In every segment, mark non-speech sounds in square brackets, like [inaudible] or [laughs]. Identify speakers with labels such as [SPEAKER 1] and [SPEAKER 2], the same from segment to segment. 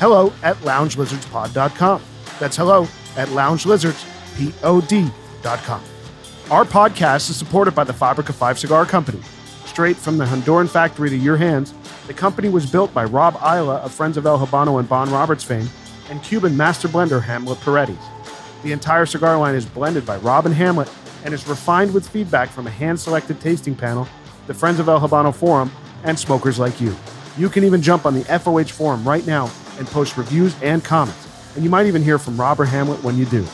[SPEAKER 1] hello at loungelizardspod.com. That's hello at loungelizardspod.com. Our podcast is supported by the Fabrica 5 Cigar Company. Straight from the Honduran factory to your hands, the company was built by Rob Isla of Friends of El Habano and Bon Roberts fame and Cuban master blender Hamlet Paredes. The entire cigar line is blended by Rob and Hamlet and is refined with feedback from a hand selected tasting panel, the Friends of El Habano Forum, and smokers like you. You can even jump on the FOH forum right now and post reviews and comments. And you might even hear from Rob or Hamlet when you do.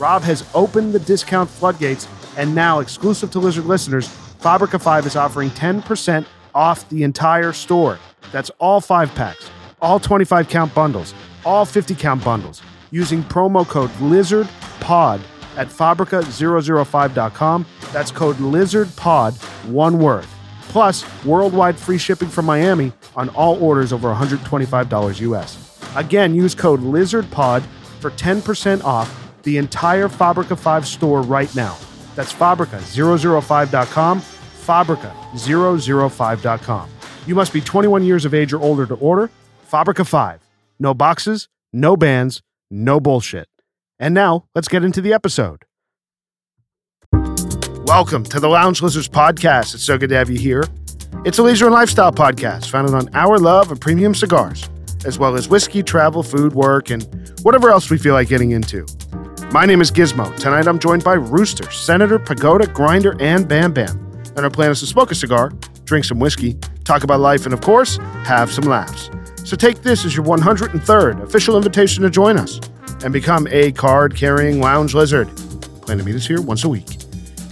[SPEAKER 1] Rob has opened the discount floodgates, and now, exclusive to Lizard listeners, Fabrica 5 is offering 10% off the entire store. That's all five packs, all 25 count bundles, all 50 count bundles, using promo code LIZARDPOD at Fabrica005.com. That's code LIZARDPOD, one word. Plus, worldwide free shipping from Miami on all orders over $125 US. Again, use code LIZARDPOD for 10% off the entire Fabrica 5 store right now. That's Fabrica005.com, Fabrica005.com. You must be 21 years of age or older to order. Fabrica 5. No boxes, no bands, no bullshit. And now, let's get into the episode. Welcome to the Lounge Lizards Podcast. It's so good to have you here. It's a leisure and lifestyle podcast founded on our love of premium cigars, as well as whiskey, travel, food, work, and whatever else we feel like getting into. My name is Gizmo. Tonight I'm joined by Rooster, Senator, Pagoda, Grinder, and Bam Bam. And our plan is to smoke a cigar, drink some whiskey, talk about life, and of course, have some laughs. So take this as your 103rd official invitation to join us and become a card carrying lounge lizard. Plan to meet us here once a week.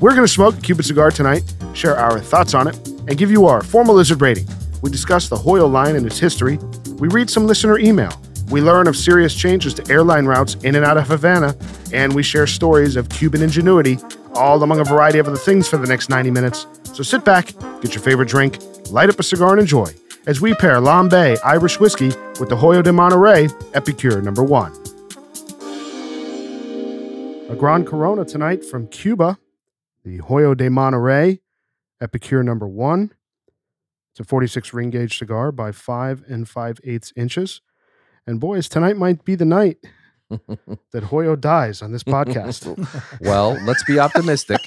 [SPEAKER 1] We're going to smoke a Cuban cigar tonight, share our thoughts on it, and give you our formal lizard rating. We discuss the Hoyle line and its history. We read some listener email. We learn of serious changes to airline routes in and out of Havana, and we share stories of Cuban ingenuity, all among a variety of other things for the next 90 minutes. So sit back, get your favorite drink, light up a cigar, and enjoy as we pair Lambay Irish whiskey with the Hoyo de Monterey Epicure number one. A Gran Corona tonight from Cuba the Hoyo de Monterey Epicure number one. It's a 46 ring gauge cigar by five and five eighths inches. And boys, tonight might be the night
[SPEAKER 2] [laughs]
[SPEAKER 1] that Hoyo dies on this podcast.
[SPEAKER 2] Well, let's be optimistic.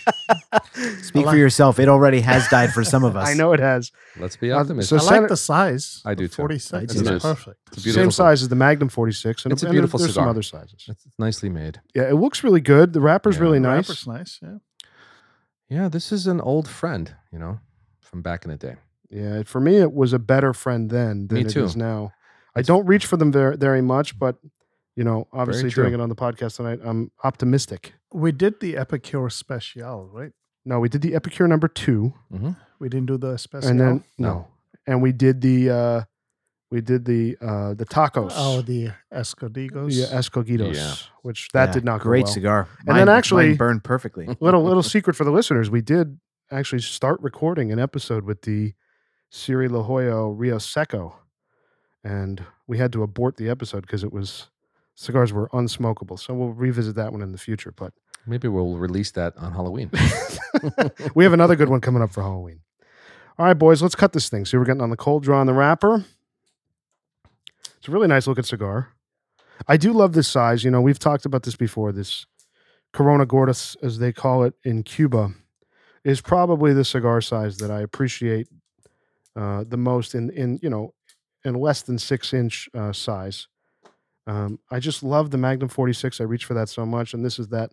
[SPEAKER 3] Speak for yourself. It already
[SPEAKER 1] [laughs]
[SPEAKER 3] has died for some of us.
[SPEAKER 1] I know it has.
[SPEAKER 2] Let's be
[SPEAKER 1] Uh,
[SPEAKER 2] optimistic.
[SPEAKER 1] so-
[SPEAKER 4] I like
[SPEAKER 1] Senator-
[SPEAKER 4] the size.
[SPEAKER 2] I do
[SPEAKER 4] The
[SPEAKER 2] too. I
[SPEAKER 4] 46
[SPEAKER 2] do
[SPEAKER 4] is
[SPEAKER 2] too.
[SPEAKER 4] perfect.
[SPEAKER 2] It's a
[SPEAKER 1] Same
[SPEAKER 2] beautiful cigar.
[SPEAKER 1] size as the Magnum 46. And
[SPEAKER 2] It's a
[SPEAKER 1] and
[SPEAKER 2] beautiful
[SPEAKER 1] there's
[SPEAKER 2] cigar.
[SPEAKER 1] some other sizes.
[SPEAKER 2] It's nicely made.
[SPEAKER 1] Yeah, it looks really good. The wrapper's
[SPEAKER 2] Yeah,
[SPEAKER 1] really
[SPEAKER 4] The
[SPEAKER 1] nice.
[SPEAKER 4] wrapper's nice. Yeah.
[SPEAKER 2] Yeah, this is an old friend, you know, from back in the day.
[SPEAKER 1] Yeah, for me, it was a better friend then than
[SPEAKER 2] Me
[SPEAKER 1] it is
[SPEAKER 2] too.
[SPEAKER 1] now. I don't reach for them very, very much, but, you know, obviously
[SPEAKER 2] true.
[SPEAKER 1] doing it on the podcast tonight, I'm optimistic.
[SPEAKER 4] We did the Epicure Special, right?
[SPEAKER 1] No, we did the Epicure number two.
[SPEAKER 4] We didn't do the Special.
[SPEAKER 1] and then no.
[SPEAKER 2] No.
[SPEAKER 1] and we did the uh we did the uh the tacos
[SPEAKER 4] oh, the Escodigos.
[SPEAKER 1] yeah escogitos
[SPEAKER 2] Yeah.
[SPEAKER 1] which that
[SPEAKER 3] Yeah,
[SPEAKER 1] did not go
[SPEAKER 3] Great
[SPEAKER 1] well.
[SPEAKER 3] cigar.
[SPEAKER 1] then
[SPEAKER 3] Mine-
[SPEAKER 1] actually-
[SPEAKER 3] mine
[SPEAKER 1] [laughs]
[SPEAKER 3] burned perfectly.
[SPEAKER 1] little little secret for the listeners we did actually start recording an episode with the siri la Jolla rio seco and we had to abort the episode because it was cigars were unsmokable so we'll revisit that one in the future but
[SPEAKER 2] Maybe we'll release that on Halloween.
[SPEAKER 1] we have another good one coming up for halloween all right boys let's cut this thing so we're getting on the cold draw on the wrapper It's a really nice looking cigar. I do love this size. You know, we've talked about this before. This Corona Gordas, as they call it in Cuba, is probably the cigar size that I appreciate uh, the most in in you know in less than six inch uh, size. Um, I just love the Magnum 46. I reach for that so much, and this is that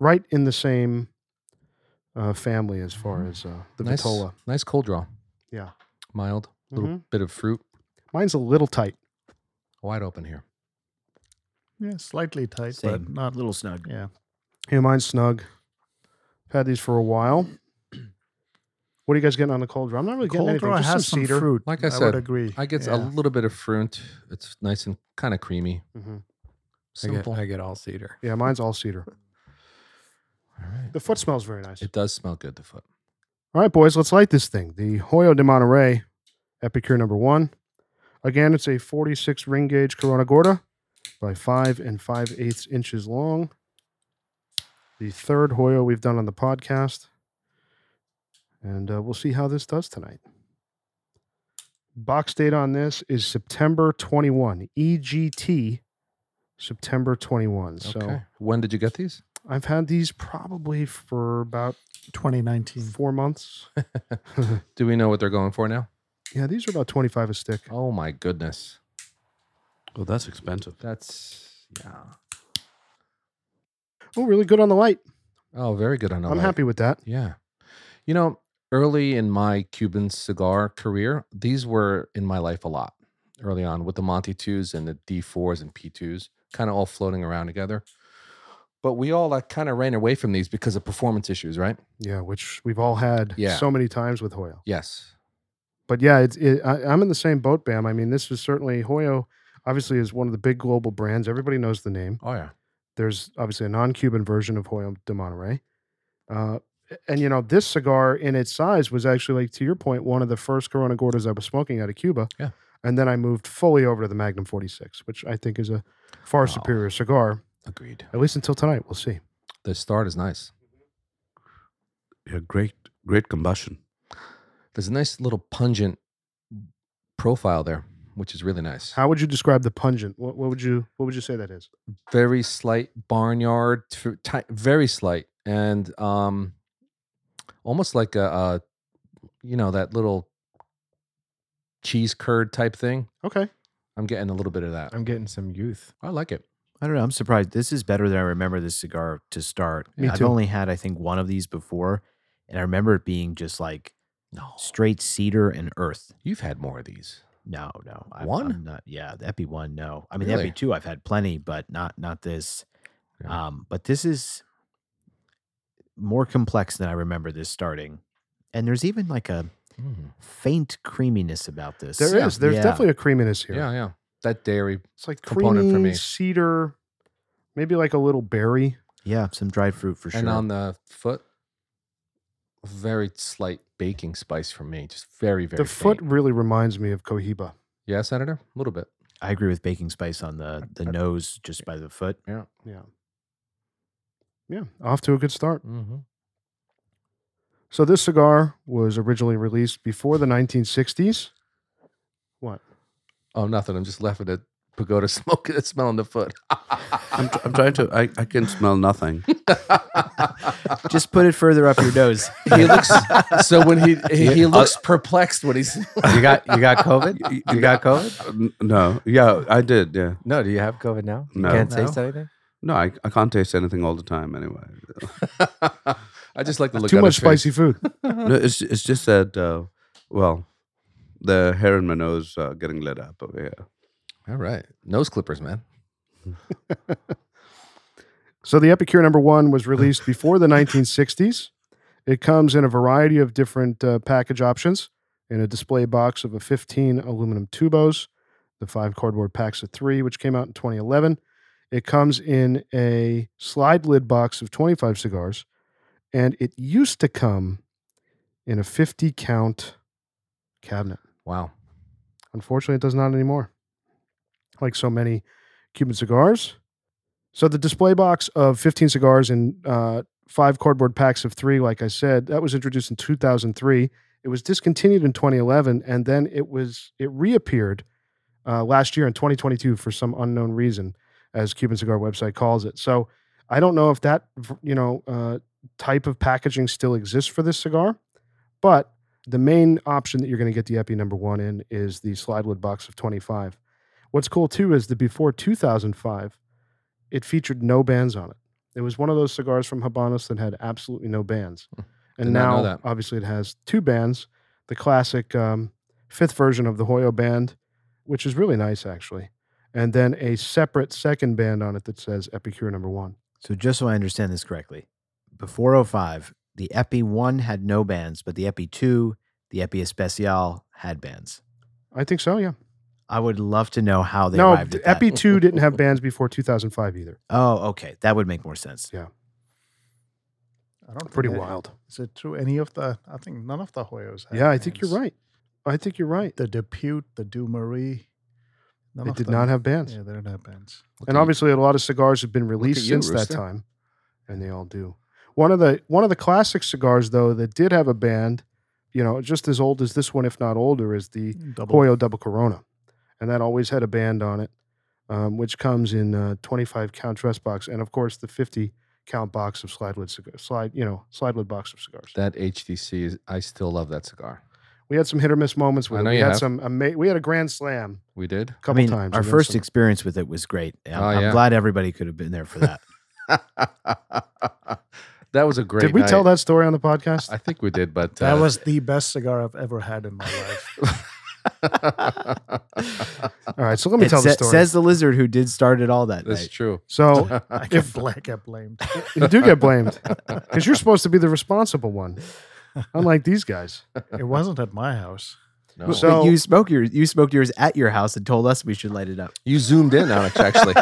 [SPEAKER 1] right in the same uh, family as far as uh, the
[SPEAKER 2] nice, Mm-hmm.
[SPEAKER 1] Vitola.
[SPEAKER 2] nice cold draw.
[SPEAKER 1] Yeah.
[SPEAKER 2] Mild, little
[SPEAKER 1] Mhm.
[SPEAKER 2] bit of fruit,
[SPEAKER 1] Mine's a little tight.
[SPEAKER 2] wide open here.
[SPEAKER 4] Yeah, slightly tight, but
[SPEAKER 3] Same.
[SPEAKER 4] not.
[SPEAKER 3] little snug.
[SPEAKER 4] Yeah.
[SPEAKER 1] Yeah, mine's snug. I've had these for a while. [clears throat] What are you guys getting on the cold draw? I'm not really getting
[SPEAKER 4] Cold
[SPEAKER 1] anything.
[SPEAKER 4] draw
[SPEAKER 1] Just
[SPEAKER 4] has
[SPEAKER 1] some
[SPEAKER 4] some
[SPEAKER 1] cedar.
[SPEAKER 4] fruit.
[SPEAKER 2] Like I
[SPEAKER 4] would
[SPEAKER 2] said,
[SPEAKER 4] agree.
[SPEAKER 2] I get a
[SPEAKER 4] Yeah.
[SPEAKER 2] little bit of fruit. It's nice and kind of creamy.
[SPEAKER 1] Mhm.
[SPEAKER 5] I get,
[SPEAKER 2] Simple.
[SPEAKER 5] I get all cedar.
[SPEAKER 1] Yeah, mine's all cedar.
[SPEAKER 2] All right.
[SPEAKER 1] The foot smells very nice.
[SPEAKER 2] It does smell good, the foot.
[SPEAKER 1] All right, boys, let's light this thing. The Hoyo de Monterey Epicure number one. Again, it's a 46 ring gauge Corona Gorda by five and five eighths inches long. The third Hoyo we've done on the podcast. And uh, we'll see how this does tonight. Box date on this is September 21, EGT September 21. So
[SPEAKER 2] Okay. When did you get these?
[SPEAKER 1] I've had these probably for about
[SPEAKER 4] 2019.
[SPEAKER 1] four months.
[SPEAKER 2] Do we know what they're going for now?
[SPEAKER 1] Yeah, these are about 25 a stick.
[SPEAKER 2] Oh my goodness. Oh,
[SPEAKER 5] Well, that's expensive.
[SPEAKER 2] That's yeah.
[SPEAKER 1] Oh, really good on the light.
[SPEAKER 2] Oh, very good on the
[SPEAKER 1] I'm
[SPEAKER 2] light.
[SPEAKER 1] happy with that.
[SPEAKER 2] Yeah. You know, early in my Cuban cigar career, these were in my life a lot early on with the Monty 2s and the D4s and P2s, kind of all floating around together. But we all like kind of ran away from these because of performance issues, right?
[SPEAKER 1] Yeah, which we've all had
[SPEAKER 2] Yeah.
[SPEAKER 1] so many times with Hoyo.
[SPEAKER 2] Yes.
[SPEAKER 1] But yeah, it's it, I, I'm in the same boat, Bam. I mean, this is certainly Hoyo. Obviously, is one of the big global brands. Everybody knows the name.
[SPEAKER 2] Oh yeah.
[SPEAKER 1] There's obviously a non-Cuban version of Hoyo de Monterey, uh, and you know this cigar in its size was actually, like to your point, one of the first Corona Gordas I was smoking out of Cuba.
[SPEAKER 2] Yeah.
[SPEAKER 1] And then I moved fully over to the Magnum 46, which I think is a far
[SPEAKER 2] Wow.
[SPEAKER 1] superior cigar,
[SPEAKER 2] Agreed.
[SPEAKER 1] at least until tonight. We'll see.
[SPEAKER 2] The start is nice.
[SPEAKER 5] Yeah, great, great combustion.
[SPEAKER 2] There's a nice little pungent profile there, which is really nice.
[SPEAKER 1] How would you describe the pungent? What, what would you What would you say that is?
[SPEAKER 2] very slight barnyard, t- ti- very slight, and um, almost like a, a, you know, that little cheese curd type thing.
[SPEAKER 1] Okay.
[SPEAKER 2] I'm getting a little bit of that.
[SPEAKER 5] I'm getting some youth.
[SPEAKER 2] I like it.
[SPEAKER 3] I don't know. I'm surprised. This is better than I remember this cigar to start.
[SPEAKER 1] Me
[SPEAKER 3] I've
[SPEAKER 1] too.
[SPEAKER 3] only had, I think, one of these before, and I remember it being just like
[SPEAKER 2] No,
[SPEAKER 3] straight cedar and earth.
[SPEAKER 2] you've had more of these.
[SPEAKER 3] No, no, I'm,
[SPEAKER 2] One?
[SPEAKER 3] I'm not, yeah, the Epi one. No, I mean the
[SPEAKER 2] Really?
[SPEAKER 3] Epi two. I've had plenty, but not not this.
[SPEAKER 2] Yeah.
[SPEAKER 3] Um, but this is more complex than I remember this starting, and there's even like a
[SPEAKER 2] Mm.
[SPEAKER 3] faint creaminess about this.
[SPEAKER 1] There is.
[SPEAKER 2] Yeah.
[SPEAKER 1] There's
[SPEAKER 3] Yeah.
[SPEAKER 1] definitely a creaminess here.
[SPEAKER 2] Yeah, yeah. That dairy.
[SPEAKER 1] It's like
[SPEAKER 2] Component
[SPEAKER 1] creamy,
[SPEAKER 2] for me.
[SPEAKER 1] cedar, maybe like a little berry.
[SPEAKER 3] Yeah, some dried fruit for sure.
[SPEAKER 2] And
[SPEAKER 1] um,
[SPEAKER 2] on the foot, very slight baking spice for me. Just very, very.
[SPEAKER 1] the foot
[SPEAKER 2] faint.
[SPEAKER 1] really reminds me of Cohiba.
[SPEAKER 2] Yeah, Senator? A little bit.
[SPEAKER 3] I agree with baking spice on the the
[SPEAKER 1] [laughs]
[SPEAKER 2] I-
[SPEAKER 3] nose, just by the foot.
[SPEAKER 1] Yeah. Yeah. Off to a good start.
[SPEAKER 2] Mm-hmm.
[SPEAKER 1] So this cigar was originally released before the 1960s. What?
[SPEAKER 2] Oh, nothing. I'm just laughing at pagoda [laughs] smoke and smelling the foot.
[SPEAKER 5] I'm, tr- I'm trying to. I, I can smell nothing.
[SPEAKER 2] [laughs]
[SPEAKER 3] Just put it further up your
[SPEAKER 1] [laughs]
[SPEAKER 3] nose.
[SPEAKER 2] he
[SPEAKER 3] [laughs]
[SPEAKER 2] looks so when [laughs] he he, he
[SPEAKER 5] Yeah,
[SPEAKER 2] looks perplexed when he's
[SPEAKER 5] You got you got [laughs] COVID. You, got COVID? Uh, No. Yeah, I did. Yeah.
[SPEAKER 6] No, do you have COVID now? You
[SPEAKER 5] No.
[SPEAKER 6] can't
[SPEAKER 2] No.
[SPEAKER 6] taste anything?
[SPEAKER 5] No, I, I can't taste anything all the time. Anyway,
[SPEAKER 2] [laughs] I just like the look
[SPEAKER 1] Too
[SPEAKER 2] on
[SPEAKER 1] much
[SPEAKER 2] his face.
[SPEAKER 1] spicy food.
[SPEAKER 5] no, it's it's just that. Uh, well, the hair in my nose uh, getting lit up over here.
[SPEAKER 2] All right, nose clippers, man.
[SPEAKER 1] So the Epicure number one was released before the 1960s. It comes in a variety of different uh, package options in a display box of a 15 aluminum tubos, the five cardboard packs of three, which came out in 2011. It comes in a slide lid box of 25 cigars, and it used to come in a 50 count cabinet.
[SPEAKER 2] Wow.
[SPEAKER 1] Unfortunately, it does not anymore. Like so many Cuban cigars. So the display box of 15 cigars in uh, five cardboard packs of three, like I said, that was introduced in 2003. It was discontinued in 2011, and then it was it reappeared uh, last year in 2022 for some unknown reason, as Cuban Cigar website calls it. So I don't know if that you know uh, type of packaging still exists for this cigar, but the main option that you're going to get the Epi number one in is the Slidewood box of 25. What's cool too is that before 2005, it featured no bands on it. It was one of those cigars from Habanos that had absolutely no bands. And
[SPEAKER 2] Hmm. Did not know
[SPEAKER 1] now,
[SPEAKER 2] that.
[SPEAKER 1] obviously, it has two bands the classic um, fifth version of the Hoyo band, which is really nice actually, and then a separate second band on it that says Epicure number one.
[SPEAKER 3] So just so I understand this correctly, before 05, The Epi 1 had no bands, but the Epi 2, the Epi Especial had bands.
[SPEAKER 1] I think so. Yeah.
[SPEAKER 3] I would love to know how they
[SPEAKER 1] no,
[SPEAKER 3] arrived at that.
[SPEAKER 1] Epi Two didn't have bands before 2005 either.
[SPEAKER 3] Oh, okay. That would make more sense.
[SPEAKER 4] I don't think
[SPEAKER 1] Pretty
[SPEAKER 4] they-
[SPEAKER 1] wild.
[SPEAKER 4] Is it true? Any of the? I think none of the Hoyos. had
[SPEAKER 1] Yeah, I think you're
[SPEAKER 4] bands.
[SPEAKER 1] right. I think you're right.
[SPEAKER 4] The Depute, the Dumarie. None
[SPEAKER 1] They
[SPEAKER 4] of
[SPEAKER 1] did
[SPEAKER 4] them-
[SPEAKER 1] not have bands,
[SPEAKER 4] Yeah, they didn't have bands.
[SPEAKER 2] Look
[SPEAKER 1] and
[SPEAKER 2] at you.
[SPEAKER 1] obviously a lot of cigars have been released
[SPEAKER 5] you,
[SPEAKER 1] since
[SPEAKER 5] Rooster.
[SPEAKER 1] that time, and they all do. One of the one of the classic cigars though that did have a band, you know, just as old as this one, if not older, is the
[SPEAKER 4] Double.
[SPEAKER 1] Pollo Double Corona, and that always had a band on it, um, which comes in uh, 25 count dress box, and of course the 50 count box of slidewood cigar, slide you know slidewood box of cigars.
[SPEAKER 2] That HTC, is, I still love that cigar.
[SPEAKER 1] we had some hit or miss moments with
[SPEAKER 2] I
[SPEAKER 1] it.
[SPEAKER 2] know
[SPEAKER 1] We
[SPEAKER 2] you
[SPEAKER 1] had
[SPEAKER 2] have.
[SPEAKER 1] some ama- we had a grand slam
[SPEAKER 2] We did.
[SPEAKER 1] a couple
[SPEAKER 3] I mean,
[SPEAKER 1] times.
[SPEAKER 3] our
[SPEAKER 1] and then
[SPEAKER 3] first
[SPEAKER 1] some-
[SPEAKER 3] experience with it was great. I'm,
[SPEAKER 2] Oh,
[SPEAKER 3] I'm
[SPEAKER 2] yeah.
[SPEAKER 3] glad everybody could have been
[SPEAKER 1] [laughs]
[SPEAKER 3] there for that.
[SPEAKER 2] that was a great.
[SPEAKER 1] Did we tell
[SPEAKER 2] night.
[SPEAKER 1] that story on the
[SPEAKER 3] [laughs]
[SPEAKER 1] podcast?
[SPEAKER 2] I think we did, but
[SPEAKER 4] That
[SPEAKER 2] uh,
[SPEAKER 4] was the best cigar I've ever had in my life.
[SPEAKER 1] All right, so let me
[SPEAKER 3] It
[SPEAKER 1] tell the
[SPEAKER 3] sa-
[SPEAKER 1] story.
[SPEAKER 3] Says the lizard who did start it all that
[SPEAKER 2] [laughs] That's
[SPEAKER 3] night.
[SPEAKER 2] true.
[SPEAKER 1] so
[SPEAKER 4] I get black, get blamed.
[SPEAKER 1] you do get blamed because you're supposed to be the responsible one, unlike these guys.
[SPEAKER 4] It wasn't at my house.
[SPEAKER 2] No.
[SPEAKER 1] So-
[SPEAKER 3] but you smoked yours. You smoked yours at your house and told us we should light it up.
[SPEAKER 2] you zoomed in on it [laughs] actually.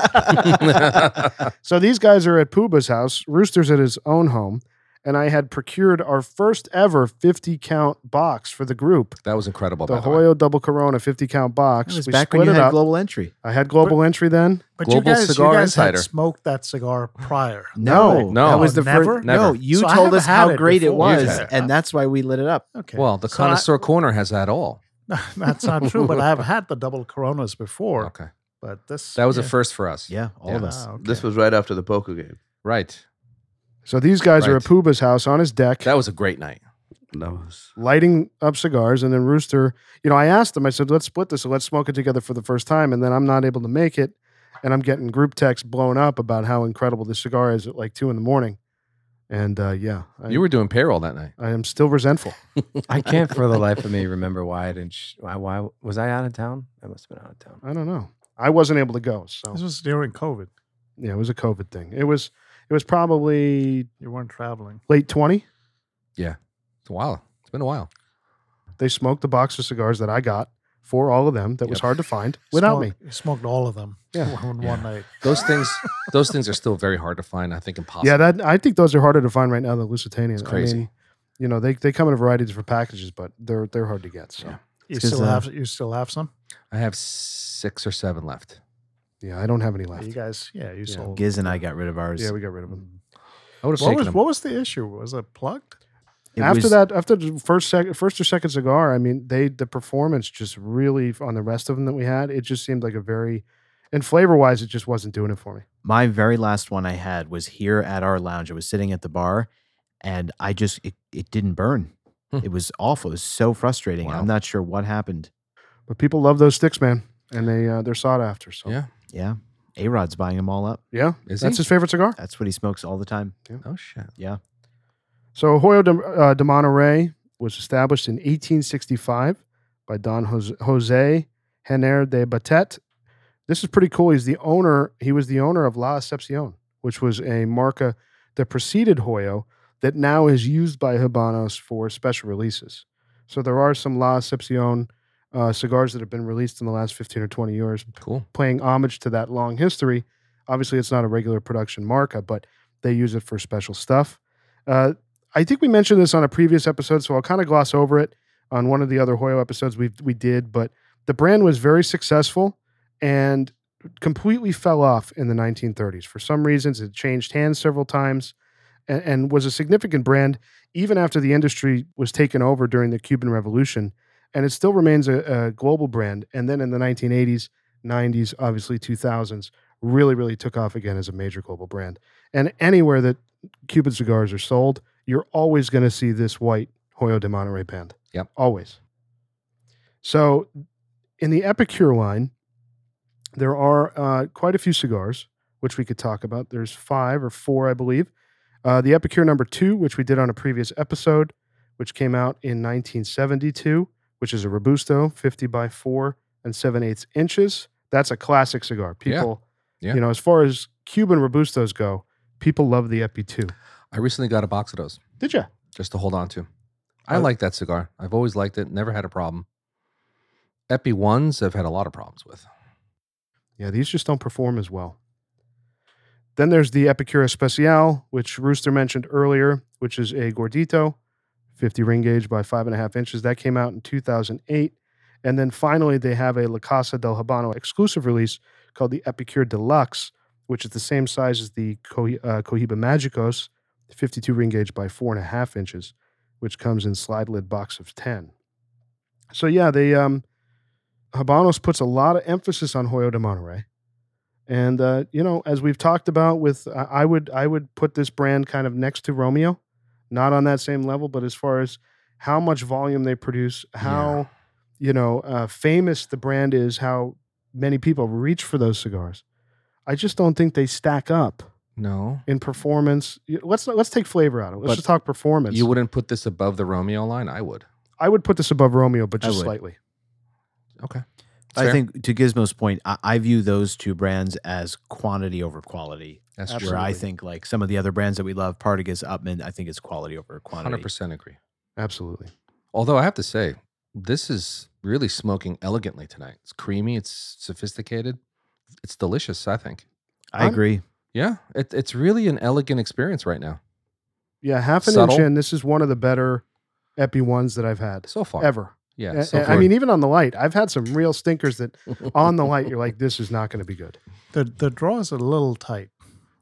[SPEAKER 1] So these guys are at Pooba's house, Rooster's at his own home, and I had procured our first ever 50 count box for the group.
[SPEAKER 2] that was incredible. by
[SPEAKER 1] the
[SPEAKER 2] the way.
[SPEAKER 1] Hoyo Double Corona 50 count
[SPEAKER 3] It
[SPEAKER 1] box.
[SPEAKER 3] was
[SPEAKER 1] We
[SPEAKER 3] back
[SPEAKER 1] split
[SPEAKER 3] when you
[SPEAKER 1] it
[SPEAKER 3] had
[SPEAKER 1] up.
[SPEAKER 3] global entry.
[SPEAKER 1] I had global entry then.
[SPEAKER 4] But
[SPEAKER 2] Global
[SPEAKER 4] you guys,
[SPEAKER 2] Cigar
[SPEAKER 4] you guys
[SPEAKER 2] Insider.
[SPEAKER 4] had smoked that cigar prior. Oh,
[SPEAKER 1] No.
[SPEAKER 2] No.
[SPEAKER 3] that was the
[SPEAKER 4] Never?
[SPEAKER 3] first. No,
[SPEAKER 2] Never.
[SPEAKER 3] you
[SPEAKER 4] So I
[SPEAKER 3] told
[SPEAKER 4] haven't
[SPEAKER 3] us how
[SPEAKER 4] had it
[SPEAKER 3] great it
[SPEAKER 4] before.
[SPEAKER 2] You've
[SPEAKER 3] was,
[SPEAKER 2] had it.
[SPEAKER 3] and that's why we lit it up.
[SPEAKER 4] Okay.
[SPEAKER 2] Well, the
[SPEAKER 4] So I-
[SPEAKER 2] connoisseur corner has that all.
[SPEAKER 4] [laughs] that's not true, but I've had the double coronas
[SPEAKER 2] [laughs]
[SPEAKER 4] before.
[SPEAKER 2] Okay,
[SPEAKER 4] But this
[SPEAKER 2] that was a
[SPEAKER 4] yeah.
[SPEAKER 2] first for us.
[SPEAKER 3] Yeah, all of us.
[SPEAKER 4] Ah, okay.
[SPEAKER 5] This was right after the poker game.
[SPEAKER 2] Right.
[SPEAKER 1] So these guys are
[SPEAKER 2] Right.
[SPEAKER 1] at Pooba's house on his deck.
[SPEAKER 2] That was a great night.
[SPEAKER 5] That was
[SPEAKER 1] lighting up cigars and then rooster you know i asked him i said let's split this and let's smoke it together for the first time and then i'm not able to make it and i'm getting group text blown up about how incredible this cigar is at like two in the morning and uh, yeah I,
[SPEAKER 2] You were doing payroll that night.
[SPEAKER 1] I am still resentful
[SPEAKER 6] I
[SPEAKER 2] [laughs]
[SPEAKER 6] can't for the life of me remember why I didn't. Sh- why, why was I out of town? I must have been out of town.
[SPEAKER 1] i don't know i wasn't able to go so
[SPEAKER 4] this was during COVID.
[SPEAKER 1] yeah it was a covid thing it was it was probably
[SPEAKER 4] You weren't traveling.
[SPEAKER 1] late 20
[SPEAKER 2] It's a while. It's been a while.
[SPEAKER 1] they smoked the box of cigars that i got for all of them that was
[SPEAKER 2] Yep.
[SPEAKER 1] hard to find without
[SPEAKER 4] Smoked-
[SPEAKER 1] me
[SPEAKER 4] you smoked all of them. [laughs]
[SPEAKER 1] Yeah.
[SPEAKER 4] One,
[SPEAKER 2] Yeah.
[SPEAKER 4] one night.
[SPEAKER 2] Those things, those things are still very hard to find. I think impossible.
[SPEAKER 1] yeah that i think those are harder to find right now than lusitania
[SPEAKER 2] It's crazy.
[SPEAKER 1] I mean, you know they, they come in a variety of different packages but they're they're hard to get so
[SPEAKER 2] Yeah.
[SPEAKER 4] You
[SPEAKER 3] It's 'cause,
[SPEAKER 4] still
[SPEAKER 3] uh,
[SPEAKER 4] have you still have some?
[SPEAKER 2] I have six or seven left.
[SPEAKER 1] Yeah, I don't have any
[SPEAKER 4] Yeah,
[SPEAKER 1] left.
[SPEAKER 4] You guys, yeah, you
[SPEAKER 1] Yeah.
[SPEAKER 4] sold.
[SPEAKER 3] Giz and I got rid of ours.
[SPEAKER 1] Yeah, we got rid of them.
[SPEAKER 2] I would have
[SPEAKER 4] What
[SPEAKER 2] taken
[SPEAKER 4] was
[SPEAKER 2] them.
[SPEAKER 4] what was the issue? Was it plugged?
[SPEAKER 3] It
[SPEAKER 1] after
[SPEAKER 3] was-
[SPEAKER 1] that, after the first second, first or second cigar, I mean, they the performance just really on the rest of them that we had, it just seemed like a very, and flavor wise, it just wasn't doing it for me.
[SPEAKER 3] my very last one I had was here at our lounge. I was sitting at the bar and I just it, it didn't burn.
[SPEAKER 2] Hmm.
[SPEAKER 3] It was awful. It was so frustrating.
[SPEAKER 2] Wow.
[SPEAKER 3] I'm not sure what happened.
[SPEAKER 1] But people love those sticks, man, and they uh, they're sought after. So
[SPEAKER 2] Yeah.
[SPEAKER 3] Yeah. A Rod's buying them all up.
[SPEAKER 1] yeah,
[SPEAKER 2] Is
[SPEAKER 1] that's
[SPEAKER 2] he?
[SPEAKER 1] his favorite cigar.
[SPEAKER 3] That's what he smokes all the time.
[SPEAKER 2] Oh shit.
[SPEAKER 1] So Hoyo de, uh, de Monterey was established in 1865 by Don Jose, Jose Henner de Batet. This is pretty cool. He's the owner. He was the owner of La Acepción, which was a marca that preceded Hoyo that now is used by Habanos for special releases. So there are some La Acepción uh, cigars that have been released in the last 15 or 20 years
[SPEAKER 2] Cool.
[SPEAKER 1] paying homage to that long history. Obviously, it's not a regular production marca, but they use it for special stuff. Uh, I think we mentioned this on a previous episode, so I'll kind of gloss over it on one of the other Hoyo episodes we we did. But the brand was very successful and completely fell off in the 1930s. For some reasons, it changed hands several times and, and was a significant brand even after the industry was taken over during the Cuban Revolution. And it still remains a, a global brand. And then in the 1980s, 90s, obviously 2000s, really, really took off again as a major global brand. And anywhere that Cuban cigars are sold, you're always going to see this white Hoyo de Monterey band.
[SPEAKER 2] Yep.
[SPEAKER 1] Always. So in the Epicure line, there are uh, quite a few cigars, which we could talk about. There's five or four, I believe. Uh, the Epicure number two, which we did on a previous episode, which came out in 1972, which is a Robusto, 50 by 4 and 7 eighths inches. That's a classic cigar.
[SPEAKER 2] Yeah.
[SPEAKER 1] People,
[SPEAKER 2] Yeah.
[SPEAKER 1] you know, as far as Cuban Robustos go, people love the Epi 2.
[SPEAKER 2] I recently got a box of those.
[SPEAKER 1] Did you?
[SPEAKER 2] just to hold on to. I like that cigar. I've always liked it. Never had a problem. Epi ones, I've had a lot of problems with.
[SPEAKER 1] Yeah, these just don't perform as well. Then there's the Epicura Special, which Rooster mentioned earlier, which is a Gordito, 50 ring gauge by 5.5 inches. That came out in 2008. And then finally, they have a La Casa del Habano exclusive release called the Epicure Deluxe, which is the same size as the Co- uh, Cohiba Magicos, 52 ring gauge by 4.5 inches, which comes in slide lid box of 10. So, yeah, they. Um, Habanos puts a lot of emphasis on Hoyo de Monterey. And uh, you know, as we've talked about with I I would I would put this brand kind of next to Romeo, not on that same level, but as far as how much volume they produce, how you know, uh, famous the brand is, how many people reach for those cigars. I just don't think they stack up
[SPEAKER 2] No.
[SPEAKER 1] in performance. Y- Let's let's take flavor out of it. Let's
[SPEAKER 2] But
[SPEAKER 1] just talk performance.
[SPEAKER 2] You wouldn't put this above the Romeo line? I would.
[SPEAKER 1] I would put this above Romeo, but
[SPEAKER 3] I
[SPEAKER 1] just
[SPEAKER 3] would.
[SPEAKER 1] slightly.
[SPEAKER 2] Okay. It's
[SPEAKER 3] I
[SPEAKER 2] fair.
[SPEAKER 3] think to Gizmo's point, I, I view those two brands as quantity over quality.
[SPEAKER 2] that's
[SPEAKER 1] Absolutely.
[SPEAKER 2] true.
[SPEAKER 3] Where I think like some of the other brands that we love, Partagas, Upman, I think it's quality over quantity.
[SPEAKER 2] 100% agree.
[SPEAKER 1] Absolutely.
[SPEAKER 2] Although I have to say, this is really smoking elegantly tonight. It's creamy, it's sophisticated, it's delicious, I think.
[SPEAKER 3] I agree.
[SPEAKER 2] Yeah, it, it's really an elegant experience right now
[SPEAKER 1] Yeah, half an
[SPEAKER 2] Subtle.
[SPEAKER 1] inch in. This is one of the better Epi ones that I've had
[SPEAKER 2] so far.
[SPEAKER 1] ever.
[SPEAKER 2] Yeah.
[SPEAKER 1] A-
[SPEAKER 2] so
[SPEAKER 1] a- I
[SPEAKER 2] far. [laughs]
[SPEAKER 1] mean, even on the light, I've had some real stinkers that on the light, you're like, this is not going to be good.
[SPEAKER 4] The the draw is a little tight.
[SPEAKER 2] [laughs]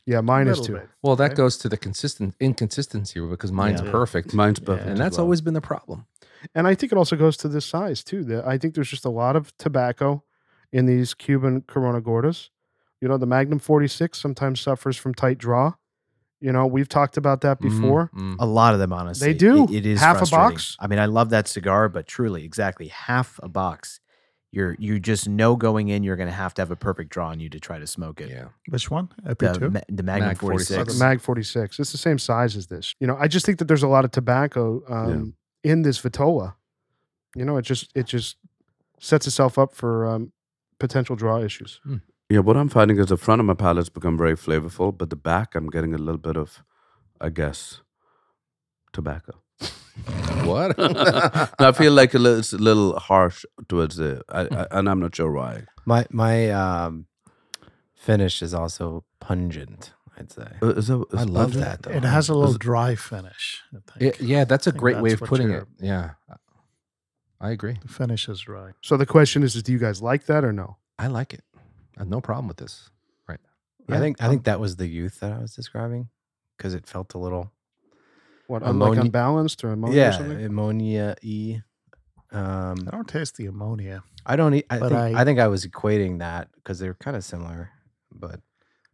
[SPEAKER 1] Yeah, mine is
[SPEAKER 4] Little
[SPEAKER 1] too.
[SPEAKER 4] bit.
[SPEAKER 2] well, that
[SPEAKER 4] okay.
[SPEAKER 2] goes to the consistent inconsistency because mine's
[SPEAKER 3] Yeah.
[SPEAKER 2] perfect.
[SPEAKER 5] Mine's perfect.
[SPEAKER 2] and that's always been the problem.
[SPEAKER 1] And I think it also goes to this size too. That I think there's just a lot of tobacco in these Cuban Corona Gordas. You know, the Magnum 46 sometimes suffers from tight draw. You know, we've talked about that
[SPEAKER 2] Mm,
[SPEAKER 1] before.
[SPEAKER 2] mm.
[SPEAKER 3] A lot of them, honestly.
[SPEAKER 1] They do.
[SPEAKER 3] It- it is
[SPEAKER 1] Half a
[SPEAKER 3] frustrating.
[SPEAKER 1] box.
[SPEAKER 3] I mean, I love that cigar, but truly, exactly half a box. You're you just know going in, you're going to have to have a perfect draw on you to try to smoke it.
[SPEAKER 2] Yeah.
[SPEAKER 4] Which one? Epi
[SPEAKER 3] The,
[SPEAKER 4] two.
[SPEAKER 3] Ma- the Magnum
[SPEAKER 2] Mag 46.
[SPEAKER 1] Or the
[SPEAKER 3] 46.
[SPEAKER 1] Mag 46. It's the same size as this. You know, I just think that there's a lot of tobacco um, in this Vitola. You know, it just it just sets itself up for um, potential draw issues.
[SPEAKER 5] Yeah, what I'm finding is the front of my palate's become very flavorful, but the back I'm getting a little bit of, I guess, tobacco. [laughs]
[SPEAKER 2] [laughs] What?
[SPEAKER 5] I feel like a little, it's a little harsh towards the, I, I, and I'm not sure why.
[SPEAKER 6] Mm. My my um, finish is also pungent. I'd say.
[SPEAKER 5] Uh, Is that,
[SPEAKER 2] I
[SPEAKER 5] is
[SPEAKER 2] love
[SPEAKER 5] pungent?
[SPEAKER 2] that though.
[SPEAKER 4] It has a little
[SPEAKER 5] it-
[SPEAKER 4] dry finish. I think.
[SPEAKER 2] It- yeah, that's a
[SPEAKER 4] think
[SPEAKER 2] great way
[SPEAKER 4] that's
[SPEAKER 2] of
[SPEAKER 4] what
[SPEAKER 2] putting
[SPEAKER 4] you're-
[SPEAKER 2] it. Yeah. I agree.
[SPEAKER 4] The finish is right.
[SPEAKER 1] So the question is, is do you guys like that or no?
[SPEAKER 2] I like it. I have no problem with this.
[SPEAKER 6] I think I think that was the youth that I was describing because it felt a little
[SPEAKER 1] What, unlike
[SPEAKER 6] Ammonia-
[SPEAKER 1] unbalanced or ammonia or
[SPEAKER 6] yeah um,
[SPEAKER 1] something?
[SPEAKER 6] ammonia e. Um,
[SPEAKER 4] I don't taste the ammonia,
[SPEAKER 6] I don't. e- I
[SPEAKER 4] But
[SPEAKER 6] think, I,
[SPEAKER 4] I-
[SPEAKER 6] think I was equating that because they're kind of similar, but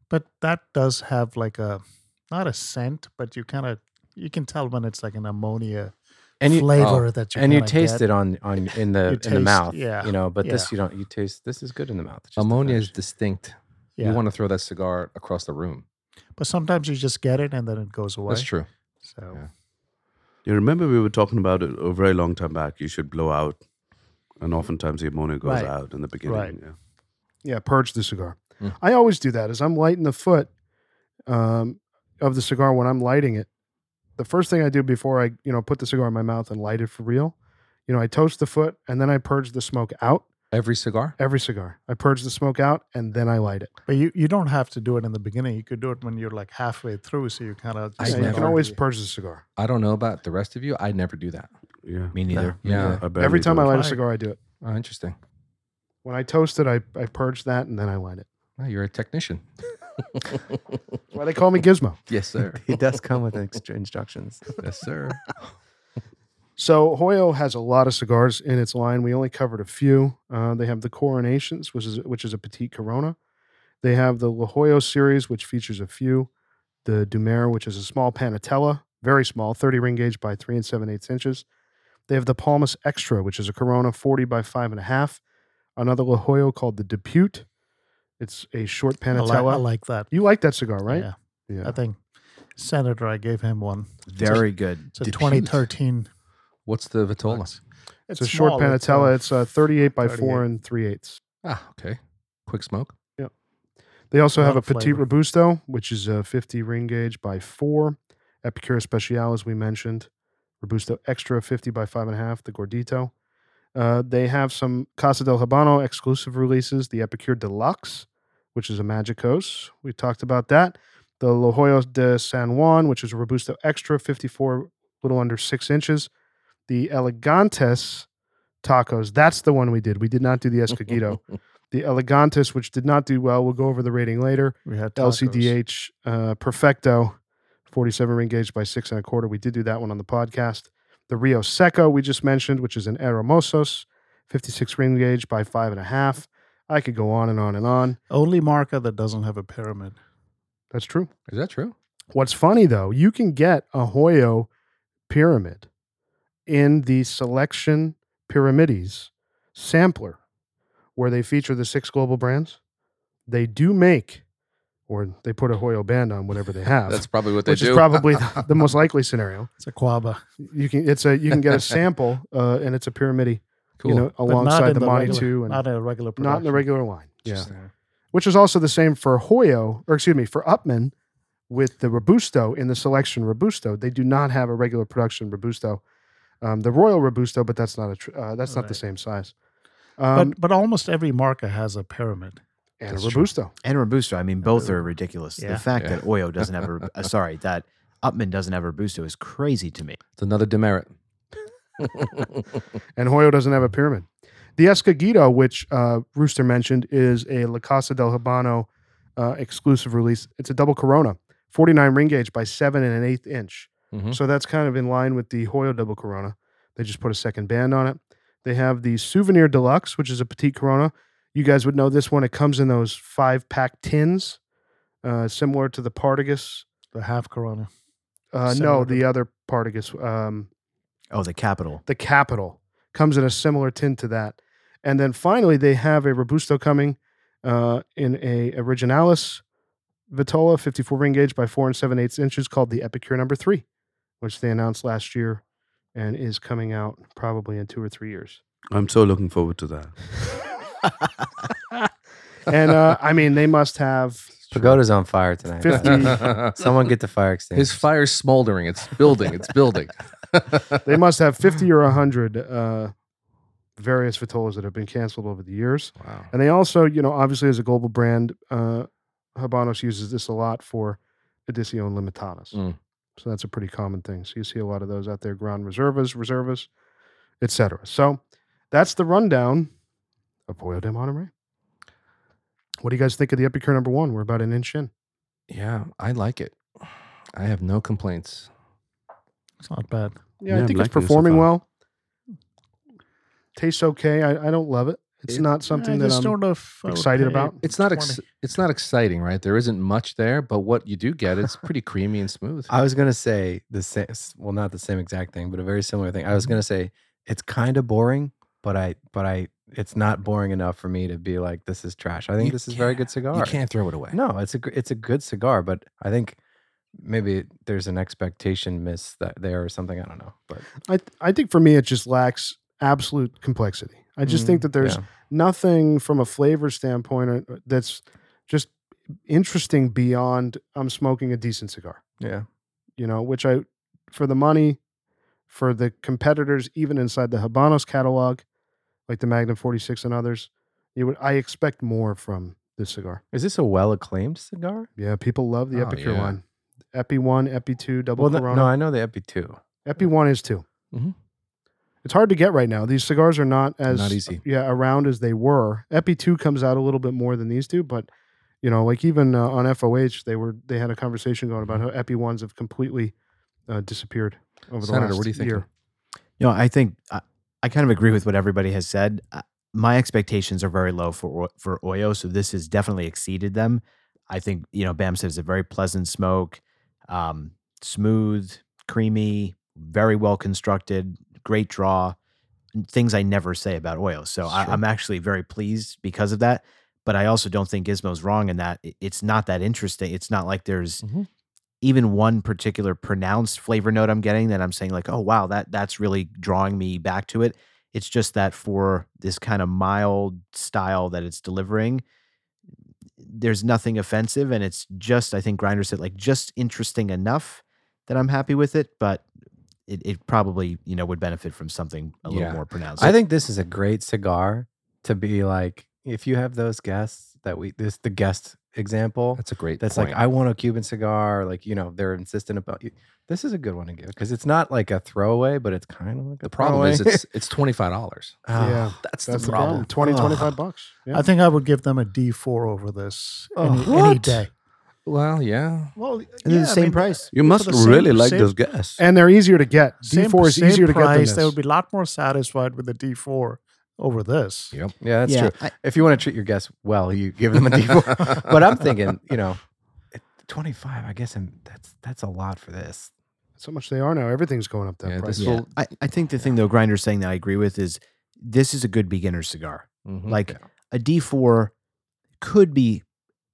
[SPEAKER 4] but that does have like a not a scent, but you kind of you can tell when it's like an ammonia
[SPEAKER 6] and
[SPEAKER 2] oh,
[SPEAKER 6] you
[SPEAKER 4] flavor that you
[SPEAKER 6] and you
[SPEAKER 4] kinda
[SPEAKER 6] taste
[SPEAKER 4] get.
[SPEAKER 6] it on on in
[SPEAKER 4] You
[SPEAKER 6] the in the
[SPEAKER 4] taste-
[SPEAKER 6] mouth.
[SPEAKER 4] yeah,
[SPEAKER 6] you know. But this
[SPEAKER 4] yeah.
[SPEAKER 6] you don't. You taste this is good in the mouth. it's just the
[SPEAKER 2] Ammonia is
[SPEAKER 6] finish.
[SPEAKER 2] distinct.
[SPEAKER 4] Yeah.
[SPEAKER 2] You want to throw that cigar across the room.
[SPEAKER 4] but sometimes you just get it and then it goes away.
[SPEAKER 2] That's true.
[SPEAKER 4] So
[SPEAKER 2] Yeah.
[SPEAKER 5] You remember we were talking about it a very long time back. You should blow out, and oftentimes the ammonia goes
[SPEAKER 4] Right.
[SPEAKER 5] out in the beginning.
[SPEAKER 4] Right.
[SPEAKER 5] Yeah.
[SPEAKER 1] Yeah, purge the cigar.
[SPEAKER 2] Mm.
[SPEAKER 1] I always do that. As I'm lighting the foot um, of the cigar when I'm lighting it, the first thing I do before I you know put the cigar in my mouth and light it for real, you know, I toast the foot and then I purge the smoke out.
[SPEAKER 2] Every cigar.
[SPEAKER 1] Every cigar, I purge the smoke out and then I light it.
[SPEAKER 4] But you, you don't have to do it in the beginning. You could do it when you're like halfway through, so you kind of.
[SPEAKER 2] I
[SPEAKER 1] Yeah, you can
[SPEAKER 2] never-
[SPEAKER 1] always purge the cigar.
[SPEAKER 2] I don't know about the rest of you. I never do that.
[SPEAKER 5] Yeah.
[SPEAKER 3] Me neither.
[SPEAKER 2] Yeah.
[SPEAKER 5] I
[SPEAKER 1] Every
[SPEAKER 5] barely
[SPEAKER 1] time
[SPEAKER 5] do
[SPEAKER 1] I
[SPEAKER 5] it.
[SPEAKER 1] light a
[SPEAKER 4] Why?
[SPEAKER 1] cigar, I do it.
[SPEAKER 2] Oh, interesting.
[SPEAKER 1] When I toast it, I, I purge that and then I light it.
[SPEAKER 2] Well, you're a technician.
[SPEAKER 1] That's why they call me Gizmo.
[SPEAKER 2] yes, sir.
[SPEAKER 6] [laughs] It does come with ex- instructions.
[SPEAKER 2] yes, sir.
[SPEAKER 1] So Hoyo has a lot of cigars in its line. We only covered a few. Uh, they have the Coronations, which is which is a petite Corona. They have the La Hoyo series, which features a few. The Dumero, which is a small Panatella, very small, 30 ring gauge by three and seven eighths inches. They have the Palmas Extra, which is a Corona 40 by five and a half. Another La Hoyo called the Depute. It's a short
[SPEAKER 4] I like, I
[SPEAKER 1] Panatella.
[SPEAKER 4] like that.
[SPEAKER 1] you like that cigar, right?
[SPEAKER 4] Yeah.
[SPEAKER 1] Yeah.
[SPEAKER 4] I think Senator, I gave him one.
[SPEAKER 3] Very good.
[SPEAKER 4] It's a
[SPEAKER 2] Depute.
[SPEAKER 4] 2013.
[SPEAKER 2] [laughs] What's the Vitola?
[SPEAKER 4] box.
[SPEAKER 1] It's, a short
[SPEAKER 4] small,
[SPEAKER 1] Panatella. It's, uh, 38 by 4
[SPEAKER 4] 38.
[SPEAKER 1] and 3 eighths.
[SPEAKER 2] Ah, okay. Quick smoke.
[SPEAKER 1] They also
[SPEAKER 4] A
[SPEAKER 1] have a
[SPEAKER 4] lot of
[SPEAKER 1] Petit
[SPEAKER 4] flavor.
[SPEAKER 1] Robusto, which is a 50 ring gauge by 4. Epicure Special, as we mentioned. Robusto Extra 50 by 5.5, the Gordito. Uh, they have some Casa del Habano exclusive releases, the Epicure Deluxe, which is a Magicos. We talked about that. The La Jolla de San Juan, which is a Robusto Extra 54, little under six inches. The Elegantes tacos. That's the one we did. We did not do the Escogido. the Elegantes, which did not do well. We'll go over the rating later.
[SPEAKER 4] We had tacos.
[SPEAKER 1] LCDH uh, Perfecto, 47 ring gauge by six and a quarter. We did do that one on the podcast. The Rio Seco we just mentioned, which is an Aramosos, 56 ring gauge by five and a half. I could go on and on and on.
[SPEAKER 4] Only marca that doesn't have a pyramid.
[SPEAKER 1] That's true.
[SPEAKER 2] Is that true?
[SPEAKER 1] What's funny though, you can get a Hoyo pyramid in the Selection Pyramides sampler, where they feature the six global brands. They do make, or they put a Hoyo band on whatever they have,
[SPEAKER 2] That's probably what they
[SPEAKER 1] which
[SPEAKER 2] do.
[SPEAKER 1] is probably
[SPEAKER 2] [laughs]
[SPEAKER 1] the, the most likely scenario.
[SPEAKER 4] It's a quaba.
[SPEAKER 1] You can it's a you can get a sample, uh, and it's a pyramid,
[SPEAKER 2] cool.
[SPEAKER 1] you know,
[SPEAKER 4] but not
[SPEAKER 1] alongside
[SPEAKER 4] in
[SPEAKER 1] the, Monty
[SPEAKER 4] regular-
[SPEAKER 1] Two, and
[SPEAKER 4] not in a regular production.
[SPEAKER 1] not in the regular line. Yeah,
[SPEAKER 6] Interesting.
[SPEAKER 1] which is also the same for Hoyo, or excuse me, for Upman with the Robusto in the selection Robusto. They do not have a regular production Robusto, um, the Royal Robusto, but that's not a tr- uh, that's not the
[SPEAKER 4] Right.
[SPEAKER 1] same size. Um,
[SPEAKER 4] but but almost every marca has a pyramid.
[SPEAKER 1] and a
[SPEAKER 2] that's true.
[SPEAKER 1] Robusto.
[SPEAKER 3] and Robusto. I mean, both are ridiculous.
[SPEAKER 4] Yeah.
[SPEAKER 3] The fact
[SPEAKER 2] Yeah.
[SPEAKER 3] that Oyo doesn't have a uh, sorry that Upman doesn't have a Robusto is crazy to me.
[SPEAKER 2] it's another demerit.
[SPEAKER 1] And Hoyo doesn't have a pyramid. The Escogido, which uh, Rooster mentioned, is a La Casa del Habano uh, exclusive release. It's a double Corona, 49 ring gauge by seven and an eighth inch.
[SPEAKER 4] Mm-hmm.
[SPEAKER 2] Mhm.
[SPEAKER 1] So that's kind of in line with the Hoyo double Corona. They just put a second band on it. They have the Souvenir Deluxe, which is a petite Corona. You guys would know this one. It comes in those five pack tins, uh, similar to the Partagas.
[SPEAKER 4] The half corona.
[SPEAKER 1] Uh, no,
[SPEAKER 4] Similar to
[SPEAKER 1] the other Partagas. Um,
[SPEAKER 3] Oh, the capital.
[SPEAKER 1] the capital comes in a similar tint to that and then finally they have a robusto coming uh, in a originalis vitola 54 ring gauge by 4 and 7 eighths inches called the epicure number 3 which they announced last year and is coming out probably in two or three years
[SPEAKER 5] I'm so looking forward to that.
[SPEAKER 1] and uh, i mean they must have
[SPEAKER 6] [laughs] Pagoda's on fire tonight.
[SPEAKER 1] 50
[SPEAKER 2] [laughs]
[SPEAKER 6] [laughs] Someone get the fire extinguisher.
[SPEAKER 2] His fire's smoldering. It's building. It's [laughs] building.
[SPEAKER 1] they must have 50 or 100 uh, various vitolas that have been canceled over the years
[SPEAKER 2] wow.
[SPEAKER 1] And they also, you know, obviously as a global brand, uh, Habanos uses this a lot for Edición Limitadas.
[SPEAKER 2] Mm.
[SPEAKER 1] So that's a pretty common thing. So you see a lot of those out there, Grand Reservas, Reservas, etc. So that's the rundown of Pollo de Monterrey. What do you guys think of the Epicure number one? We're about an inch in.
[SPEAKER 2] Yeah, I like it. I have no complaints.
[SPEAKER 4] It's not bad.
[SPEAKER 1] Yeah,
[SPEAKER 5] Yeah,
[SPEAKER 1] I
[SPEAKER 5] I'm
[SPEAKER 1] think it's
[SPEAKER 5] liking this so
[SPEAKER 1] performing
[SPEAKER 5] far.
[SPEAKER 1] well. Tastes okay. I, I don't love it. It's
[SPEAKER 2] It-
[SPEAKER 1] not something
[SPEAKER 4] I
[SPEAKER 1] that
[SPEAKER 4] just
[SPEAKER 1] I'm
[SPEAKER 4] don't know if I would
[SPEAKER 1] excited
[SPEAKER 4] pay
[SPEAKER 1] about.
[SPEAKER 2] It's not ex-
[SPEAKER 4] 20.
[SPEAKER 2] it's not exciting, right? There isn't much there, but what you do get, it's pretty creamy and smooth.
[SPEAKER 6] [laughs] I was gonna say the same. Well, not the same exact thing, but a very similar thing. I was gonna say it's kind of boring, but I, but I, it's not boring enough for me to be like, this is trash. I think
[SPEAKER 2] You
[SPEAKER 6] this is very good cigar.
[SPEAKER 2] You can't throw it away.
[SPEAKER 6] No, it's a gr- it's a good cigar, but I think maybe there's an expectation miss that there or something. I don't know, but
[SPEAKER 1] I th- I think for me it just lacks absolute complexity. I just think
[SPEAKER 6] Mhm.
[SPEAKER 1] that there's
[SPEAKER 6] yeah.
[SPEAKER 1] nothing from a flavor standpoint or- that's just interesting beyond I'm smoking a decent cigar,
[SPEAKER 6] yeah.
[SPEAKER 1] you know, which I, for the money, for the competitors, even inside the Habanos catalog, like the Magnum 46 and others, you would, I expect more from this cigar.
[SPEAKER 6] Is this a well acclaimed cigar?
[SPEAKER 1] Yeah, people love the
[SPEAKER 2] Oh,
[SPEAKER 1] Epicure
[SPEAKER 2] yeah.
[SPEAKER 1] one. Epi 1, Epi 2, Double
[SPEAKER 6] Well, no,
[SPEAKER 1] Corona.
[SPEAKER 6] no, I know the Epi two.
[SPEAKER 1] Epi 1 is 2.
[SPEAKER 2] Mhm.
[SPEAKER 1] It's hard to get right now. These cigars are not as uh,
[SPEAKER 2] not easy.
[SPEAKER 1] yeah, around as they were. Epi two comes out a little bit more than these two, but you know, like even uh, on FOH, they were they had a conversation going
[SPEAKER 2] Mm-hmm.
[SPEAKER 1] about how Epi ones have completely uh, disappeared over the
[SPEAKER 2] Senator,
[SPEAKER 1] last
[SPEAKER 2] what do you think?
[SPEAKER 1] year.
[SPEAKER 3] No, I think I, I kind of agree with what everybody has said. Uh, my expectations are very low for Oy- for Oyo, so this has definitely exceeded them. I think you know Bam says a very pleasant smoke, um, smooth, creamy, very well constructed, great draw. and Things I never say about Oyo, so I,
[SPEAKER 2] Sure.
[SPEAKER 3] I'm actually very pleased because of that. But I also don't think Gizmo's wrong in that it- it's not that interesting. It's not like there's
[SPEAKER 2] Mhm.
[SPEAKER 3] even one particular pronounced flavor note I'm getting that I'm saying like, oh wow, that that's really drawing me back to it. It's just that for this kind of mild style that it's delivering, there's nothing offensive, and it's just I think Grinder said like just interesting enough that I'm happy with it. But it, it probably you know would benefit from something a little
[SPEAKER 6] Yeah.
[SPEAKER 3] more pronounced.
[SPEAKER 6] I think this is a great cigar to be like if you have those guests that we this the guest example
[SPEAKER 2] That's a great.
[SPEAKER 6] that's
[SPEAKER 2] point.
[SPEAKER 6] like I want a Cuban cigar like you know they're insistent about you. This is a good one to give because it's not like a throwaway but it's kind of like
[SPEAKER 2] the
[SPEAKER 6] a
[SPEAKER 2] problem is
[SPEAKER 6] throwaway. [laughs]
[SPEAKER 2] it's it's twenty five dollars.
[SPEAKER 6] Ah,
[SPEAKER 1] Yeah.
[SPEAKER 2] That's,
[SPEAKER 1] That's
[SPEAKER 2] the problem.
[SPEAKER 1] the problem. 20,
[SPEAKER 6] Ugh.
[SPEAKER 1] 25 bucks. Yeah.
[SPEAKER 4] I think I would give them a D four over this
[SPEAKER 6] Oh,
[SPEAKER 4] any, any
[SPEAKER 6] what?
[SPEAKER 4] day.
[SPEAKER 2] Well, [laughs] yeah.
[SPEAKER 1] well,
[SPEAKER 3] and they're the same price.
[SPEAKER 5] You must
[SPEAKER 4] the same-
[SPEAKER 5] really like
[SPEAKER 4] same-
[SPEAKER 5] this guess.
[SPEAKER 1] And they're easier to get.
[SPEAKER 4] Same,
[SPEAKER 1] D4 is
[SPEAKER 4] same
[SPEAKER 1] easier to get than
[SPEAKER 4] price. They
[SPEAKER 1] this.
[SPEAKER 4] would be a lot more satisfied with the D four over this.
[SPEAKER 2] Yeah.
[SPEAKER 6] yeah, that's
[SPEAKER 3] yeah,
[SPEAKER 6] true. If you want to treat your guests well, you give
[SPEAKER 2] [laughs]
[SPEAKER 6] them a D four. but I'm thinking, you [laughs] know, twenty five. I guess I'm, that's that's a lot for this.
[SPEAKER 1] That's how much they are now. Everything's going up that
[SPEAKER 2] Yeah,
[SPEAKER 1] price.
[SPEAKER 2] this
[SPEAKER 3] I, yeah.
[SPEAKER 2] will-
[SPEAKER 3] I, I think the thing though, Grinder's saying that I agree with is this is a good beginner cigar.
[SPEAKER 2] Mhm.
[SPEAKER 3] Like a D4 could be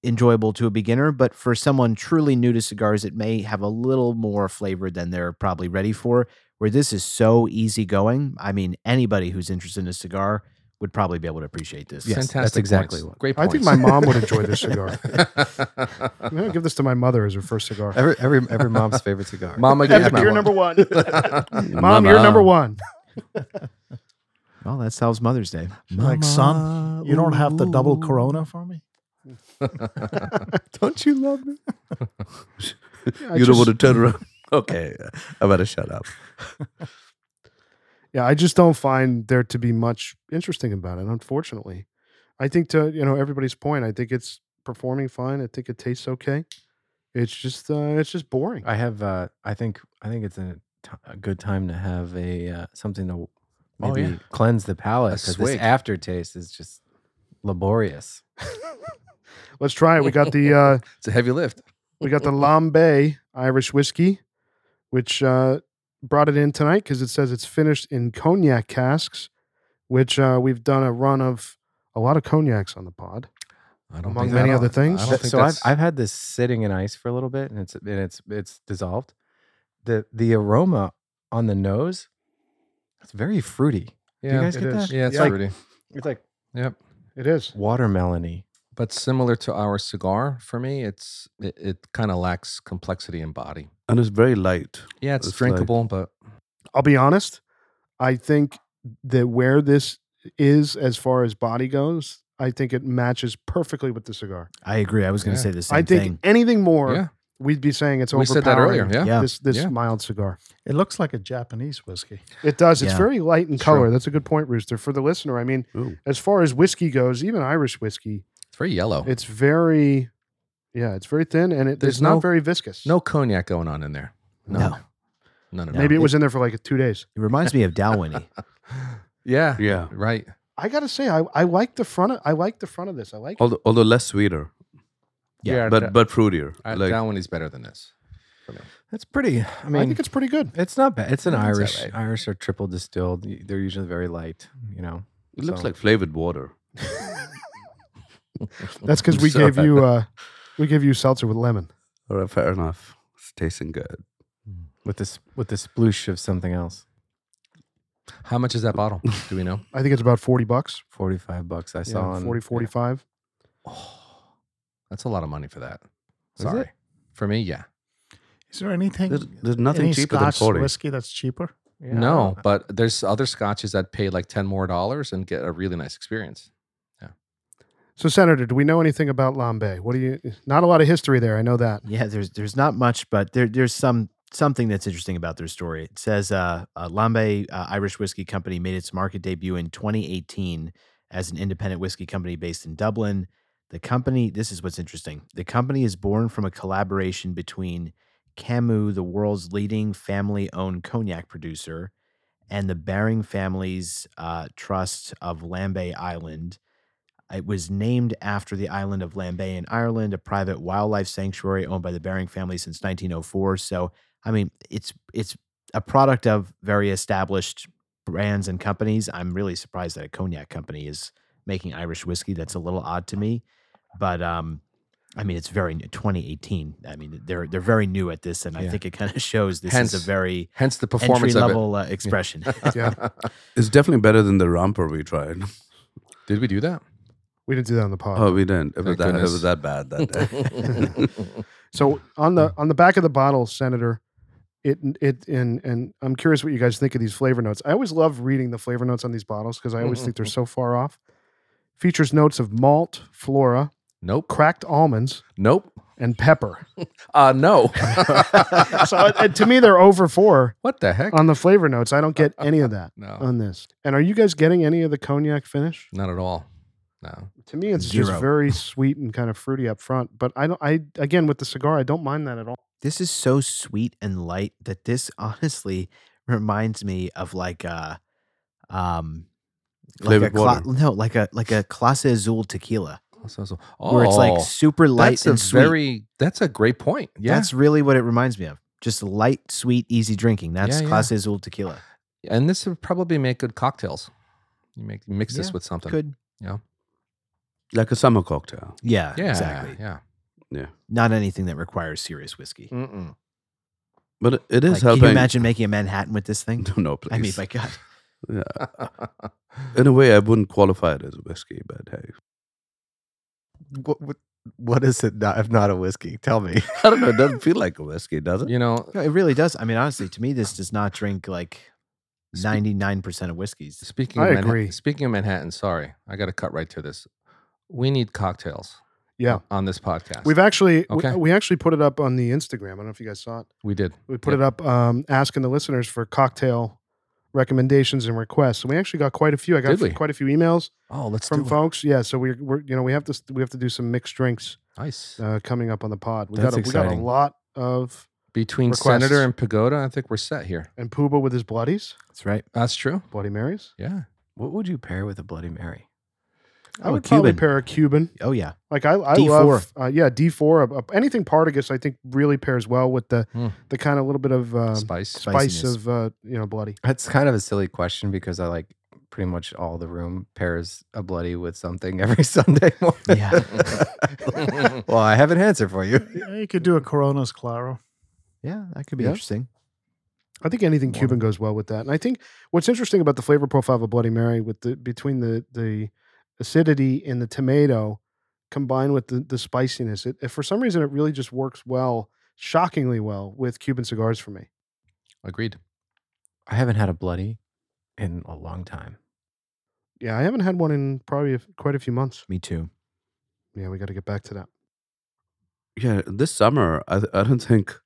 [SPEAKER 3] enjoyable to a beginner, but for someone truly new to cigars, it may have a little more flavor than they're probably ready for. Where this is so easygoing, I mean, anybody who's interested in a cigar would probably be able to appreciate this.
[SPEAKER 2] Yes,
[SPEAKER 6] that's exactly
[SPEAKER 2] points.
[SPEAKER 6] what-
[SPEAKER 2] Great.
[SPEAKER 1] I think
[SPEAKER 2] [laughs] points.
[SPEAKER 1] my mom would enjoy this
[SPEAKER 2] [laughs]
[SPEAKER 1] cigar. I'm
[SPEAKER 2] cigar.
[SPEAKER 1] going to give this to my mother as her first cigar.
[SPEAKER 6] Every every every mom's favorite cigar.
[SPEAKER 2] Mama,
[SPEAKER 1] Epic,
[SPEAKER 2] give my
[SPEAKER 1] you're
[SPEAKER 2] one.
[SPEAKER 1] number one.
[SPEAKER 5] And "Ah,
[SPEAKER 1] Mom, you're number one.
[SPEAKER 3] Well, that solves Mother's Day.
[SPEAKER 4] Like, son, you don't have the double Corona for me.
[SPEAKER 5] Don't you love me?
[SPEAKER 1] I
[SPEAKER 5] you don't
[SPEAKER 1] just-
[SPEAKER 5] want to turn around. [laughs] Okay, I better shut up.
[SPEAKER 1] Yeah, I just don't find there to be much interesting about it, unfortunately. I think to you know everybody's point, I think it's performing fine. I think it tastes okay. It's just uh, it's just boring.
[SPEAKER 6] I have. Uh, I think. I think it's a, t- a good time to have a uh, something to
[SPEAKER 2] Oh,
[SPEAKER 6] maybe
[SPEAKER 2] yeah.
[SPEAKER 6] cleanse the palate because this
[SPEAKER 2] swig.
[SPEAKER 6] aftertaste is just laborious.
[SPEAKER 1] Let's try it. We got the uh,
[SPEAKER 2] It's a heavy lift.
[SPEAKER 1] we got the Lambay Irish whiskey, which uh, brought it in tonight because it says it's finished in cognac casks, which uh, we've done a run of a lot of cognacs on the pod.
[SPEAKER 2] I don't
[SPEAKER 1] Among
[SPEAKER 2] think
[SPEAKER 1] many
[SPEAKER 2] that-
[SPEAKER 1] other things.
[SPEAKER 2] I don't
[SPEAKER 1] Th-
[SPEAKER 2] think
[SPEAKER 6] so I've,
[SPEAKER 2] that's-
[SPEAKER 6] I've had this sitting in ice for a little bit and it's and it's it's dissolved. The the aroma on the nose, it's very fruity.
[SPEAKER 2] yeah,
[SPEAKER 6] Do you guys
[SPEAKER 1] it
[SPEAKER 6] get
[SPEAKER 1] is.
[SPEAKER 6] that?
[SPEAKER 2] yeah, it's
[SPEAKER 1] Yeah.
[SPEAKER 2] fruity.
[SPEAKER 6] It's like
[SPEAKER 2] Yep.
[SPEAKER 1] It is.
[SPEAKER 6] watermelony.
[SPEAKER 2] But similar to our cigar, for me, it's it, it kind of lacks complexity and body.
[SPEAKER 5] And it's very light.
[SPEAKER 2] Yeah, it's,
[SPEAKER 5] It's like-
[SPEAKER 2] drinkable, but
[SPEAKER 1] I'll be honest. I think that where this is as far as body goes, I think it matches perfectly with the cigar.
[SPEAKER 3] I agree. I was going to
[SPEAKER 2] Yeah.
[SPEAKER 3] say the same
[SPEAKER 1] I think
[SPEAKER 3] thing.
[SPEAKER 1] anything more,
[SPEAKER 2] yeah,
[SPEAKER 1] we'd be saying it's
[SPEAKER 2] we
[SPEAKER 1] overpowering.
[SPEAKER 2] said that earlier. Yeah,
[SPEAKER 3] Yeah.
[SPEAKER 1] This this
[SPEAKER 2] Yeah.
[SPEAKER 1] mild cigar.
[SPEAKER 4] It looks like a Japanese whiskey.
[SPEAKER 1] It does. It's
[SPEAKER 3] Yeah.
[SPEAKER 1] very light in
[SPEAKER 2] It's
[SPEAKER 1] color.
[SPEAKER 2] true.
[SPEAKER 1] That's a good point, Rooster. For the listener, I mean,
[SPEAKER 5] Ooh.
[SPEAKER 1] as far as whiskey goes, even Irish whiskey,
[SPEAKER 2] it's very yellow.
[SPEAKER 1] it's very, yeah, it's very thin and it,
[SPEAKER 2] There's
[SPEAKER 1] it's not
[SPEAKER 2] no-
[SPEAKER 1] very viscous.
[SPEAKER 2] no cognac going on in there. No,
[SPEAKER 3] No.
[SPEAKER 2] none of
[SPEAKER 1] Maybe
[SPEAKER 2] that.
[SPEAKER 1] it was in there for like two days.
[SPEAKER 3] It reminds me of Dalwhinnie.
[SPEAKER 2] Yeah,
[SPEAKER 5] Yeah.
[SPEAKER 2] right.
[SPEAKER 1] I gotta say, I, I like the front. Of, I like the front of this. I like. it.
[SPEAKER 5] Although, although less sweeter,
[SPEAKER 3] Yeah,
[SPEAKER 5] but but fruitier.
[SPEAKER 2] I,
[SPEAKER 5] like,
[SPEAKER 2] that one is better than this.
[SPEAKER 6] That's pretty. I
[SPEAKER 1] I
[SPEAKER 6] mean,
[SPEAKER 1] think
[SPEAKER 6] it's,
[SPEAKER 1] it's pretty good.
[SPEAKER 6] not bad. It's an
[SPEAKER 2] It's
[SPEAKER 6] Irish
[SPEAKER 2] alright.
[SPEAKER 6] Irish or triple distilled. Y- They're usually very light. You know,
[SPEAKER 5] it looks
[SPEAKER 6] so-
[SPEAKER 5] like flavored water.
[SPEAKER 1] That's because we
[SPEAKER 5] Sorry.
[SPEAKER 1] gave you uh, we gave you seltzer with lemon.
[SPEAKER 5] All right, fair enough. It's tasting good.
[SPEAKER 6] with this with the sploosh of something else.
[SPEAKER 2] How much is that bottle? Do we know?
[SPEAKER 1] I think it's about forty bucks.
[SPEAKER 6] Forty five bucks. I
[SPEAKER 1] Yeah,
[SPEAKER 6] saw on
[SPEAKER 1] 40, 45.
[SPEAKER 2] Oh, that's a lot of money for that.
[SPEAKER 6] Is it?
[SPEAKER 2] Sorry, for me, yeah.
[SPEAKER 4] Is there anything?
[SPEAKER 5] There's, there's nothing
[SPEAKER 4] any
[SPEAKER 5] cheaper
[SPEAKER 4] Scotch
[SPEAKER 5] than 40.
[SPEAKER 4] whiskey that's cheaper?
[SPEAKER 6] Yeah, I
[SPEAKER 2] No,
[SPEAKER 6] don't-
[SPEAKER 2] but there's other scotches that pay like ten more dollars and get a really nice experience.
[SPEAKER 1] So, Senator, do we know anything about Lambe? What do you? Not a lot of history there. I know
[SPEAKER 3] [laughs]
[SPEAKER 1] that.
[SPEAKER 3] Yeah, there's there's not much, but there there's some something that's interesting about their story. It says uh, uh, Lambay uh, Irish Whiskey Company made its market debut in 2018 as an independent whiskey company based in Dublin. The company, this is what's interesting. The company is born from a collaboration between Camus, the world's leading family-owned cognac producer, and the Baring family's uh, trust of Lambay Island. It was named after the island of Lambay in Ireland, a private wildlife sanctuary owned by the Baring family since 1904. So, I mean, it's it's a product of very established brands and companies. I'm really surprised that a cognac company is making Irish whiskey. That's a little odd to me, but um, I mean, it's very new- 2018. I mean, they're they're very new at this, and I
[SPEAKER 2] Yeah.
[SPEAKER 3] think it kind of [laughs] shows this
[SPEAKER 2] Hence-
[SPEAKER 3] is a very
[SPEAKER 2] Hence the
[SPEAKER 3] entry
[SPEAKER 2] performance of it.
[SPEAKER 3] level uh, expression.
[SPEAKER 2] [laughs]
[SPEAKER 1] Yeah,
[SPEAKER 5] It's definitely better than the romper we tried. [laughs]
[SPEAKER 2] Did we do that?
[SPEAKER 1] we didn't do that on the pod.
[SPEAKER 5] Oh, we didn't. It was,
[SPEAKER 2] Thank
[SPEAKER 5] that, it
[SPEAKER 2] goodness.
[SPEAKER 5] was that bad that day.
[SPEAKER 3] [laughs]
[SPEAKER 5] [laughs]
[SPEAKER 1] So on the on the back of the bottle, Senator, it it and and I'm curious what you guys think of these flavor notes. I always love reading the flavor notes on these bottles because I always think they're so far off. Features notes of malt, flora,
[SPEAKER 2] Nope.
[SPEAKER 1] cracked almonds,
[SPEAKER 2] Nope.
[SPEAKER 1] and pepper.
[SPEAKER 2] Uh, [laughs] no.
[SPEAKER 1] So uh, uh, to me, they're over four
[SPEAKER 2] what the heck?
[SPEAKER 1] on the flavor notes. I don't get any of that
[SPEAKER 2] No.
[SPEAKER 1] on this. And are you guys getting any of the cognac finish?
[SPEAKER 2] Not at all. No.
[SPEAKER 1] To me, it's
[SPEAKER 3] Zero.
[SPEAKER 1] just very sweet and kind of fruity up front. But I don't. I again with the cigar, I don't mind that at all.
[SPEAKER 3] This is so sweet and light that this honestly [laughs] reminds me of like a, um, like a
[SPEAKER 5] Flavored water.
[SPEAKER 3] no, like a like a Clase Azul tequila,
[SPEAKER 2] So, so-
[SPEAKER 3] where it's like
[SPEAKER 2] oh,
[SPEAKER 3] super light
[SPEAKER 2] that's
[SPEAKER 3] and
[SPEAKER 2] a
[SPEAKER 3] sweet.
[SPEAKER 2] very. That's a great point. Yeah.
[SPEAKER 3] That's really what it reminds me of. Just light, sweet, easy drinking. That's
[SPEAKER 2] Yeah, yeah.
[SPEAKER 3] Clase Azul tequila.
[SPEAKER 2] and this would probably make good cocktails. You make mix
[SPEAKER 3] Yeah,
[SPEAKER 2] this with something.
[SPEAKER 3] Good.
[SPEAKER 5] like a summer cocktail.
[SPEAKER 3] Yeah,
[SPEAKER 2] Yeah.
[SPEAKER 3] exactly.
[SPEAKER 2] Yeah. Mm,
[SPEAKER 3] Not anything that requires serious whiskey.
[SPEAKER 2] Mm-mm.
[SPEAKER 5] But it- it is
[SPEAKER 3] Like, can
[SPEAKER 5] helping.
[SPEAKER 3] you imagine making a Manhattan with this
[SPEAKER 2] [laughs]
[SPEAKER 3] thing?
[SPEAKER 5] [laughs] No, please.
[SPEAKER 3] I mean, my God.
[SPEAKER 5] In a way, I wouldn't qualify it as whiskey, but hey, [laughs]
[SPEAKER 6] What, what, what is it not, if not a whiskey? Tell me. [laughs]
[SPEAKER 5] I don't know. It doesn't feel like a whiskey, does
[SPEAKER 2] [laughs]
[SPEAKER 5] it?
[SPEAKER 2] you know,
[SPEAKER 3] No, it really does. I mean, honestly, to me, this does not drink like ninety nine percent of whiskeys.
[SPEAKER 2] Speaking,
[SPEAKER 1] I
[SPEAKER 2] of Manha-
[SPEAKER 1] agree.
[SPEAKER 2] Speaking of Manhattan, sorry, I got to cut right to this. We need cocktails.
[SPEAKER 1] Yeah.
[SPEAKER 2] o- on this podcast,
[SPEAKER 1] We've actually we-
[SPEAKER 2] Okay.
[SPEAKER 1] we, actually put it up on the Instagram. I don't know if you guys saw it.
[SPEAKER 2] we did.
[SPEAKER 1] We put
[SPEAKER 2] Yep.
[SPEAKER 1] it up um, asking the listeners for cocktail recommendations and requests. So we actually got quite a few. I got
[SPEAKER 2] Did we?
[SPEAKER 1] quite a few emails
[SPEAKER 2] Oh, let's
[SPEAKER 1] from
[SPEAKER 2] do
[SPEAKER 1] folks. Yeah, so we're, we're you know we have to we have to do some mixed drinks
[SPEAKER 2] it. Nice.
[SPEAKER 1] uh, coming up on the pod. We got a,
[SPEAKER 6] That's
[SPEAKER 1] we got a
[SPEAKER 6] exciting.
[SPEAKER 1] lot of
[SPEAKER 2] Between
[SPEAKER 1] requests.
[SPEAKER 2] Senator and Pagoda, I think we're set here.
[SPEAKER 1] and Pooba with his bloodies,
[SPEAKER 3] That's right.
[SPEAKER 2] That's true.
[SPEAKER 1] bloody marys.
[SPEAKER 2] Yeah.
[SPEAKER 6] What would you pair with a Bloody Mary?
[SPEAKER 1] I
[SPEAKER 3] Oh,
[SPEAKER 1] would probably
[SPEAKER 3] Cuban.
[SPEAKER 1] pair a Cuban.
[SPEAKER 3] Oh yeah.
[SPEAKER 1] Like I, I
[SPEAKER 3] D4.
[SPEAKER 1] love uh, yeah D four. Uh, anything Partagas I think really pairs well with the
[SPEAKER 2] Hmm.
[SPEAKER 1] the kind of little bit of um,
[SPEAKER 2] Spice.
[SPEAKER 1] spice
[SPEAKER 3] Spiciness.
[SPEAKER 1] of uh, you know bloody.
[SPEAKER 6] That's kind of a silly question because I like pretty much all the room pairs a bloody with something [laughs] every Sunday morning.
[SPEAKER 2] Yeah.
[SPEAKER 6] [laughs] well, I have an answer for you.
[SPEAKER 4] Yeah, you could do a Corona's Claro.
[SPEAKER 3] Yeah, that could be
[SPEAKER 1] Yeah.
[SPEAKER 3] interesting.
[SPEAKER 1] I think anything
[SPEAKER 6] Water.
[SPEAKER 1] Cuban goes well with that. And I think what's interesting about the flavor profile of a Bloody Mary with the between the the acidity in the tomato combined with the, the spiciness, it, it- for some reason it really just works well, shockingly well with Cuban cigars for me.
[SPEAKER 2] Agreed.
[SPEAKER 6] I haven't had a bloody in a long time.
[SPEAKER 1] Yeah, I haven't had one in probably a, quite a few months.
[SPEAKER 3] Me too.
[SPEAKER 1] Yeah, we got to get back to that.
[SPEAKER 5] Yeah, this summer, I, I don't think,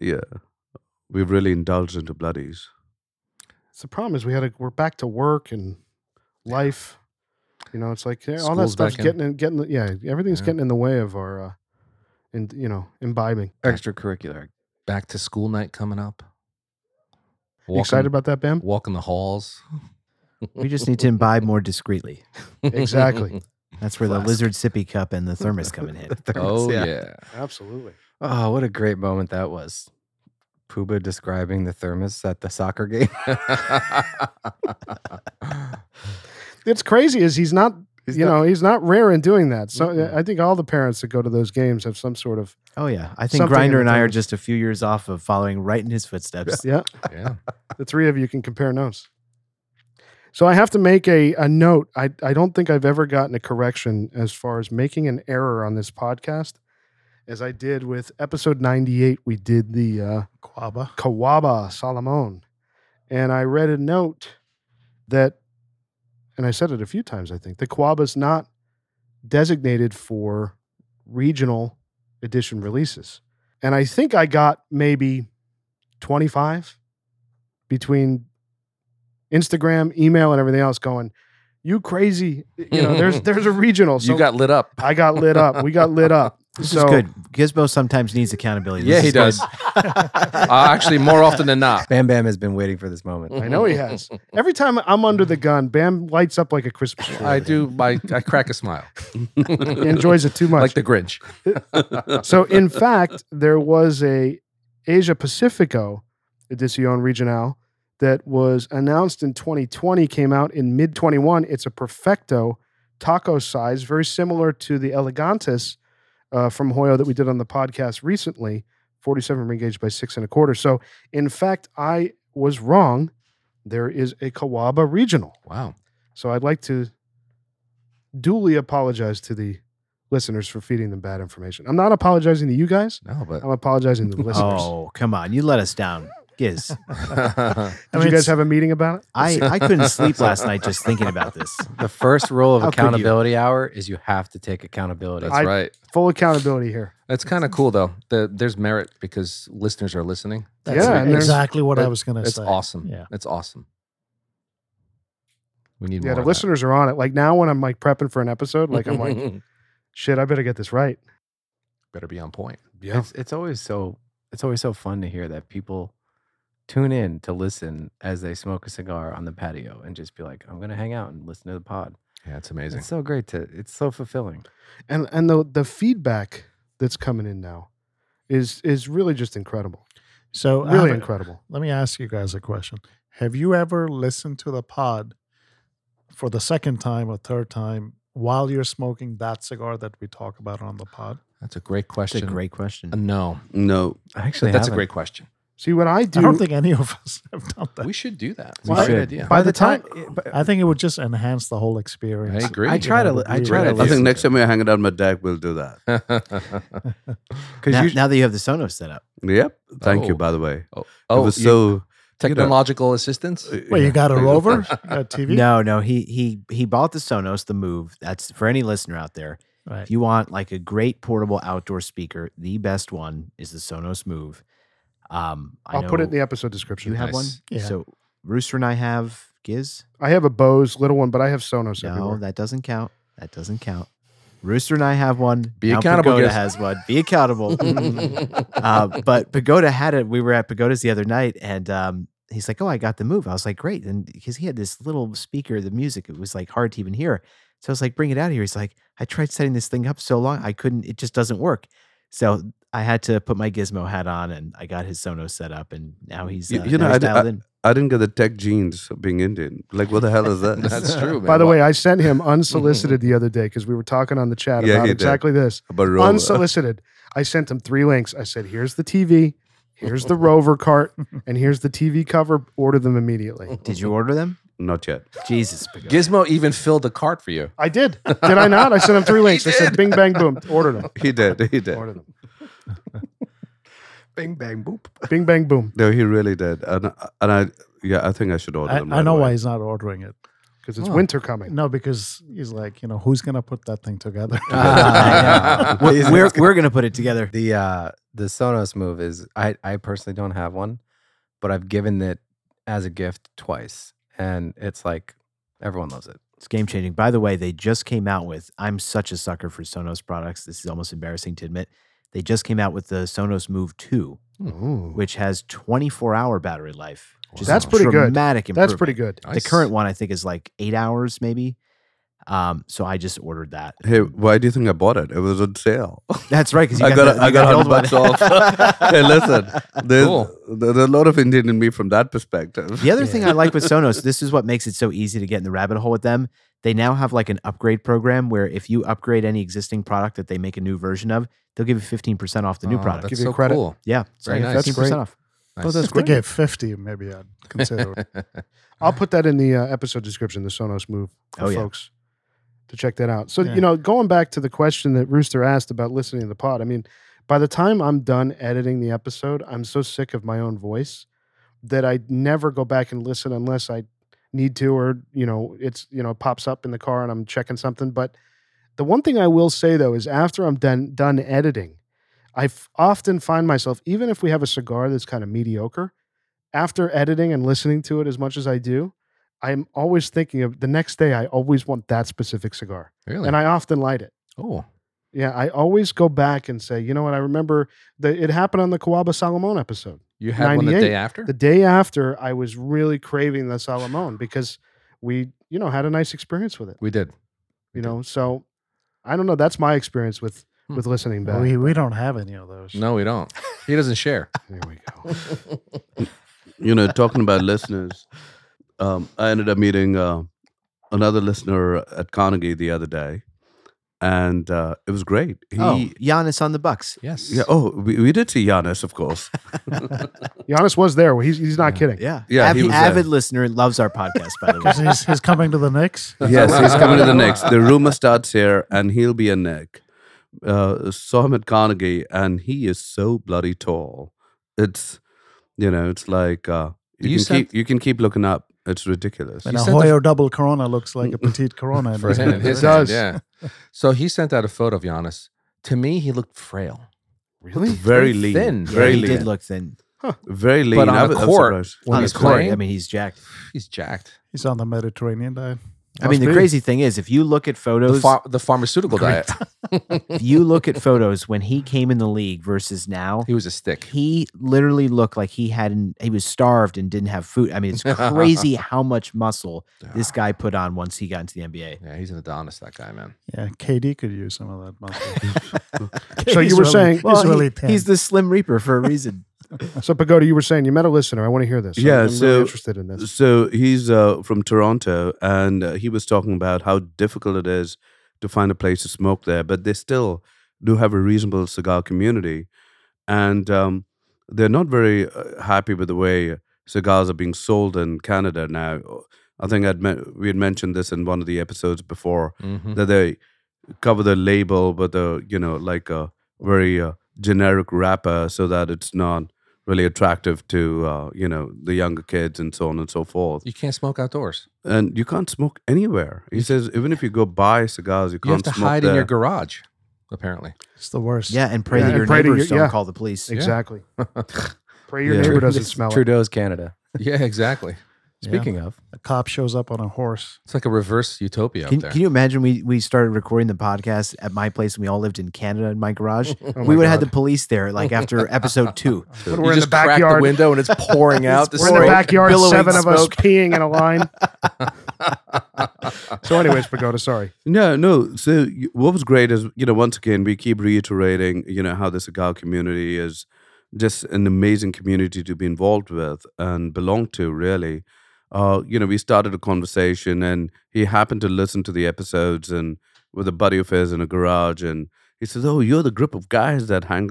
[SPEAKER 5] yeah, we've really indulged into bloodies.
[SPEAKER 1] So the problem is we had to, we're back to work and life. You know, it's like yeah, all that
[SPEAKER 2] School's back
[SPEAKER 1] stuff's
[SPEAKER 2] in.
[SPEAKER 1] getting in, getting the- yeah, everything's
[SPEAKER 2] Yeah.
[SPEAKER 1] getting in the way of our uh, and you know imbibing.
[SPEAKER 6] Extracurricular.
[SPEAKER 2] Back to school night coming up.
[SPEAKER 1] You excited about that, Bam?
[SPEAKER 2] walking the halls.
[SPEAKER 3] We just
[SPEAKER 1] [laughs]
[SPEAKER 3] need to imbibe more discreetly.
[SPEAKER 1] Exactly. [laughs]
[SPEAKER 3] That's where the
[SPEAKER 6] Flask.
[SPEAKER 3] lizard sippy cup and the
[SPEAKER 6] [laughs]
[SPEAKER 3] thermos come in handy.
[SPEAKER 6] The
[SPEAKER 2] [laughs]
[SPEAKER 6] thermos,
[SPEAKER 2] oh yeah.
[SPEAKER 1] Absolutely.
[SPEAKER 6] Oh, what a great moment that was. Pooba describing the thermos at the soccer game. [laughs]
[SPEAKER 1] it's crazy is he's not
[SPEAKER 6] He's
[SPEAKER 1] you
[SPEAKER 6] not-
[SPEAKER 1] know he's not rare in doing that so
[SPEAKER 6] Mm-mm.
[SPEAKER 1] i think all the parents that go to those games have some sort of
[SPEAKER 3] Oh yeah. I
[SPEAKER 1] Something in
[SPEAKER 3] think
[SPEAKER 1] the
[SPEAKER 3] Grinder and I are
[SPEAKER 1] thermos.
[SPEAKER 3] just a few years off of following right in his footsteps.
[SPEAKER 1] yeah
[SPEAKER 2] yeah.
[SPEAKER 1] the three of you can compare notes so i have to make a, a note I, I don't think i've ever gotten a correction as far as making an error on this podcast as i did with episode 98 we did the uh,
[SPEAKER 4] Quaba.
[SPEAKER 1] Kawaba Solomon. And I read a note that, and I said it a few times, I think, the Kawaba is not designated for regional edition releases. And I think I got maybe 25 between Instagram, email, and everything else going, you crazy. You know,
[SPEAKER 3] [laughs]
[SPEAKER 1] there's there's a regional. So
[SPEAKER 2] you got lit up.
[SPEAKER 1] I got lit up. We got lit up.
[SPEAKER 3] [laughs] This
[SPEAKER 1] so
[SPEAKER 3] is good. Gizmo sometimes needs accountability.
[SPEAKER 2] Yeah,
[SPEAKER 3] This
[SPEAKER 2] he
[SPEAKER 3] is good.
[SPEAKER 2] does. Uh, actually, more
[SPEAKER 1] [laughs]
[SPEAKER 2] often than not.
[SPEAKER 6] Bam Bam has been waiting for this moment.
[SPEAKER 2] Mm-hmm.
[SPEAKER 1] I know he has. Every time I'm under the gun, Bam lights up like a Christmas tree.
[SPEAKER 2] I do. My I crack
[SPEAKER 1] [laughs]
[SPEAKER 2] a smile,
[SPEAKER 1] He enjoys it too much.
[SPEAKER 2] [laughs] like the Grinch. [laughs]
[SPEAKER 1] so in fact, there was a Asia Pacifico Edición Regional that was announced in 2020, came out in mid 21. It's a perfecto taco size, very similar to the Elegantis uh, from Hoyo that we did on the podcast recently, 47 ring gauge by six and a quarter. So in fact, I was wrong. There is a Kawaba Regional.
[SPEAKER 2] Wow.
[SPEAKER 1] So I'd like to duly apologize to the listeners for feeding them bad information. I'm not apologizing to you guys.
[SPEAKER 2] No, [laughs]
[SPEAKER 1] [laughs] I'm apologizing to the listeners.
[SPEAKER 3] [laughs] Oh, come on. You let us down. Giz.
[SPEAKER 2] but
[SPEAKER 1] Did
[SPEAKER 4] mean,
[SPEAKER 1] you guys
[SPEAKER 4] it's-
[SPEAKER 1] have a meeting about it?
[SPEAKER 3] I, I couldn't sleep last night just thinking about this.
[SPEAKER 6] The first
[SPEAKER 2] [laughs]
[SPEAKER 6] rule of
[SPEAKER 1] How could you?
[SPEAKER 6] accountability hour is you have to take accountability.
[SPEAKER 2] that's
[SPEAKER 1] I-
[SPEAKER 2] right.
[SPEAKER 1] Full accountability here.
[SPEAKER 2] That's kind of cool though. The, there's merit because listeners are listening.
[SPEAKER 4] That's
[SPEAKER 1] Yeah, and there's-
[SPEAKER 4] exactly what I was going to
[SPEAKER 2] That's
[SPEAKER 4] say.
[SPEAKER 2] awesome.
[SPEAKER 4] Yeah.
[SPEAKER 2] That's awesome. We need
[SPEAKER 1] Yeah,
[SPEAKER 2] more.
[SPEAKER 1] the
[SPEAKER 2] of that.
[SPEAKER 1] listeners are on it. Like now, when I'm like prepping for an episode, like I'm
[SPEAKER 2] [laughs]
[SPEAKER 1] like, shit, I better get this right.
[SPEAKER 2] better be on point.
[SPEAKER 1] Yeah,
[SPEAKER 6] It's it's always so it's always so fun to hear that people tune in to listen as they smoke a cigar on the patio and just be like, I'm gonna hang out and listen to the pod.
[SPEAKER 2] Yeah, it's amazing.
[SPEAKER 6] It's so great to it's so fulfilling.
[SPEAKER 1] and and the the feedback that's coming in now is is really just incredible.
[SPEAKER 4] So I
[SPEAKER 1] Really
[SPEAKER 4] have a-
[SPEAKER 1] incredible.
[SPEAKER 4] let me ask you guys a question. Have you ever listened to the pod for the second time or third time while you're smoking that cigar that we talk about on the pod?
[SPEAKER 2] That's a great
[SPEAKER 3] It's a
[SPEAKER 2] question.
[SPEAKER 3] great
[SPEAKER 2] Uh,
[SPEAKER 3] question.
[SPEAKER 2] no,
[SPEAKER 5] No,
[SPEAKER 6] I actually
[SPEAKER 2] that's a
[SPEAKER 6] haven't.
[SPEAKER 2] great question.
[SPEAKER 1] See what I do.
[SPEAKER 4] I don't think any of us [laughs] have done that.
[SPEAKER 2] We should do that.
[SPEAKER 6] We
[SPEAKER 2] Great
[SPEAKER 4] [laughs]
[SPEAKER 6] should.
[SPEAKER 2] idea.
[SPEAKER 1] by the time,
[SPEAKER 6] it- but
[SPEAKER 4] I think it would just enhance the whole
[SPEAKER 2] I
[SPEAKER 4] experience.
[SPEAKER 2] agree.
[SPEAKER 6] I try to li- I
[SPEAKER 4] Great
[SPEAKER 6] try to
[SPEAKER 2] idea.
[SPEAKER 5] I think
[SPEAKER 6] listen
[SPEAKER 5] next time we're hanging out on my deck, we'll do that.
[SPEAKER 6] because
[SPEAKER 3] Now,
[SPEAKER 6] you
[SPEAKER 3] now that you have the Sonos set up,
[SPEAKER 5] Yep. Thank you,
[SPEAKER 2] Oh.
[SPEAKER 5] by the way. it
[SPEAKER 2] oh,
[SPEAKER 5] was
[SPEAKER 2] you-
[SPEAKER 5] so.
[SPEAKER 2] technological assistance.
[SPEAKER 4] Well, you got a rover, a TV.
[SPEAKER 3] no, no, he he he bought the Sonos, the Move. That's for any listener out there.
[SPEAKER 4] Right.
[SPEAKER 3] If you want like a great portable outdoor speaker, the best one is the Sonos Move. Um, I
[SPEAKER 1] I'll put it in
[SPEAKER 3] know
[SPEAKER 1] the episode description.
[SPEAKER 3] You have one,
[SPEAKER 2] Nice.
[SPEAKER 4] Yeah.
[SPEAKER 3] so Rooster and I have Giz.
[SPEAKER 1] I have a Bose little one, but I have Sonos
[SPEAKER 3] No,
[SPEAKER 1] everywhere.
[SPEAKER 3] that doesn't count. That doesn't count. Rooster and I have one.
[SPEAKER 2] Be
[SPEAKER 3] Now
[SPEAKER 2] accountable,
[SPEAKER 3] Pagoda
[SPEAKER 2] Giz.
[SPEAKER 3] has one. Be accountable. uh, but Pagoda had it. We were at Pagoda's the other night, and um, he's like, "Oh, I got the move." I was like, "Great!" And because he had this little speaker, the music it was like hard to even hear. So I was like, "Bring it out here." He's like, "I tried setting this thing up so long, I couldn't. It just doesn't work." So I had to put my Gizmo hat on, and I got his Sonos set up, and now he's
[SPEAKER 5] You-
[SPEAKER 3] uh,
[SPEAKER 5] you know,
[SPEAKER 3] now he's
[SPEAKER 5] I d-
[SPEAKER 3] dialed in.
[SPEAKER 5] I didn't get the tech genes of being Indian. Like, what the hell is [laughs] that?
[SPEAKER 2] [laughs] That's true. Man.
[SPEAKER 1] By the way, I sent him
[SPEAKER 5] [laughs]
[SPEAKER 1] unsolicited the other day because we were talking on the chat
[SPEAKER 5] Yeah,
[SPEAKER 1] about
[SPEAKER 5] he did.
[SPEAKER 1] exactly this.
[SPEAKER 5] But rover.
[SPEAKER 1] Unsolicited. I sent him three links. I said, here's the TV, here's the rover cart, and here's the TV cover. Order them immediately.
[SPEAKER 3] Did you order them?
[SPEAKER 5] Not yet.
[SPEAKER 3] Jesus, Pagoda.
[SPEAKER 2] Gizmo even filled the cart for you.
[SPEAKER 1] I did. Did I not? I sent him
[SPEAKER 5] [laughs]
[SPEAKER 1] three links. I said, bing, bang, boom. Order them.
[SPEAKER 5] He did. He did.
[SPEAKER 1] Order them.
[SPEAKER 5] Bing bang boop.
[SPEAKER 1] Bing, bang, boom.
[SPEAKER 5] No, he really did. And and I yeah, I think I should order
[SPEAKER 4] I,
[SPEAKER 5] them.
[SPEAKER 4] I
[SPEAKER 5] right
[SPEAKER 4] know
[SPEAKER 5] away.
[SPEAKER 4] why he's not ordering it.
[SPEAKER 1] Because it's
[SPEAKER 2] Huh.
[SPEAKER 1] winter coming.
[SPEAKER 4] No, because he's like, you know, who's going to put that thing together?
[SPEAKER 5] [laughs]
[SPEAKER 1] [laughs]
[SPEAKER 3] Ah, I know.
[SPEAKER 6] Isn't
[SPEAKER 3] we're
[SPEAKER 6] it-
[SPEAKER 3] we're gonna put it together.
[SPEAKER 6] the uh the Sonos move is I I personally don't have one, but I've given it as a gift twice, and it's like everyone loves it.
[SPEAKER 3] It's game changing. By the way, they just came out with. I'm such a sucker for Sonos products. This is almost embarrassing to admit. They just came out with the Sonos Move 2, which has 24 hour battery life. which is a
[SPEAKER 1] That's pretty good.
[SPEAKER 3] Dramatic improvement.
[SPEAKER 1] That's pretty good.
[SPEAKER 3] The current one I think is like eight hours maybe. Um, so I just ordered that. [laughs]
[SPEAKER 5] Hey, why do you think I bought it? It was on sale. [laughs]
[SPEAKER 3] That's right because
[SPEAKER 5] I got,
[SPEAKER 3] the,
[SPEAKER 5] a- I
[SPEAKER 3] you
[SPEAKER 5] got
[SPEAKER 3] the
[SPEAKER 5] a
[SPEAKER 3] old
[SPEAKER 5] hundred bucks
[SPEAKER 3] one. [laughs]
[SPEAKER 5] off. hey, listen, there's,
[SPEAKER 2] Cool.
[SPEAKER 5] there's a lot of Indian in me from that perspective.
[SPEAKER 3] The other thing I like
[SPEAKER 2] [laughs]
[SPEAKER 3] with Sonos, this is what makes it so easy to get in the rabbit hole with them. They now have like an upgrade program where if you upgrade any existing product that they make a new version of, they'll give you 15% off the new product.
[SPEAKER 2] That's
[SPEAKER 1] Give you
[SPEAKER 2] so
[SPEAKER 1] credit.
[SPEAKER 2] cool.
[SPEAKER 3] Yeah, it's
[SPEAKER 2] Very
[SPEAKER 3] like
[SPEAKER 2] nice.
[SPEAKER 3] 15%
[SPEAKER 1] That's great.
[SPEAKER 3] off.
[SPEAKER 2] Nice.
[SPEAKER 4] [laughs] Well, Oh, that's if they gave 50,
[SPEAKER 3] [laughs]
[SPEAKER 4] maybe I'd consider it.
[SPEAKER 1] I'll put that in the uh, episode description, the Sonos Move for
[SPEAKER 3] Oh, yeah.
[SPEAKER 1] folks to check that out. So,
[SPEAKER 4] Yeah.
[SPEAKER 1] you know, going back to the question that Rooster asked about listening to the pod, I mean, by the time I'm done editing the episode, I'm so sick of my own voice that I never go back and listen unless I need to or, you know, it's, you know, it pops up in the car and I'm checking something. But the one thing I will say though is after I'm done done editing, I f- often find myself, even if we have a cigar that's kind of mediocre, after editing and listening to it as much as I do, I'm always thinking of the next day. I always want that specific cigar,
[SPEAKER 2] Really?
[SPEAKER 1] and I often light it.
[SPEAKER 2] oh,
[SPEAKER 1] Yeah, I always go back and say, you know what? I remember that it happened on the Coaba Salomon episode.
[SPEAKER 2] you had one the
[SPEAKER 1] 98.
[SPEAKER 2] day after?
[SPEAKER 1] The day after, I was really craving the Salomon because we, you know, had a nice experience with it.
[SPEAKER 2] we did.
[SPEAKER 1] You know, so I don't know. That's my experience with
[SPEAKER 2] Hmm.
[SPEAKER 1] with listening back.
[SPEAKER 4] We, we don't have any of those. [laughs]
[SPEAKER 2] No, we don't. He doesn't share.
[SPEAKER 1] [laughs] There we go.
[SPEAKER 5] you know, talking about listeners, um, I ended up meeting uh, another listener at Carnegie the other day, and uh, it was great. He,
[SPEAKER 3] oh, Giannis on the Bucks.
[SPEAKER 2] Yes.
[SPEAKER 5] yeah, oh, we, we did see Giannis, of course.
[SPEAKER 1] Giannis was there. He's he's not kidding.
[SPEAKER 3] Yeah.
[SPEAKER 5] Yeah, he
[SPEAKER 3] Avid,
[SPEAKER 5] was
[SPEAKER 2] uh,
[SPEAKER 5] there.
[SPEAKER 3] avid listener loves our podcast,
[SPEAKER 2] [laughs]
[SPEAKER 3] by the way.
[SPEAKER 4] Because he's, he's coming to the Knicks.
[SPEAKER 5] yes, he's coming to the Knicks. The rumor starts here, and he'll be a Nick. uh, saw him at Carnegie, and he is so bloody tall. It's you know, it's like uh, you,
[SPEAKER 2] You
[SPEAKER 5] can
[SPEAKER 2] said-
[SPEAKER 5] keep you can keep looking up. It's ridiculous.
[SPEAKER 4] And
[SPEAKER 2] You
[SPEAKER 4] a
[SPEAKER 2] said the-
[SPEAKER 4] Hoyo double Corona looks like a
[SPEAKER 2] [laughs]
[SPEAKER 4] petite Corona. in
[SPEAKER 2] for him. His
[SPEAKER 4] this picture.
[SPEAKER 2] hand, yeah. So he sent out a photo of Giannis. To me, he looked frail.
[SPEAKER 5] Really? Very lean.
[SPEAKER 2] thin.
[SPEAKER 5] Very
[SPEAKER 3] he
[SPEAKER 5] lean.
[SPEAKER 3] did look thin.
[SPEAKER 5] Very lean.
[SPEAKER 2] on
[SPEAKER 5] I
[SPEAKER 2] the
[SPEAKER 5] was- I was
[SPEAKER 2] court,
[SPEAKER 5] surprised.
[SPEAKER 2] When
[SPEAKER 3] On
[SPEAKER 2] he's
[SPEAKER 3] his court,
[SPEAKER 2] playing-
[SPEAKER 3] I mean, he's jacked.
[SPEAKER 2] He's jacked.
[SPEAKER 4] He's on the Mediterranean diet.
[SPEAKER 3] I mean, the crazy thing is, if you look at
[SPEAKER 2] The,
[SPEAKER 3] photos,
[SPEAKER 2] pha- the pharmaceutical
[SPEAKER 3] Great.
[SPEAKER 2] diet.
[SPEAKER 3] if you look at photos when he came in the league versus now,
[SPEAKER 2] he was a stick.
[SPEAKER 3] he literally looked like he hadn't. He was starved and didn't have food. I mean, it's crazy how much muscle this guy put on once he got into the
[SPEAKER 2] [laughs]
[SPEAKER 3] NBA.
[SPEAKER 2] Ah, Yeah, he's an Adonis, that guy, man.
[SPEAKER 4] Yeah, KD could use some of
[SPEAKER 3] [laughs]
[SPEAKER 4] that muscle.
[SPEAKER 1] So
[SPEAKER 4] He's
[SPEAKER 1] you were
[SPEAKER 4] really-
[SPEAKER 1] saying-
[SPEAKER 4] he's
[SPEAKER 3] Well, he-
[SPEAKER 4] really thin.
[SPEAKER 3] he's the Slim Reaper for a reason.
[SPEAKER 1] So Pagoda, you were saying you met a listener. I want to hear this. I'm-
[SPEAKER 5] Yeah,
[SPEAKER 1] I'm,
[SPEAKER 5] so-
[SPEAKER 1] really interested in this.
[SPEAKER 5] So he's uh, from Toronto, and uh, he was talking about how difficult it is to find a place to smoke there, but they still do have a reasonable cigar community, and um, they're not very uh, happy with the way cigars are being sold in Canada now. I think I'd me- we had mentioned this in one of the episodes before
[SPEAKER 2] Mhm.
[SPEAKER 5] that they cover the label with a you know like a very uh, generic wrapper so that it's not really attractive to uh, you know the younger kids and so on and so forth
[SPEAKER 2] You can't smoke outdoors.
[SPEAKER 5] and you can't smoke anywhere he says even if you go buy cigars you
[SPEAKER 2] You have
[SPEAKER 5] can't
[SPEAKER 2] to
[SPEAKER 5] smoke
[SPEAKER 2] hide in
[SPEAKER 5] there.
[SPEAKER 2] your garage, apparently.
[SPEAKER 4] It's the worst.
[SPEAKER 3] Yeah, and pray
[SPEAKER 1] Yeah,
[SPEAKER 3] that
[SPEAKER 1] and
[SPEAKER 3] your
[SPEAKER 1] pray to
[SPEAKER 3] neighbors
[SPEAKER 1] your-
[SPEAKER 3] don't
[SPEAKER 1] yeah.
[SPEAKER 3] call the police.
[SPEAKER 1] Exactly. [laughs] Pray your
[SPEAKER 5] Yeah.
[SPEAKER 6] [laughs]
[SPEAKER 1] neighbor
[SPEAKER 5] True.
[SPEAKER 1] doesn't
[SPEAKER 6] This
[SPEAKER 1] smell it.
[SPEAKER 6] Trudeau's Canada.
[SPEAKER 2] Yeah, exactly.
[SPEAKER 4] Yeah.
[SPEAKER 6] Speaking of,
[SPEAKER 4] a cop shows up on a horse.
[SPEAKER 2] It's like a reverse utopia
[SPEAKER 3] Can,
[SPEAKER 2] up there.
[SPEAKER 3] can you imagine we, we started recording the podcast at my place and we all lived in Canada in my garage?
[SPEAKER 1] Oh
[SPEAKER 3] we
[SPEAKER 1] my
[SPEAKER 3] would have
[SPEAKER 1] God.
[SPEAKER 3] had the police there like after episode two.
[SPEAKER 1] When we're
[SPEAKER 2] You
[SPEAKER 1] in the
[SPEAKER 2] just crack
[SPEAKER 1] backyard.
[SPEAKER 2] the window and it's pouring out.
[SPEAKER 1] We're in the
[SPEAKER 2] smoke.
[SPEAKER 1] backyard,
[SPEAKER 3] billowing
[SPEAKER 1] seven of us
[SPEAKER 3] smoke.
[SPEAKER 1] peeing in a line. so, anyways, Pagoda, sorry.
[SPEAKER 5] No, no. So y- what was great is, you know, once again, we keep reiterating, you know, how the cigar community is just an amazing community to be involved with and belong to, really. Uh, you know, we started a conversation and he happened to listen to the episodes and with a buddy of his in a garage and he says, Oh, you're the group of guys that hang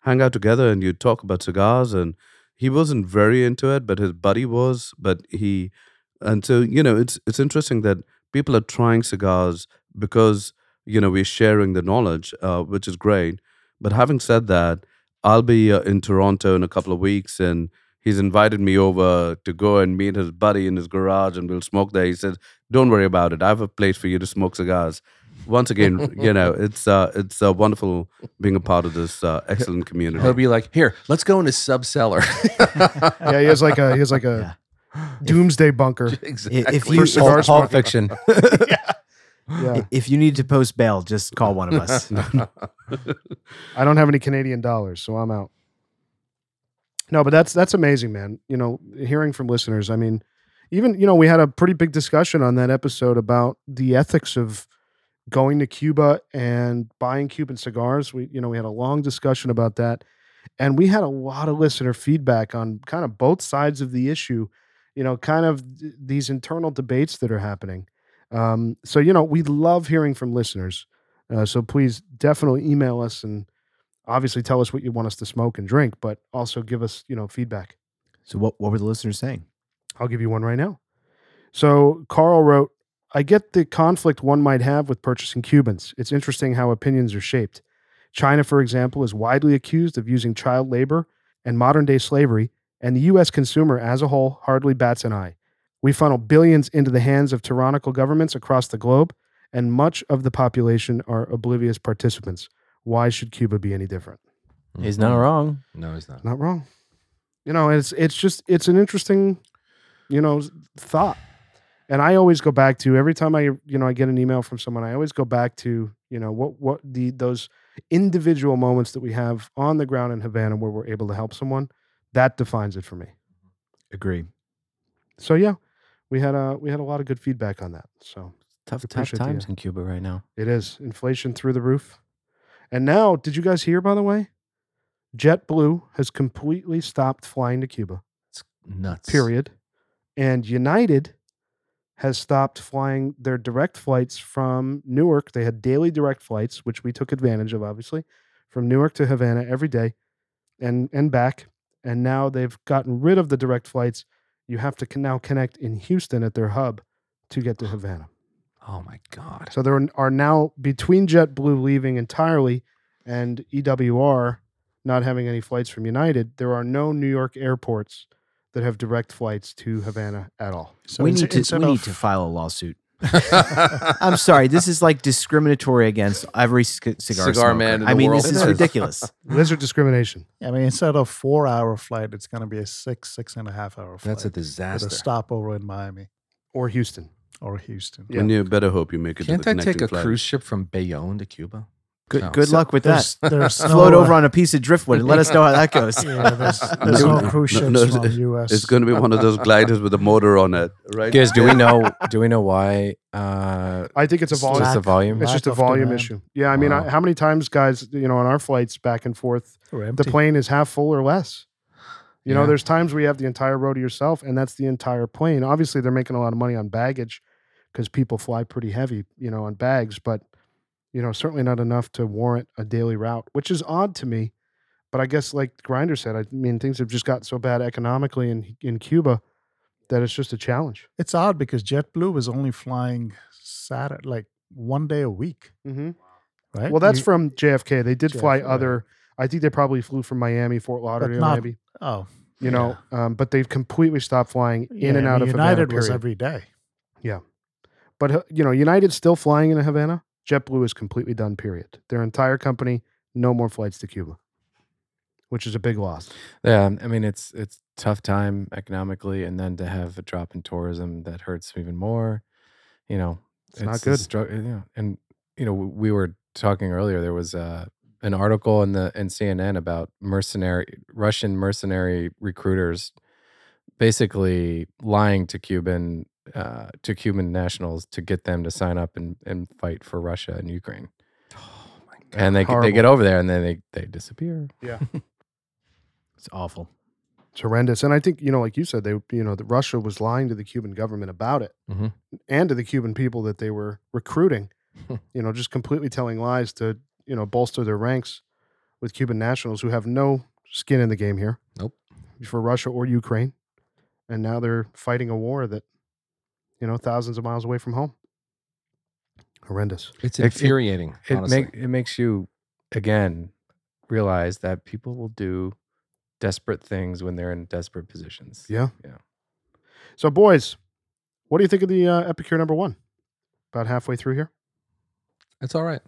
[SPEAKER 5] hang out together and you talk about cigars and he wasn't very into it, but his buddy was, but he and so, you know, it's it's interesting that people are trying cigars because you know we're sharing the knowledge, uh, which is great. But having said that, I'll be uh, in Toronto in a couple of weeks, and he's invited me over to go and meet his buddy in his garage, and we'll smoke there. He says, "Don't worry about it. I have a place for you to smoke cigars." Once again, you know, it's uh, it's uh, wonderful being a part of this uh, excellent community.
[SPEAKER 2] He'll be like, here, let's go into sub [laughs] cellar.
[SPEAKER 1] Yeah, he has like a he has like a doomsday bunker.
[SPEAKER 2] [laughs] exactly.
[SPEAKER 3] If, if
[SPEAKER 1] For
[SPEAKER 3] you
[SPEAKER 1] cigar
[SPEAKER 3] if,
[SPEAKER 6] Pulp
[SPEAKER 1] smoking.
[SPEAKER 6] Fiction.
[SPEAKER 1] Yeah,
[SPEAKER 3] if you need to post bail, just call one of
[SPEAKER 2] [laughs]
[SPEAKER 3] us.
[SPEAKER 1] I don't have any Canadian dollars, so I'm out. No, but that's that's amazing, man. You know, hearing from listeners. I mean, even you know, we had a pretty big discussion on that episode about the ethics of going to Cuba and buying Cuban cigars. We you know we had a long discussion about that, and we had a lot of listener feedback on kind of both sides of the issue. You know, kind of th- these internal debates that are happening. Um, so you know, we love hearing from listeners. Uh, so please definitely email us and obviously tell us what you want us to smoke and drink, but also give us, you know, feedback.
[SPEAKER 3] So what, what were the listeners saying?
[SPEAKER 1] I'll give you one right now. So Carl wrote, I get the conflict one might have with purchasing Cubans. It's interesting how opinions are shaped. China, for example, is widely accused of using child labor and modern day slavery, and the U.S. consumer as a whole hardly bats an eye. We funnel billions into the hands of tyrannical governments across the globe, and much of the population are oblivious participants. Why should Cuba be any different?
[SPEAKER 6] [laughs] He's
[SPEAKER 1] Mm-hmm.
[SPEAKER 6] not wrong.
[SPEAKER 2] No, he's not.
[SPEAKER 1] not wrong. You know, it's it's just it's an interesting, you know, s- thought. And I always go back to every time I you know I get an email from someone, I always go back to you know what what the those individual moments that we have on the ground in Havana where we're able to help someone that defines it for me.
[SPEAKER 3] Agree.
[SPEAKER 1] So yeah, we had a we had a lot of good feedback on that. So
[SPEAKER 6] Tough, tough
[SPEAKER 1] Appreciate the, uh,
[SPEAKER 6] times in Cuba right now.
[SPEAKER 1] it is inflation through the roof. And now, did you guys hear by the way? JetBlue has completely stopped flying to Cuba.
[SPEAKER 2] It's nuts.
[SPEAKER 1] period. And United has stopped flying their direct flights from Newark. They had daily direct flights, which we took advantage of, obviously, from Newark to Havana every day and, and back. And now they've gotten rid of the direct flights. You have to can now connect in Houston at their hub to get to Havana.
[SPEAKER 2] Oh my [laughs] god.
[SPEAKER 1] So there are now between JetBlue leaving entirely and EWR not having any flights from United, there are no New York airports that have direct flights to Havana at all.
[SPEAKER 4] So
[SPEAKER 3] we
[SPEAKER 4] ins-
[SPEAKER 3] need to
[SPEAKER 4] instead
[SPEAKER 3] we
[SPEAKER 4] of-
[SPEAKER 3] need to file a lawsuit. I'm sorry, this is like discriminatory against every c- cigar
[SPEAKER 2] Cigar
[SPEAKER 3] smoker.
[SPEAKER 2] man in
[SPEAKER 3] I
[SPEAKER 2] the
[SPEAKER 3] mean,
[SPEAKER 2] world.
[SPEAKER 3] this
[SPEAKER 2] [laughs]
[SPEAKER 5] It
[SPEAKER 3] is
[SPEAKER 5] is.
[SPEAKER 3] ridiculous.
[SPEAKER 1] Lizard discrimination.
[SPEAKER 4] I mean, instead of four hour flight, it's going to be a six, six and a half hour flight.
[SPEAKER 2] That's a
[SPEAKER 4] with
[SPEAKER 2] disaster.
[SPEAKER 4] a stopover in Miami
[SPEAKER 1] Or Houston.
[SPEAKER 4] or Houston.
[SPEAKER 1] Yeah.
[SPEAKER 5] And you better hope you make it.
[SPEAKER 2] Can't
[SPEAKER 5] to
[SPEAKER 2] I
[SPEAKER 5] the
[SPEAKER 2] take
[SPEAKER 5] connecting
[SPEAKER 2] a
[SPEAKER 5] flight.
[SPEAKER 2] cruise ship from Bayonne to Cuba?
[SPEAKER 3] Good
[SPEAKER 2] No.
[SPEAKER 3] good
[SPEAKER 2] So
[SPEAKER 3] luck with that.
[SPEAKER 4] There's,
[SPEAKER 1] [laughs]
[SPEAKER 4] there's no,
[SPEAKER 3] Float
[SPEAKER 4] uh,
[SPEAKER 3] over on a piece of driftwood and let us know how that
[SPEAKER 2] [laughs]
[SPEAKER 3] goes.
[SPEAKER 4] Yeah, there's, there's
[SPEAKER 5] No,
[SPEAKER 4] no,
[SPEAKER 5] no,
[SPEAKER 4] cruise
[SPEAKER 5] no,
[SPEAKER 4] ships
[SPEAKER 5] no,
[SPEAKER 4] from
[SPEAKER 5] it's-
[SPEAKER 4] U.S.
[SPEAKER 5] It's going to be one of those gliders with a motor on it, right?
[SPEAKER 6] Guys, do
[SPEAKER 1] [laughs]
[SPEAKER 6] we know? Do we know why? Uh,
[SPEAKER 1] I think it's a
[SPEAKER 6] it's
[SPEAKER 1] volume.
[SPEAKER 6] Just a
[SPEAKER 4] Lack-
[SPEAKER 6] volume.
[SPEAKER 1] It's just a
[SPEAKER 4] of
[SPEAKER 1] volume
[SPEAKER 4] demand.
[SPEAKER 1] issue. Yeah, I mean,
[SPEAKER 6] Wow.
[SPEAKER 1] I, how many times, guys, you know, on our flights back and forth,
[SPEAKER 4] We're
[SPEAKER 1] the
[SPEAKER 4] empty.
[SPEAKER 1] plane is half full or less. You know,
[SPEAKER 2] Yeah.
[SPEAKER 1] there's times where you have the entire row to yourself, and that's the entire plane. Obviously, they're making a lot of money on baggage because people fly pretty heavy, you know, on bags, but, you know, certainly not enough to warrant a daily route, which is odd to me. But I guess, like Grinder said, I mean, things have just gotten so bad economically in, in Cuba that it's just a challenge.
[SPEAKER 4] It's odd because JetBlue was only flying Saturday, like one day a week,
[SPEAKER 1] Mm-hmm.
[SPEAKER 4] right?
[SPEAKER 1] Well, that's
[SPEAKER 4] You-
[SPEAKER 1] from JFK. They did fly
[SPEAKER 4] JFK, right.
[SPEAKER 1] other. I think they probably flew from Miami, Fort Lauderdale,
[SPEAKER 4] not-
[SPEAKER 1] maybe.
[SPEAKER 4] oh,
[SPEAKER 1] You know, um, but they've completely stopped flying in
[SPEAKER 4] yeah,
[SPEAKER 1] and
[SPEAKER 4] I
[SPEAKER 1] out
[SPEAKER 4] mean,
[SPEAKER 1] of
[SPEAKER 4] United
[SPEAKER 1] Havana.
[SPEAKER 4] was
[SPEAKER 1] period.
[SPEAKER 4] every day.
[SPEAKER 1] but uh, you know, United's still flying in Havana. JetBlue is completely done. Period. Their entire company, no more flights to Cuba, which is a big loss.
[SPEAKER 6] Yeah, I mean it's it's tough time economically, and then to have a drop in tourism that hurts even more. You know,
[SPEAKER 1] It's not
[SPEAKER 6] a
[SPEAKER 1] good.
[SPEAKER 6] strugg- yeah, and you know we were talking earlier. There was uh, an article in the in CNN about mercenary Russian mercenary recruiters, basically lying to Cuban uh, to Cuban nationals to get them to sign up and, and fight for Russia and Ukraine.
[SPEAKER 2] Oh my god.
[SPEAKER 6] And they they get
[SPEAKER 1] horrible.
[SPEAKER 6] over there and then they they disappear.
[SPEAKER 3] It's awful.
[SPEAKER 1] It's horrendous, and I think you know, like you said, they you know, that Russia was lying to the Cuban government about it,
[SPEAKER 2] Mhm.
[SPEAKER 1] and to the Cuban people that they were recruiting. you know, just completely telling lies to you know bolster their ranks with Cuban nationals who have no skin in the game here.
[SPEAKER 2] Nope.
[SPEAKER 1] For Russia or Ukraine, and now they're fighting a war that you know thousands of miles away from home. Horrendous.
[SPEAKER 2] It's
[SPEAKER 6] It- it-
[SPEAKER 2] infuriating.
[SPEAKER 6] it
[SPEAKER 2] honestly.
[SPEAKER 6] make, it makes you again realize that people will do desperate things when they're in desperate positions.
[SPEAKER 1] Yeah.
[SPEAKER 6] Yeah.
[SPEAKER 1] So, boys, what do you think of the uh, Epicure number one? About halfway through here.
[SPEAKER 2] it's all right.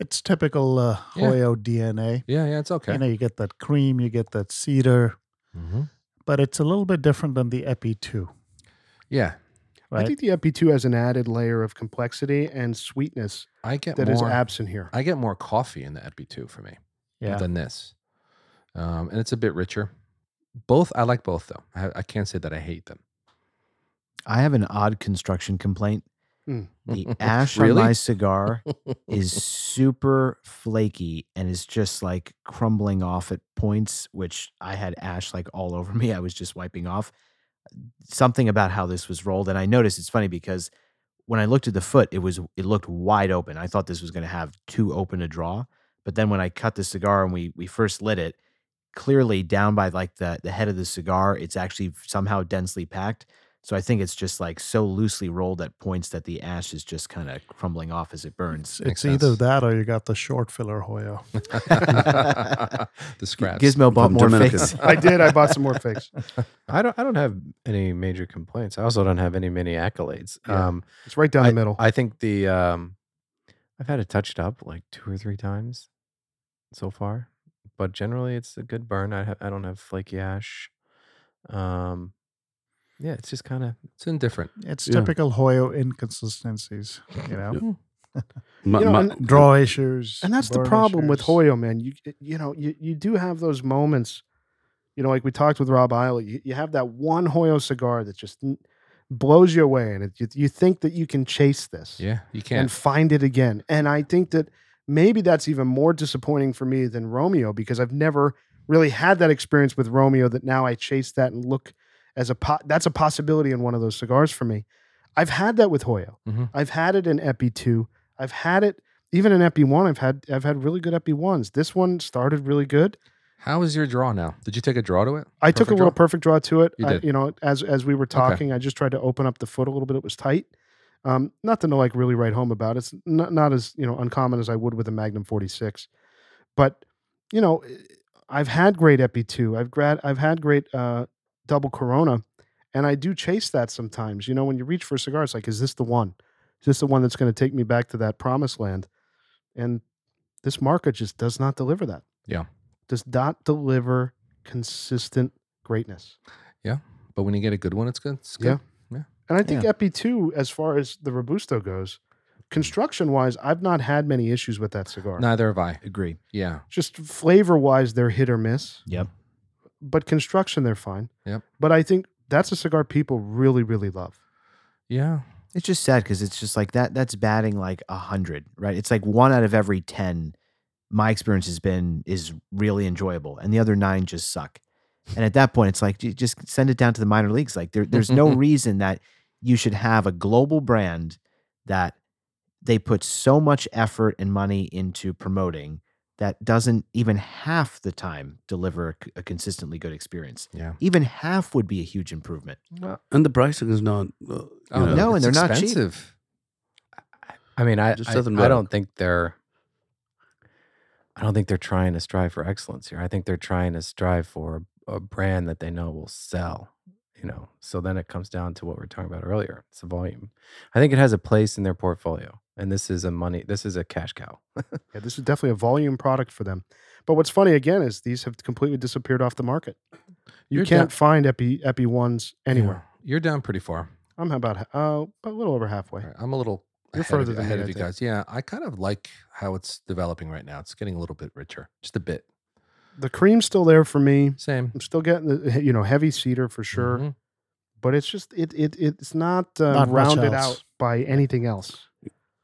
[SPEAKER 4] It's typical uh,
[SPEAKER 2] Yeah.
[SPEAKER 4] Hoyo DNA.
[SPEAKER 2] Yeah, yeah, it's okay.
[SPEAKER 4] You know, you get that cream, you get that cedar,
[SPEAKER 2] Mhm.
[SPEAKER 4] but it's a little bit different than the Epi 2.
[SPEAKER 2] Yeah,
[SPEAKER 1] I
[SPEAKER 4] Right.
[SPEAKER 1] think the EP2 has an added layer of complexity and sweetness
[SPEAKER 2] I get
[SPEAKER 1] that
[SPEAKER 2] more.
[SPEAKER 1] is absent
[SPEAKER 2] [laughs]
[SPEAKER 1] here.
[SPEAKER 2] I get more coffee in the Epi two for me.
[SPEAKER 4] Yeah.
[SPEAKER 2] than this. Um, and it's a bit richer. Both, I like both though. I, I can't say that I hate them. [laughs]
[SPEAKER 3] I have an odd construction complaint.
[SPEAKER 1] Mm.
[SPEAKER 2] [laughs]
[SPEAKER 3] The ash
[SPEAKER 2] Really?
[SPEAKER 3] on
[SPEAKER 2] [laughs]
[SPEAKER 3] my cigar is super flaky and is just like crumbling off at points, which I had ash like all over me. I was just wiping off. Something about how this was rolled, and I noticed it's funny because when I looked at the foot, it was it looked wide open. I thought this was going to have too open a draw, but then when I cut the cigar and we we first lit it, clearly down by like the the head of the cigar, it's actually somehow densely packed. So I think it's just like so loosely rolled at points that the ash is just kind of crumbling off as it burns.
[SPEAKER 4] It's,
[SPEAKER 2] Makes
[SPEAKER 4] it's either
[SPEAKER 2] sense.
[SPEAKER 4] that or you got the short filler Hoyo.
[SPEAKER 2] the scratch.
[SPEAKER 3] Gizmo bought
[SPEAKER 5] From
[SPEAKER 3] more
[SPEAKER 5] Dominican.
[SPEAKER 3] fakes.
[SPEAKER 1] I did. I bought some more fakes.
[SPEAKER 6] I don't I don't have any major complaints. I also don't have any many accolades.
[SPEAKER 1] Yeah.
[SPEAKER 6] Um
[SPEAKER 1] It's right down
[SPEAKER 6] I,
[SPEAKER 1] the middle.
[SPEAKER 6] I think the um I've had it touched up like two or three times so far. But generally it's a good burn. I ha- I don't have flaky ash. Um yeah, it's just kind of
[SPEAKER 2] It's indifferent.
[SPEAKER 4] It's
[SPEAKER 5] Yeah.
[SPEAKER 4] typical Hoyo inconsistencies, you know,
[SPEAKER 5] My-
[SPEAKER 1] You know,
[SPEAKER 5] [laughs] my-
[SPEAKER 1] and-
[SPEAKER 4] draw issues.
[SPEAKER 1] Hmm. And that's the
[SPEAKER 4] burn
[SPEAKER 1] problem with
[SPEAKER 4] issues.
[SPEAKER 1] Hoyo, man. You you know, you, you do have those moments, you know, like we talked with Rob Eiley, you, you have that one Hoyo cigar that just n- blows you away and it, you, you think that you can chase this
[SPEAKER 2] Yeah, you
[SPEAKER 1] and
[SPEAKER 2] can't.
[SPEAKER 1] find it again. And I think that maybe that's even more disappointing for me than Romeo because I've never really had that experience with Romeo that now I chase that and look as a po- that's a possibility in one of those cigars for me. I've had that with Hoyo.
[SPEAKER 2] Mhm.
[SPEAKER 1] I've had it in Epi 2. I've had it even in Epi 1. I've had I've had really good Epi 1s. This one started really good.
[SPEAKER 2] How is your draw now? Did you take a draw to it?
[SPEAKER 1] I took a
[SPEAKER 2] Perfect
[SPEAKER 1] little
[SPEAKER 2] draw?
[SPEAKER 1] perfect draw to it.
[SPEAKER 2] You
[SPEAKER 1] I-
[SPEAKER 2] did.
[SPEAKER 1] you know, as as we were talking, I just tried to open up the foot a little bit. It was tight. Um, nothing to like really write home about. It's not, not as you know uncommon as I would with a Magnum 46, but you know eh, I've had great Epi 2. I've grad I've had great uh, double Corona, and I do chase that sometimes. You know when you reach for a cigar, it's like, is this the one? Is this the one that's going to take me back to that promised land? And this market just does not deliver that.
[SPEAKER 2] Yeah.
[SPEAKER 1] does not deliver consistent greatness.
[SPEAKER 2] But when you get a good one, it's good. It's good.
[SPEAKER 1] And I think Epi 2, as far as the Robusto goes,
[SPEAKER 2] Mm.
[SPEAKER 1] construction wise, I've not had many issues with that cigar.
[SPEAKER 2] Neither have I.
[SPEAKER 3] Agree.
[SPEAKER 2] Yeah.
[SPEAKER 1] Just flavor wise, they're hit or miss,
[SPEAKER 3] Yep.
[SPEAKER 1] but construction, they're fine.
[SPEAKER 2] Yep.
[SPEAKER 1] But I think that's a cigar people really, really love.
[SPEAKER 2] Yeah.
[SPEAKER 3] It's just sad because it's just like that. That's batting like a hundred, right? It's like one out of every ten. My experience has been is really enjoyable, and the other nine just suck. And at that point, it's like ju- just send it down to the minor leagues. Like there, there's no reason that you should have a global brand that they put so much effort and money into promoting that doesn't even half the time deliver a c- a consistently good experience.
[SPEAKER 2] Yeah.
[SPEAKER 3] Even half would be a huge improvement.
[SPEAKER 5] And the pricing is not. Uh, you
[SPEAKER 1] Oh,
[SPEAKER 5] know,
[SPEAKER 3] no, and
[SPEAKER 2] it's
[SPEAKER 3] they're not cheap.
[SPEAKER 2] expensive.
[SPEAKER 6] I mean, I
[SPEAKER 5] Just
[SPEAKER 6] I,
[SPEAKER 5] doesn't
[SPEAKER 6] I
[SPEAKER 5] work.
[SPEAKER 6] don't think they're. I don't think they're trying to strive for excellence here. I think they're trying to strive for a brand that they know will sell. You know, so then it comes down to what we were talking about earlier. It's the volume. I think it has a place in their portfolio, and this is a money. This is a cash cow.
[SPEAKER 1] Yeah, this is definitely a volume product for them. But what's funny again is these have completely disappeared off the market. You
[SPEAKER 2] You're
[SPEAKER 1] can't
[SPEAKER 2] down-
[SPEAKER 1] find Epi Epi 1s anywhere.
[SPEAKER 2] Yeah. You're down pretty far.
[SPEAKER 1] I'm about ha- uh, a little over halfway.
[SPEAKER 2] All right, I'm a little
[SPEAKER 1] You're
[SPEAKER 2] ahead of
[SPEAKER 1] further
[SPEAKER 2] you-
[SPEAKER 1] than me,
[SPEAKER 2] ahead
[SPEAKER 1] I
[SPEAKER 2] of you
[SPEAKER 1] think.
[SPEAKER 2] guys. Yeah, I kind of like how it's developing right now. It's getting a little bit richer, just a bit.
[SPEAKER 1] The cream's still there for me.
[SPEAKER 2] Same.
[SPEAKER 1] I'm still getting the you know heavy cedar for Mm, sure.
[SPEAKER 2] Mhm.
[SPEAKER 1] but it's just it it it's not, uh,
[SPEAKER 4] Not much
[SPEAKER 1] rounded
[SPEAKER 4] else.
[SPEAKER 1] out by anything else.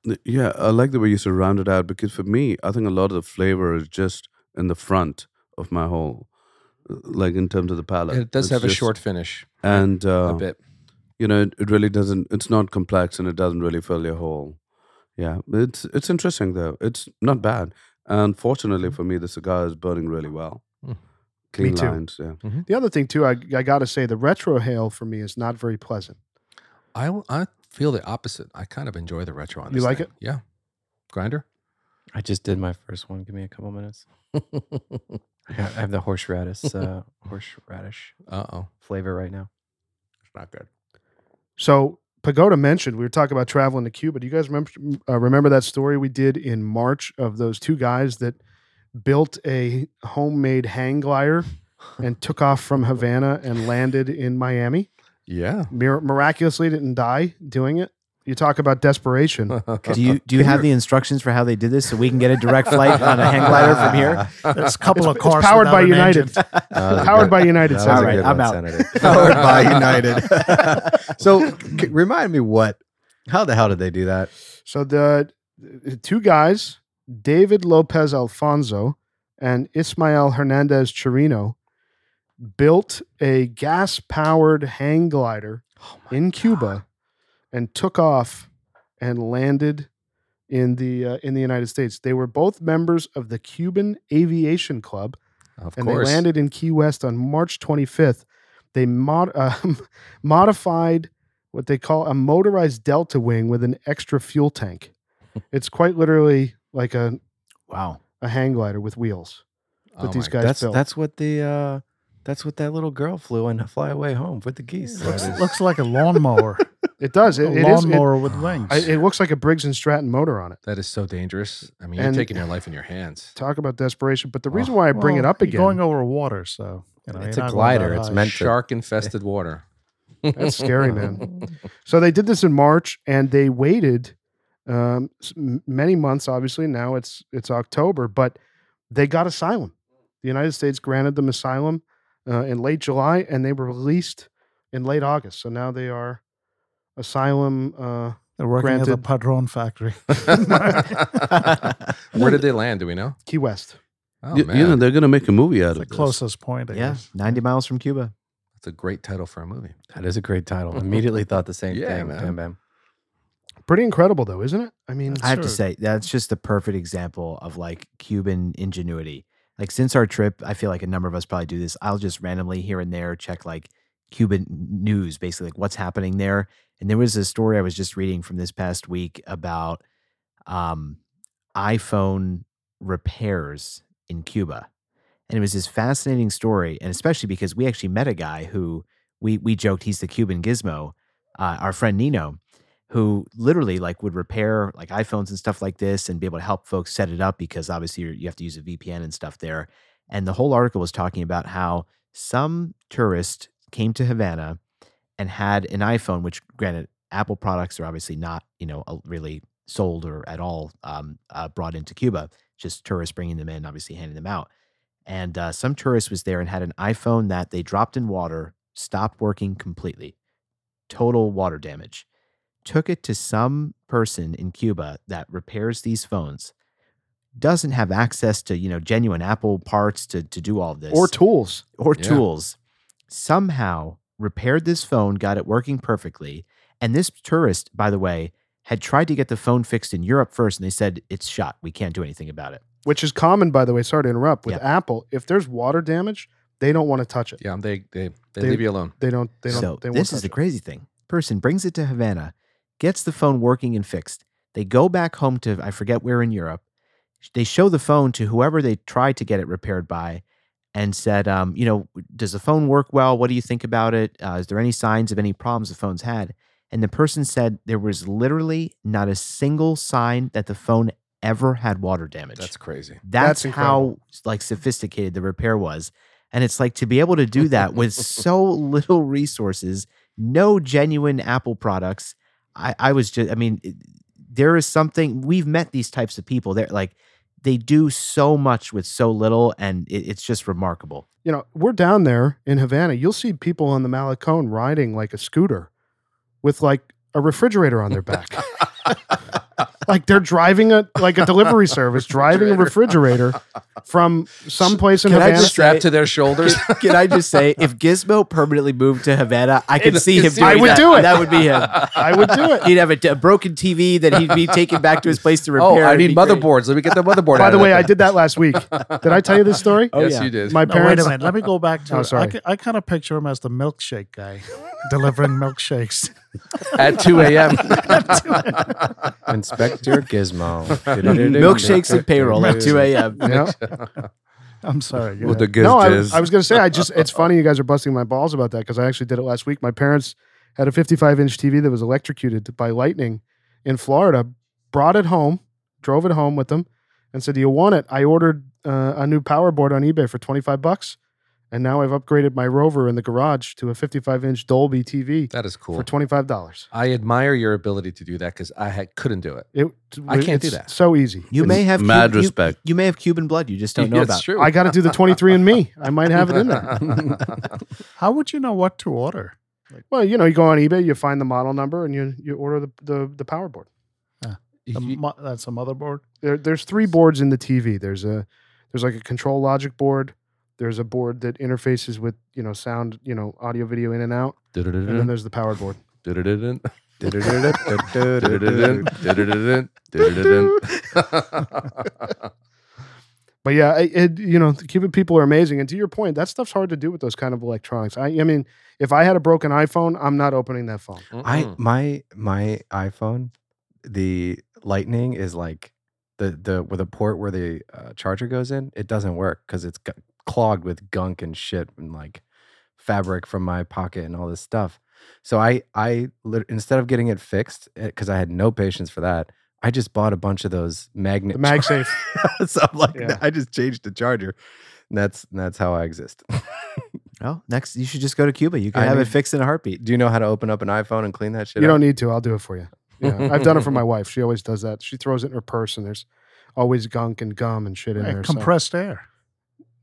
[SPEAKER 5] th- yeah, I like the way you sort of round it out because for me, I think a lot of the flavor is just in the front of my whole, uh, like in terms of the palate.
[SPEAKER 2] It does
[SPEAKER 5] It's
[SPEAKER 2] have a
[SPEAKER 5] just-
[SPEAKER 2] short finish,
[SPEAKER 5] and uh,
[SPEAKER 2] a bit.
[SPEAKER 5] you know, it, it really doesn't. It's not complex, and it doesn't really fill your hole. Yeah, it's it's interesting though. It's not bad, and fortunately for me, the cigar is burning really well.
[SPEAKER 2] Mm.
[SPEAKER 5] Clean
[SPEAKER 1] Me too.
[SPEAKER 5] lines. Yeah,
[SPEAKER 1] The other thing too, I I gotta say, the retrohale for me is not very pleasant.
[SPEAKER 2] I w- I feel the opposite. I kind of enjoy the retro on
[SPEAKER 1] You
[SPEAKER 2] this.
[SPEAKER 1] like
[SPEAKER 2] thing. Yeah. Grinder.
[SPEAKER 6] I just did my first one. Give me a
[SPEAKER 5] [laughs]
[SPEAKER 6] couple minutes. I have I have the horseradish uh, horseradish
[SPEAKER 2] Uh oh,
[SPEAKER 6] flavor right now.
[SPEAKER 2] it's not good.
[SPEAKER 1] So Pagoda mentioned we were talking about traveling to Cuba. Do you guys remember uh, remember that story we did in March of those two guys that built a homemade hang
[SPEAKER 4] [laughs]
[SPEAKER 1] glider and took off from Havana and landed in Miami?
[SPEAKER 2] Yeah.
[SPEAKER 1] Mir- miraculously didn't die doing it. You talk about desperation.
[SPEAKER 2] [laughs]
[SPEAKER 3] Do you do you have the instructions for how they did this so we can get a direct flight on a hang glider from
[SPEAKER 7] [laughs]
[SPEAKER 3] here?
[SPEAKER 4] It's a couple of
[SPEAKER 1] it's
[SPEAKER 4] cars.
[SPEAKER 1] powered
[SPEAKER 4] without
[SPEAKER 1] by
[SPEAKER 4] an
[SPEAKER 1] United.
[SPEAKER 4] engine.
[SPEAKER 6] Uh,
[SPEAKER 1] Powered by United.
[SPEAKER 6] That
[SPEAKER 1] sounds
[SPEAKER 6] was a
[SPEAKER 1] like
[SPEAKER 3] Alright, I'm
[SPEAKER 6] good one,
[SPEAKER 3] out. [laughs]
[SPEAKER 6] Senator.
[SPEAKER 7] powered by [laughs] United. so c- remind me what? How the hell did they do that?
[SPEAKER 1] So the the two guys, David Lopez Alfonso and Ismael Hernandez Chirino, built a gas powered hang glider in Cuba and took off and landed in the uh, in the United States. They were both members of the Cuban Aviation Club
[SPEAKER 2] Uh, Of
[SPEAKER 1] and
[SPEAKER 2] course.
[SPEAKER 1] they landed in Key West on March 25th. They mod- [laughs] uh, modified what they call a motorized Delta wing with an extra fuel tank. It's quite literally like a,
[SPEAKER 3] Wow.
[SPEAKER 1] a hang glider with wheels that
[SPEAKER 2] Oh
[SPEAKER 1] these
[SPEAKER 2] my-
[SPEAKER 1] guys
[SPEAKER 6] that's
[SPEAKER 1] built.
[SPEAKER 6] that's what the uh, that's what that little girl flew in Fly Away Home with the geese.
[SPEAKER 4] looks, looks like a lawnmower.
[SPEAKER 1] [laughs] it does.
[SPEAKER 4] a
[SPEAKER 1] It, it is. It,
[SPEAKER 4] lawnmower with wings.
[SPEAKER 1] I- it looks like a Briggs and Stratton motor on it.
[SPEAKER 2] That is so dangerous. I mean, you're
[SPEAKER 1] And-
[SPEAKER 2] taking your life in your hands.
[SPEAKER 1] Talk about desperation. But the
[SPEAKER 2] Oh,
[SPEAKER 1] reason why I bring it
[SPEAKER 4] Well,
[SPEAKER 1] up
[SPEAKER 4] you're
[SPEAKER 1] again,
[SPEAKER 4] Going over water, so you know,
[SPEAKER 6] It's
[SPEAKER 4] you're
[SPEAKER 6] a
[SPEAKER 4] not going that
[SPEAKER 6] glider. It's
[SPEAKER 4] high.
[SPEAKER 6] meant to.
[SPEAKER 2] Shark infested water.
[SPEAKER 1] that's scary, man. [laughs] So they did this in March, and they waited um, s- m- many months. Obviously, now it's it's October, but they got asylum. The United States granted them asylum uh, in late July, and they were released in late August. So now they are asylum. Uh,
[SPEAKER 4] They're working at
[SPEAKER 1] Granted.
[SPEAKER 4] the Padron factory.
[SPEAKER 2] [laughs] Where did they land? Do we know?
[SPEAKER 1] Key West.
[SPEAKER 2] Oh
[SPEAKER 5] you,
[SPEAKER 2] man,
[SPEAKER 5] you know they're gonna make a movie out
[SPEAKER 4] It's the
[SPEAKER 5] of this.
[SPEAKER 4] closest point. I
[SPEAKER 3] Yeah.
[SPEAKER 4] guess.
[SPEAKER 3] Ninety miles from Cuba.
[SPEAKER 2] that's a great title for a movie.
[SPEAKER 6] That is a
[SPEAKER 7] [laughs]
[SPEAKER 6] great title. Immediately thought the same
[SPEAKER 2] Yeah,
[SPEAKER 6] thing.
[SPEAKER 2] man.
[SPEAKER 6] Bam, bam.
[SPEAKER 1] Pretty incredible, though, isn't it? I mean,
[SPEAKER 4] That's
[SPEAKER 3] I have to
[SPEAKER 4] Sure.
[SPEAKER 3] say that's just the perfect example of like Cuban ingenuity. Like since our trip, I feel like a number of us probably do this. I'll just randomly here and there check like Cuban news, basically, like what's happening there. And there was a story I was just reading from this past week about um, iPhone repairs in Cuba. And it was this fascinating story, and especially because we actually met a guy who we we joked he's the Cuban gizmo, uh, our friend Nino, who literally like would repair like iPhones and stuff like this and be able to help folks set it up because obviously you're- you have to use a VPN and stuff there. And the whole article was talking about how some tourist came to Havana and had an iPhone, which granted Apple products are obviously not you know uh, really sold or at all um, uh, brought into Cuba, just tourists bringing them in, obviously handing them out. And uh, some tourist was there and had an iPhone that they dropped in water, stopped working completely, total water damage. Took it to some person in Cuba that repairs these phones, doesn't have access to you know genuine Apple parts to to do all this
[SPEAKER 1] or tools.
[SPEAKER 3] or
[SPEAKER 6] Yeah.
[SPEAKER 3] tools somehow repaired this phone, got it working perfectly. And this tourist, by the way, had tried to get the phone fixed in Europe first, and they said it's shot. We can't do anything about it.
[SPEAKER 1] which is common, by the way. Sorry to interrupt. With
[SPEAKER 3] Yep.
[SPEAKER 1] Apple, if there's water damage, they don't want to touch it.
[SPEAKER 2] Yeah, they they they,
[SPEAKER 1] They-
[SPEAKER 2] leave you alone.
[SPEAKER 1] They don't. They don't.
[SPEAKER 3] so
[SPEAKER 1] they won't
[SPEAKER 3] this is
[SPEAKER 1] touch
[SPEAKER 3] the
[SPEAKER 1] it.
[SPEAKER 3] crazy thing. Person brings it to Havana, gets the phone working and fixed. They go back home to I forget where in Europe. They show the phone to whoever they tried to get it repaired by, and said, um, "You know, does the phone work well? What do you think about it? Uh, is there any signs of any problems the phone's had?" And the person said there was literally not a single sign that the phone ever had water damage.
[SPEAKER 2] That's crazy.
[SPEAKER 3] That's,
[SPEAKER 1] That's
[SPEAKER 3] how like sophisticated the repair was. And it's like to be able to do that [laughs] with so little resources, no genuine Apple products. I, I was just, I mean, it- there is something we've met these types of people. They're like, they do so much with so little, and it, it's just remarkable.
[SPEAKER 1] You know, we're down there in Havana. You'll see people on the Malecone riding like a scooter, with like a refrigerator on their back. like they're driving a like a delivery service, driving a refrigerator from someplace in
[SPEAKER 3] Can I
[SPEAKER 1] Havana.
[SPEAKER 3] just-
[SPEAKER 2] Strapped to their shoulders.
[SPEAKER 3] Can I just say, [laughs] if Gizmo permanently moved to Havana, I could see him.
[SPEAKER 2] see what
[SPEAKER 3] doing
[SPEAKER 1] he
[SPEAKER 3] that.
[SPEAKER 1] did. I would do it.
[SPEAKER 3] That would be him.
[SPEAKER 1] I would do
[SPEAKER 3] [laughs]
[SPEAKER 1] it.
[SPEAKER 3] He'd have a, d- a broken TV that he'd be taken back to his place [laughs] to repair.
[SPEAKER 2] oh, I
[SPEAKER 3] It'd be
[SPEAKER 2] need
[SPEAKER 3] great.
[SPEAKER 2] motherboards. Let me get the motherboard.
[SPEAKER 1] By
[SPEAKER 2] out
[SPEAKER 1] the
[SPEAKER 2] of
[SPEAKER 1] way,
[SPEAKER 2] that
[SPEAKER 1] I
[SPEAKER 2] thing.
[SPEAKER 1] did that last week. Did I tell you this story?
[SPEAKER 3] Oh,
[SPEAKER 2] yes,
[SPEAKER 3] yeah.
[SPEAKER 2] you did.
[SPEAKER 1] My
[SPEAKER 4] No, wait
[SPEAKER 1] parents.
[SPEAKER 4] a minute. Let me go back to.
[SPEAKER 1] Oh,
[SPEAKER 4] it.
[SPEAKER 1] sorry.
[SPEAKER 4] I, ca- I kind of picture him as the milkshake guy, [laughs] delivering milkshakes. [laughs]
[SPEAKER 2] [laughs] At two a.m.
[SPEAKER 6] Inspector
[SPEAKER 7] [laughs]
[SPEAKER 6] Gizmo. [laughs]
[SPEAKER 3] Milkshakes and payroll at 2 a.m.
[SPEAKER 1] Yeah.
[SPEAKER 4] I'm sorry. go
[SPEAKER 5] With the
[SPEAKER 4] ahead.
[SPEAKER 5] giz
[SPEAKER 1] no, I,
[SPEAKER 5] jizz.
[SPEAKER 1] was- I was going to say, I just,
[SPEAKER 2] [laughs]
[SPEAKER 1] it's funny you guys are busting my balls about that because I actually did it last week. My parents had a 55 inch TV that was electrocuted by lightning in Florida, brought it home, drove it home with them, and said, Do you want it? I ordered uh, a new power board on eBay for 25 bucks. And now I've upgraded my Rover in the garage to a 55 inch Dolby TV
[SPEAKER 2] That is cool.
[SPEAKER 1] for $25.
[SPEAKER 2] I admire your ability to do that because I had, couldn't do it.
[SPEAKER 1] It,
[SPEAKER 2] I can't do
[SPEAKER 1] it's
[SPEAKER 2] that.
[SPEAKER 1] So easy.
[SPEAKER 3] You
[SPEAKER 5] It's
[SPEAKER 3] may have Cuban-
[SPEAKER 5] mad
[SPEAKER 3] you- [laughs]
[SPEAKER 5] respect.
[SPEAKER 3] You, may have Cuban blood. You just don't know
[SPEAKER 2] Yeah,
[SPEAKER 3] about.
[SPEAKER 2] It's
[SPEAKER 3] it.
[SPEAKER 2] true.
[SPEAKER 1] I got to do the 23 and me. I might have it in
[SPEAKER 2] [laughs]
[SPEAKER 1] there.
[SPEAKER 4] How would you know what to order?
[SPEAKER 1] Well, you know, you go on eBay, you find the model number, and you, you order the, the, the power board.
[SPEAKER 4] The
[SPEAKER 2] You-
[SPEAKER 4] mo- that's a motherboard.
[SPEAKER 1] there, there's three boards in the TV. There's a there's like a control logic board. There's a board that interfaces with you know sound, you know audio, video in and out, and
[SPEAKER 2] Mm-hmm.
[SPEAKER 1] then there's the power board.
[SPEAKER 2] Du-du-du-dun. Du-du-du-dun.
[SPEAKER 7] Dun-dun-dun.
[SPEAKER 2] [laughs] Du-du-du-dun. Du-du-du-dun.
[SPEAKER 1] But yeah, I- it, you know the Cuban people are amazing. And to your point, that stuff's hard to do with those kind of electronics. I, I mean, if I had a broken iPhone, I'm not opening that phone.
[SPEAKER 7] I
[SPEAKER 2] [laughs] Mm-mm.
[SPEAKER 7] my my iPhone, the Lightning is like the the with a port where the uh, charger goes in. It doesn't work because it's gu- clogged with gunk and shit and like fabric from my pocket and all this stuff. So I I lit- instead of getting it fixed because I had no patience for that, I just bought a bunch of those
[SPEAKER 1] The
[SPEAKER 6] [laughs]
[SPEAKER 7] magnet.
[SPEAKER 1] MagSafe.
[SPEAKER 7] char- [laughs] so I'm like,
[SPEAKER 1] Yeah.
[SPEAKER 7] I just changed the charger. And that's and that's how I exist. Eh,
[SPEAKER 3] Well, next you should just go to Cuba. You can
[SPEAKER 7] I
[SPEAKER 3] have it
[SPEAKER 7] need-
[SPEAKER 3] fixed in a heartbeat.
[SPEAKER 7] Do you know how to open up an iPhone and clean that shit?
[SPEAKER 1] you
[SPEAKER 7] up?
[SPEAKER 1] don't need to. I'll do it for you. Yeah, I've done it for my wife. She always does that. She throws it in her purse, and there's always gunk and gum and shit in
[SPEAKER 4] Hey,
[SPEAKER 1] there. so-
[SPEAKER 4] compressed air.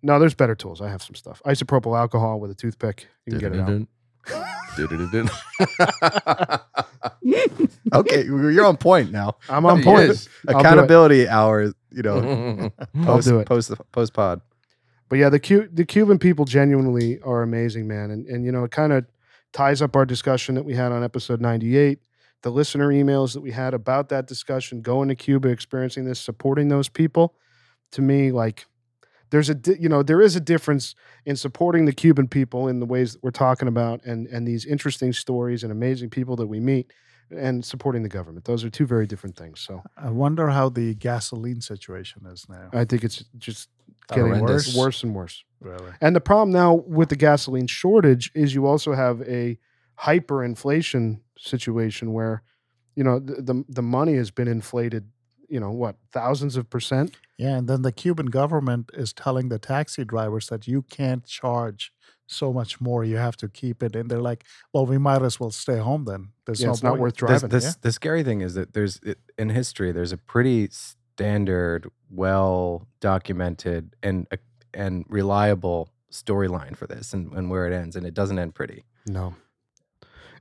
[SPEAKER 1] No, there's better tools. I have some stuff. Isopropyl alcohol with a toothpick. You can get it out.
[SPEAKER 6] [laughs]
[SPEAKER 2] Du-du-du-dun.
[SPEAKER 7] okay, you're on point now.
[SPEAKER 1] I'm on
[SPEAKER 7] He
[SPEAKER 1] point.
[SPEAKER 7] is.
[SPEAKER 1] I'll do it.
[SPEAKER 7] Accountability hour, you
[SPEAKER 6] [laughs]
[SPEAKER 7] know,
[SPEAKER 1] Mm-hmm. I'll
[SPEAKER 7] post,
[SPEAKER 1] do it.
[SPEAKER 7] post post pod.
[SPEAKER 1] But yeah, the Cu- the Cuban people genuinely are amazing, man. And and you know, it kind of ties up our discussion that we had on episode 98, the listener emails that we had about that discussion, going to Cuba, experiencing this, supporting those people. To me, like there's a di- you know there is a difference in supporting the Cuban people in the ways that we're talking about and and these interesting stories and amazing people that we meet and supporting the government. Those are two very different things. So
[SPEAKER 4] I wonder how the gasoline situation is now.
[SPEAKER 1] I think it's just getting worse,
[SPEAKER 4] Horrendous.
[SPEAKER 1] worse and worse.
[SPEAKER 4] really.
[SPEAKER 1] And the problem now with the gasoline shortage is you also have a hyperinflation situation where, you know, the the, the money has been inflated. You know what, thousands of percent.
[SPEAKER 4] Yeah, and then the Cuban government is telling the taxi drivers that you can't charge so much more. You have to keep it, and they're like, "Well, we might as well stay home then. There's
[SPEAKER 1] Yeah,
[SPEAKER 4] no
[SPEAKER 1] it's not
[SPEAKER 4] point."
[SPEAKER 1] worth
[SPEAKER 6] This-
[SPEAKER 1] driving.
[SPEAKER 6] this, the scary thing is that there's i- in history there's a pretty standard, well documented and uh, and reliable storyline for this and, and where it ends and it doesn't end pretty.
[SPEAKER 1] No.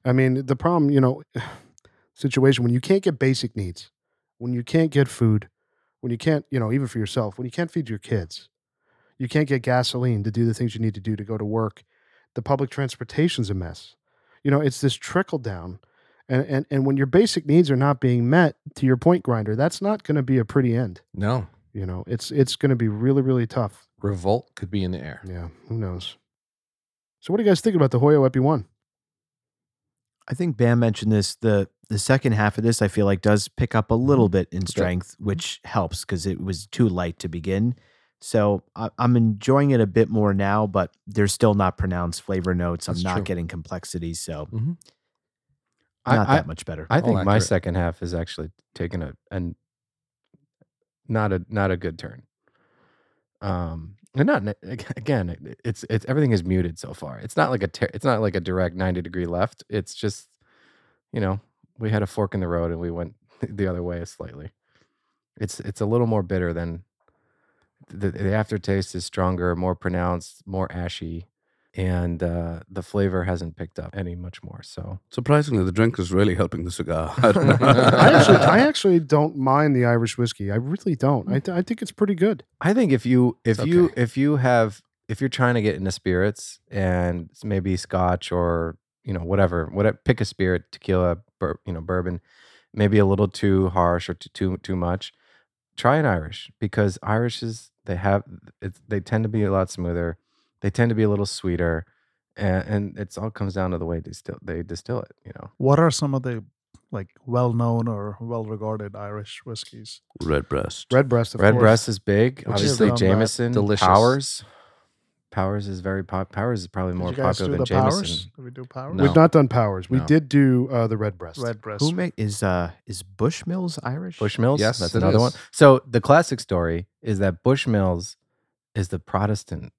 [SPEAKER 1] I mean, the problem, you know, [sighs] situation when you can't get basic needs, when you can't get food, when you can't, you know, even for yourself, when you can't feed your kids, you can't get gasoline to do the things you need to do to go to work. The public transportation's a mess. You know, it's this trickle down. And, and, and when your basic needs are not being met, to your point, grinder, that's not going to be a pretty end.
[SPEAKER 2] [laughs] No,
[SPEAKER 1] You know, it's it's going to be really really tough.
[SPEAKER 2] revolt could be in the air.
[SPEAKER 1] Yeah, who knows? So, what do you guys think about the Hoyo Epi One?
[SPEAKER 3] I think Bam mentioned this. The the second half of this, I feel like, does pick up a little bit in strength, which helps because it was too light to begin. So I, I'm enjoying it a bit more now, but there's still not pronounced flavor notes. I'm
[SPEAKER 2] That's
[SPEAKER 3] not
[SPEAKER 2] true.
[SPEAKER 3] getting complexity, so
[SPEAKER 2] Mhm.
[SPEAKER 3] not
[SPEAKER 6] I, I,
[SPEAKER 3] that much better.
[SPEAKER 6] I
[SPEAKER 2] All
[SPEAKER 6] think my
[SPEAKER 2] accurate.
[SPEAKER 6] second half is actually taking a and not a not a good turn. Um, and not ne- ag- [laughs] again. it- It's it's everything is muted so far. It's not like a ter- it's not like a direct ninety degree left. It's just you know we had a fork in the road and we went [laughs] the other way slightly. It's it's a little more bitter than the, the aftertaste is stronger, more pronounced, more ashy, and uh, the flavor hasn't picked up any much more. So
[SPEAKER 5] Surprisingly, the drink is really helping the cigar. [laughs] I
[SPEAKER 1] [laughs]
[SPEAKER 5] don't
[SPEAKER 1] I actually,
[SPEAKER 5] know.
[SPEAKER 6] [laughs]
[SPEAKER 1] I actually don't mind the Irish whiskey. I really don't. I, th- I think it's pretty good.
[SPEAKER 6] I think if you if
[SPEAKER 2] It's
[SPEAKER 6] you
[SPEAKER 2] okay.
[SPEAKER 6] if you have if you're trying to get into spirits and s- maybe scotch or you know whatever whatever pick a spirit tequila bur, you know bourbon maybe a little too harsh or too too, too much try an irish because irish is they have it's, they tend to be a lot smoother they tend to be a little sweeter and, and it's all comes down to the way they still they distill it you know
[SPEAKER 4] What are some of the like well-known or well-regarded Irish whiskeys?
[SPEAKER 5] Redbreast.
[SPEAKER 1] Redbreast, of
[SPEAKER 6] Red
[SPEAKER 1] course.
[SPEAKER 6] breast is big.
[SPEAKER 4] Which is um, uh,
[SPEAKER 6] Obviously,
[SPEAKER 4] not bad.
[SPEAKER 6] Jameson,
[SPEAKER 2] Delicious.
[SPEAKER 6] Powers. Powers is very pop. Powers is probably more
[SPEAKER 4] Did you guys
[SPEAKER 6] popular
[SPEAKER 4] do
[SPEAKER 6] than
[SPEAKER 4] the
[SPEAKER 6] Jameson.
[SPEAKER 4] powers? Did we do powers?
[SPEAKER 2] No.
[SPEAKER 1] We've not done Powers. We
[SPEAKER 2] No.
[SPEAKER 1] did do uh, the Redbreast.
[SPEAKER 4] Red breast.
[SPEAKER 3] Who make is uh is Bushmills Irish?
[SPEAKER 6] Bushmills.
[SPEAKER 2] Yes,
[SPEAKER 6] that's
[SPEAKER 2] it
[SPEAKER 6] another one.
[SPEAKER 2] is.
[SPEAKER 6] So the classic story is that Bushmills is the Protestant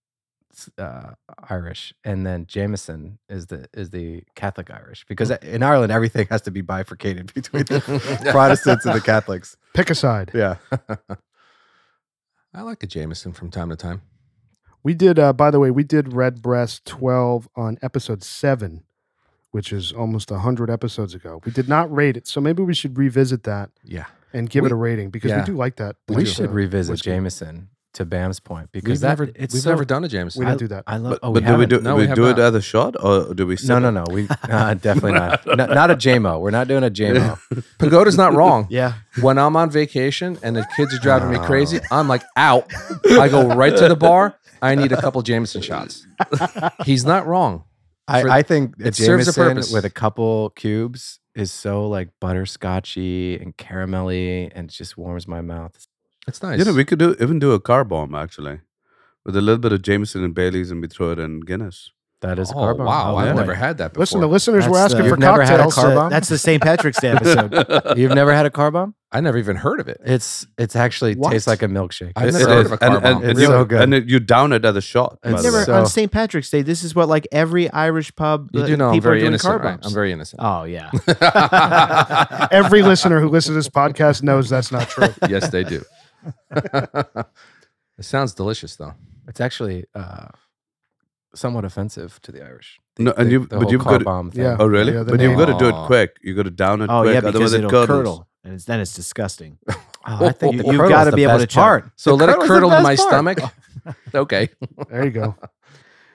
[SPEAKER 6] uh, Irish, and then Jameson is the is the Catholic Irish. Because in Ireland, everything has to be bifurcated [laughs] between the Protestants and the Catholics.
[SPEAKER 1] Pick a side.
[SPEAKER 6] Yeah,
[SPEAKER 2] I like a Jameson from time to time.
[SPEAKER 1] We did. Uh, by the way, we did Redbreast twelve on episode seven, which is almost hundred episodes ago. We did not rate it, so maybe we should revisit that
[SPEAKER 2] Yeah.
[SPEAKER 1] and give
[SPEAKER 2] We-
[SPEAKER 1] it a rating because we
[SPEAKER 2] yeah.
[SPEAKER 1] do like that.
[SPEAKER 6] we
[SPEAKER 1] particular
[SPEAKER 6] should revisit
[SPEAKER 1] whiskey.
[SPEAKER 6] Jameson to Bam's point because
[SPEAKER 2] We've
[SPEAKER 6] that
[SPEAKER 2] never
[SPEAKER 6] it's
[SPEAKER 2] we've
[SPEAKER 6] so-
[SPEAKER 2] never done a
[SPEAKER 1] We
[SPEAKER 2] Jameson.
[SPEAKER 1] didn't do that.
[SPEAKER 6] I love.
[SPEAKER 5] But,
[SPEAKER 6] Oh,
[SPEAKER 5] but do we
[SPEAKER 6] haven't.
[SPEAKER 5] do,
[SPEAKER 2] No,
[SPEAKER 5] we
[SPEAKER 2] we have
[SPEAKER 5] do it
[SPEAKER 2] not.
[SPEAKER 5] as a shot or do we? sip
[SPEAKER 6] No,
[SPEAKER 5] [laughs]
[SPEAKER 6] no,
[SPEAKER 5] it?
[SPEAKER 6] no. We uh, definitely not. not. Not a JMO. We're not doing a JMO.
[SPEAKER 2] Pagoda's not wrong.
[SPEAKER 3] Yeah.
[SPEAKER 2] When I'm on vacation and the kids are driving me crazy, I'm like out. I go right to the bar. I need a couple Jameson [laughs] shots. He's not wrong.
[SPEAKER 6] I,
[SPEAKER 2] For-
[SPEAKER 6] I think a
[SPEAKER 2] it serves a
[SPEAKER 6] Jameson
[SPEAKER 2] purpose.
[SPEAKER 6] with a couple cubes is so like butterscotchy and caramelly and just warms my mouth.
[SPEAKER 2] It's nice.
[SPEAKER 5] You know, we could do even do a car bomb actually, with a little bit of Jameson and Bailey's, and we throw it
[SPEAKER 2] [laughs]
[SPEAKER 5] in Guinness.
[SPEAKER 6] That is a
[SPEAKER 2] oh,
[SPEAKER 6] car bomb.
[SPEAKER 2] wow,
[SPEAKER 3] Oh,
[SPEAKER 2] I've
[SPEAKER 3] boy.
[SPEAKER 2] never had that before.
[SPEAKER 1] Listen, the listeners were
[SPEAKER 3] That's the-
[SPEAKER 1] asking for
[SPEAKER 6] You've never had a
[SPEAKER 1] cocktails.
[SPEAKER 3] That's,
[SPEAKER 6] car
[SPEAKER 3] the-
[SPEAKER 6] bomb?
[SPEAKER 3] that's the St. Patrick's Day
[SPEAKER 2] [laughs]
[SPEAKER 3] episode.
[SPEAKER 6] You've never had a car bomb?
[SPEAKER 2] I never even heard of it.
[SPEAKER 6] It's it's actually
[SPEAKER 1] What?
[SPEAKER 6] tastes like a milkshake.
[SPEAKER 2] I've
[SPEAKER 5] It-
[SPEAKER 6] It's
[SPEAKER 2] never
[SPEAKER 5] it
[SPEAKER 2] heard
[SPEAKER 5] is.
[SPEAKER 2] of a car
[SPEAKER 5] and, and,
[SPEAKER 2] bomb.
[SPEAKER 5] and
[SPEAKER 6] It's
[SPEAKER 5] you,
[SPEAKER 6] so good.
[SPEAKER 5] and it- you down it at the shot. by
[SPEAKER 6] It's
[SPEAKER 5] the way.
[SPEAKER 3] Never
[SPEAKER 6] so-
[SPEAKER 3] on St. Patrick's Day. This is what like every Irish pub.
[SPEAKER 2] You
[SPEAKER 3] the
[SPEAKER 2] do know I'm
[SPEAKER 3] people are
[SPEAKER 2] very
[SPEAKER 3] doing car
[SPEAKER 2] innocent. Right?
[SPEAKER 3] bombs.
[SPEAKER 2] I'm very [laughs] innocent.
[SPEAKER 3] Oh yeah.
[SPEAKER 4] [laughs]
[SPEAKER 1] Every listener who listens to this podcast knows that's not true.
[SPEAKER 2] yes, they [laughs] do. it sounds delicious though.
[SPEAKER 6] it's actually uh, somewhat offensive to the Irish.
[SPEAKER 5] No, and
[SPEAKER 6] The-
[SPEAKER 5] you've
[SPEAKER 6] the
[SPEAKER 5] but
[SPEAKER 6] whole
[SPEAKER 5] you've
[SPEAKER 6] car
[SPEAKER 5] got.
[SPEAKER 6] bomb thing.
[SPEAKER 1] Yeah.
[SPEAKER 5] Oh really?
[SPEAKER 1] Yeah, the
[SPEAKER 5] but you've got to do
[SPEAKER 2] name.
[SPEAKER 5] it quick. You got to down it
[SPEAKER 3] Oh
[SPEAKER 5] quick.
[SPEAKER 3] yeah,
[SPEAKER 5] Otherwise
[SPEAKER 3] because
[SPEAKER 5] it
[SPEAKER 3] it'll
[SPEAKER 5] curdles.
[SPEAKER 3] curdle, and it's, then it's disgusting.
[SPEAKER 6] Oh, I [laughs] think the
[SPEAKER 3] You've
[SPEAKER 6] curdle's
[SPEAKER 3] gotta
[SPEAKER 6] the
[SPEAKER 3] be able
[SPEAKER 6] best
[SPEAKER 3] to chug.
[SPEAKER 6] part.
[SPEAKER 2] So let it
[SPEAKER 6] curdle's the
[SPEAKER 2] curdle in
[SPEAKER 6] best
[SPEAKER 2] my
[SPEAKER 6] part.
[SPEAKER 2] stomach.
[SPEAKER 6] [laughs]
[SPEAKER 2] okay.
[SPEAKER 1] There you go.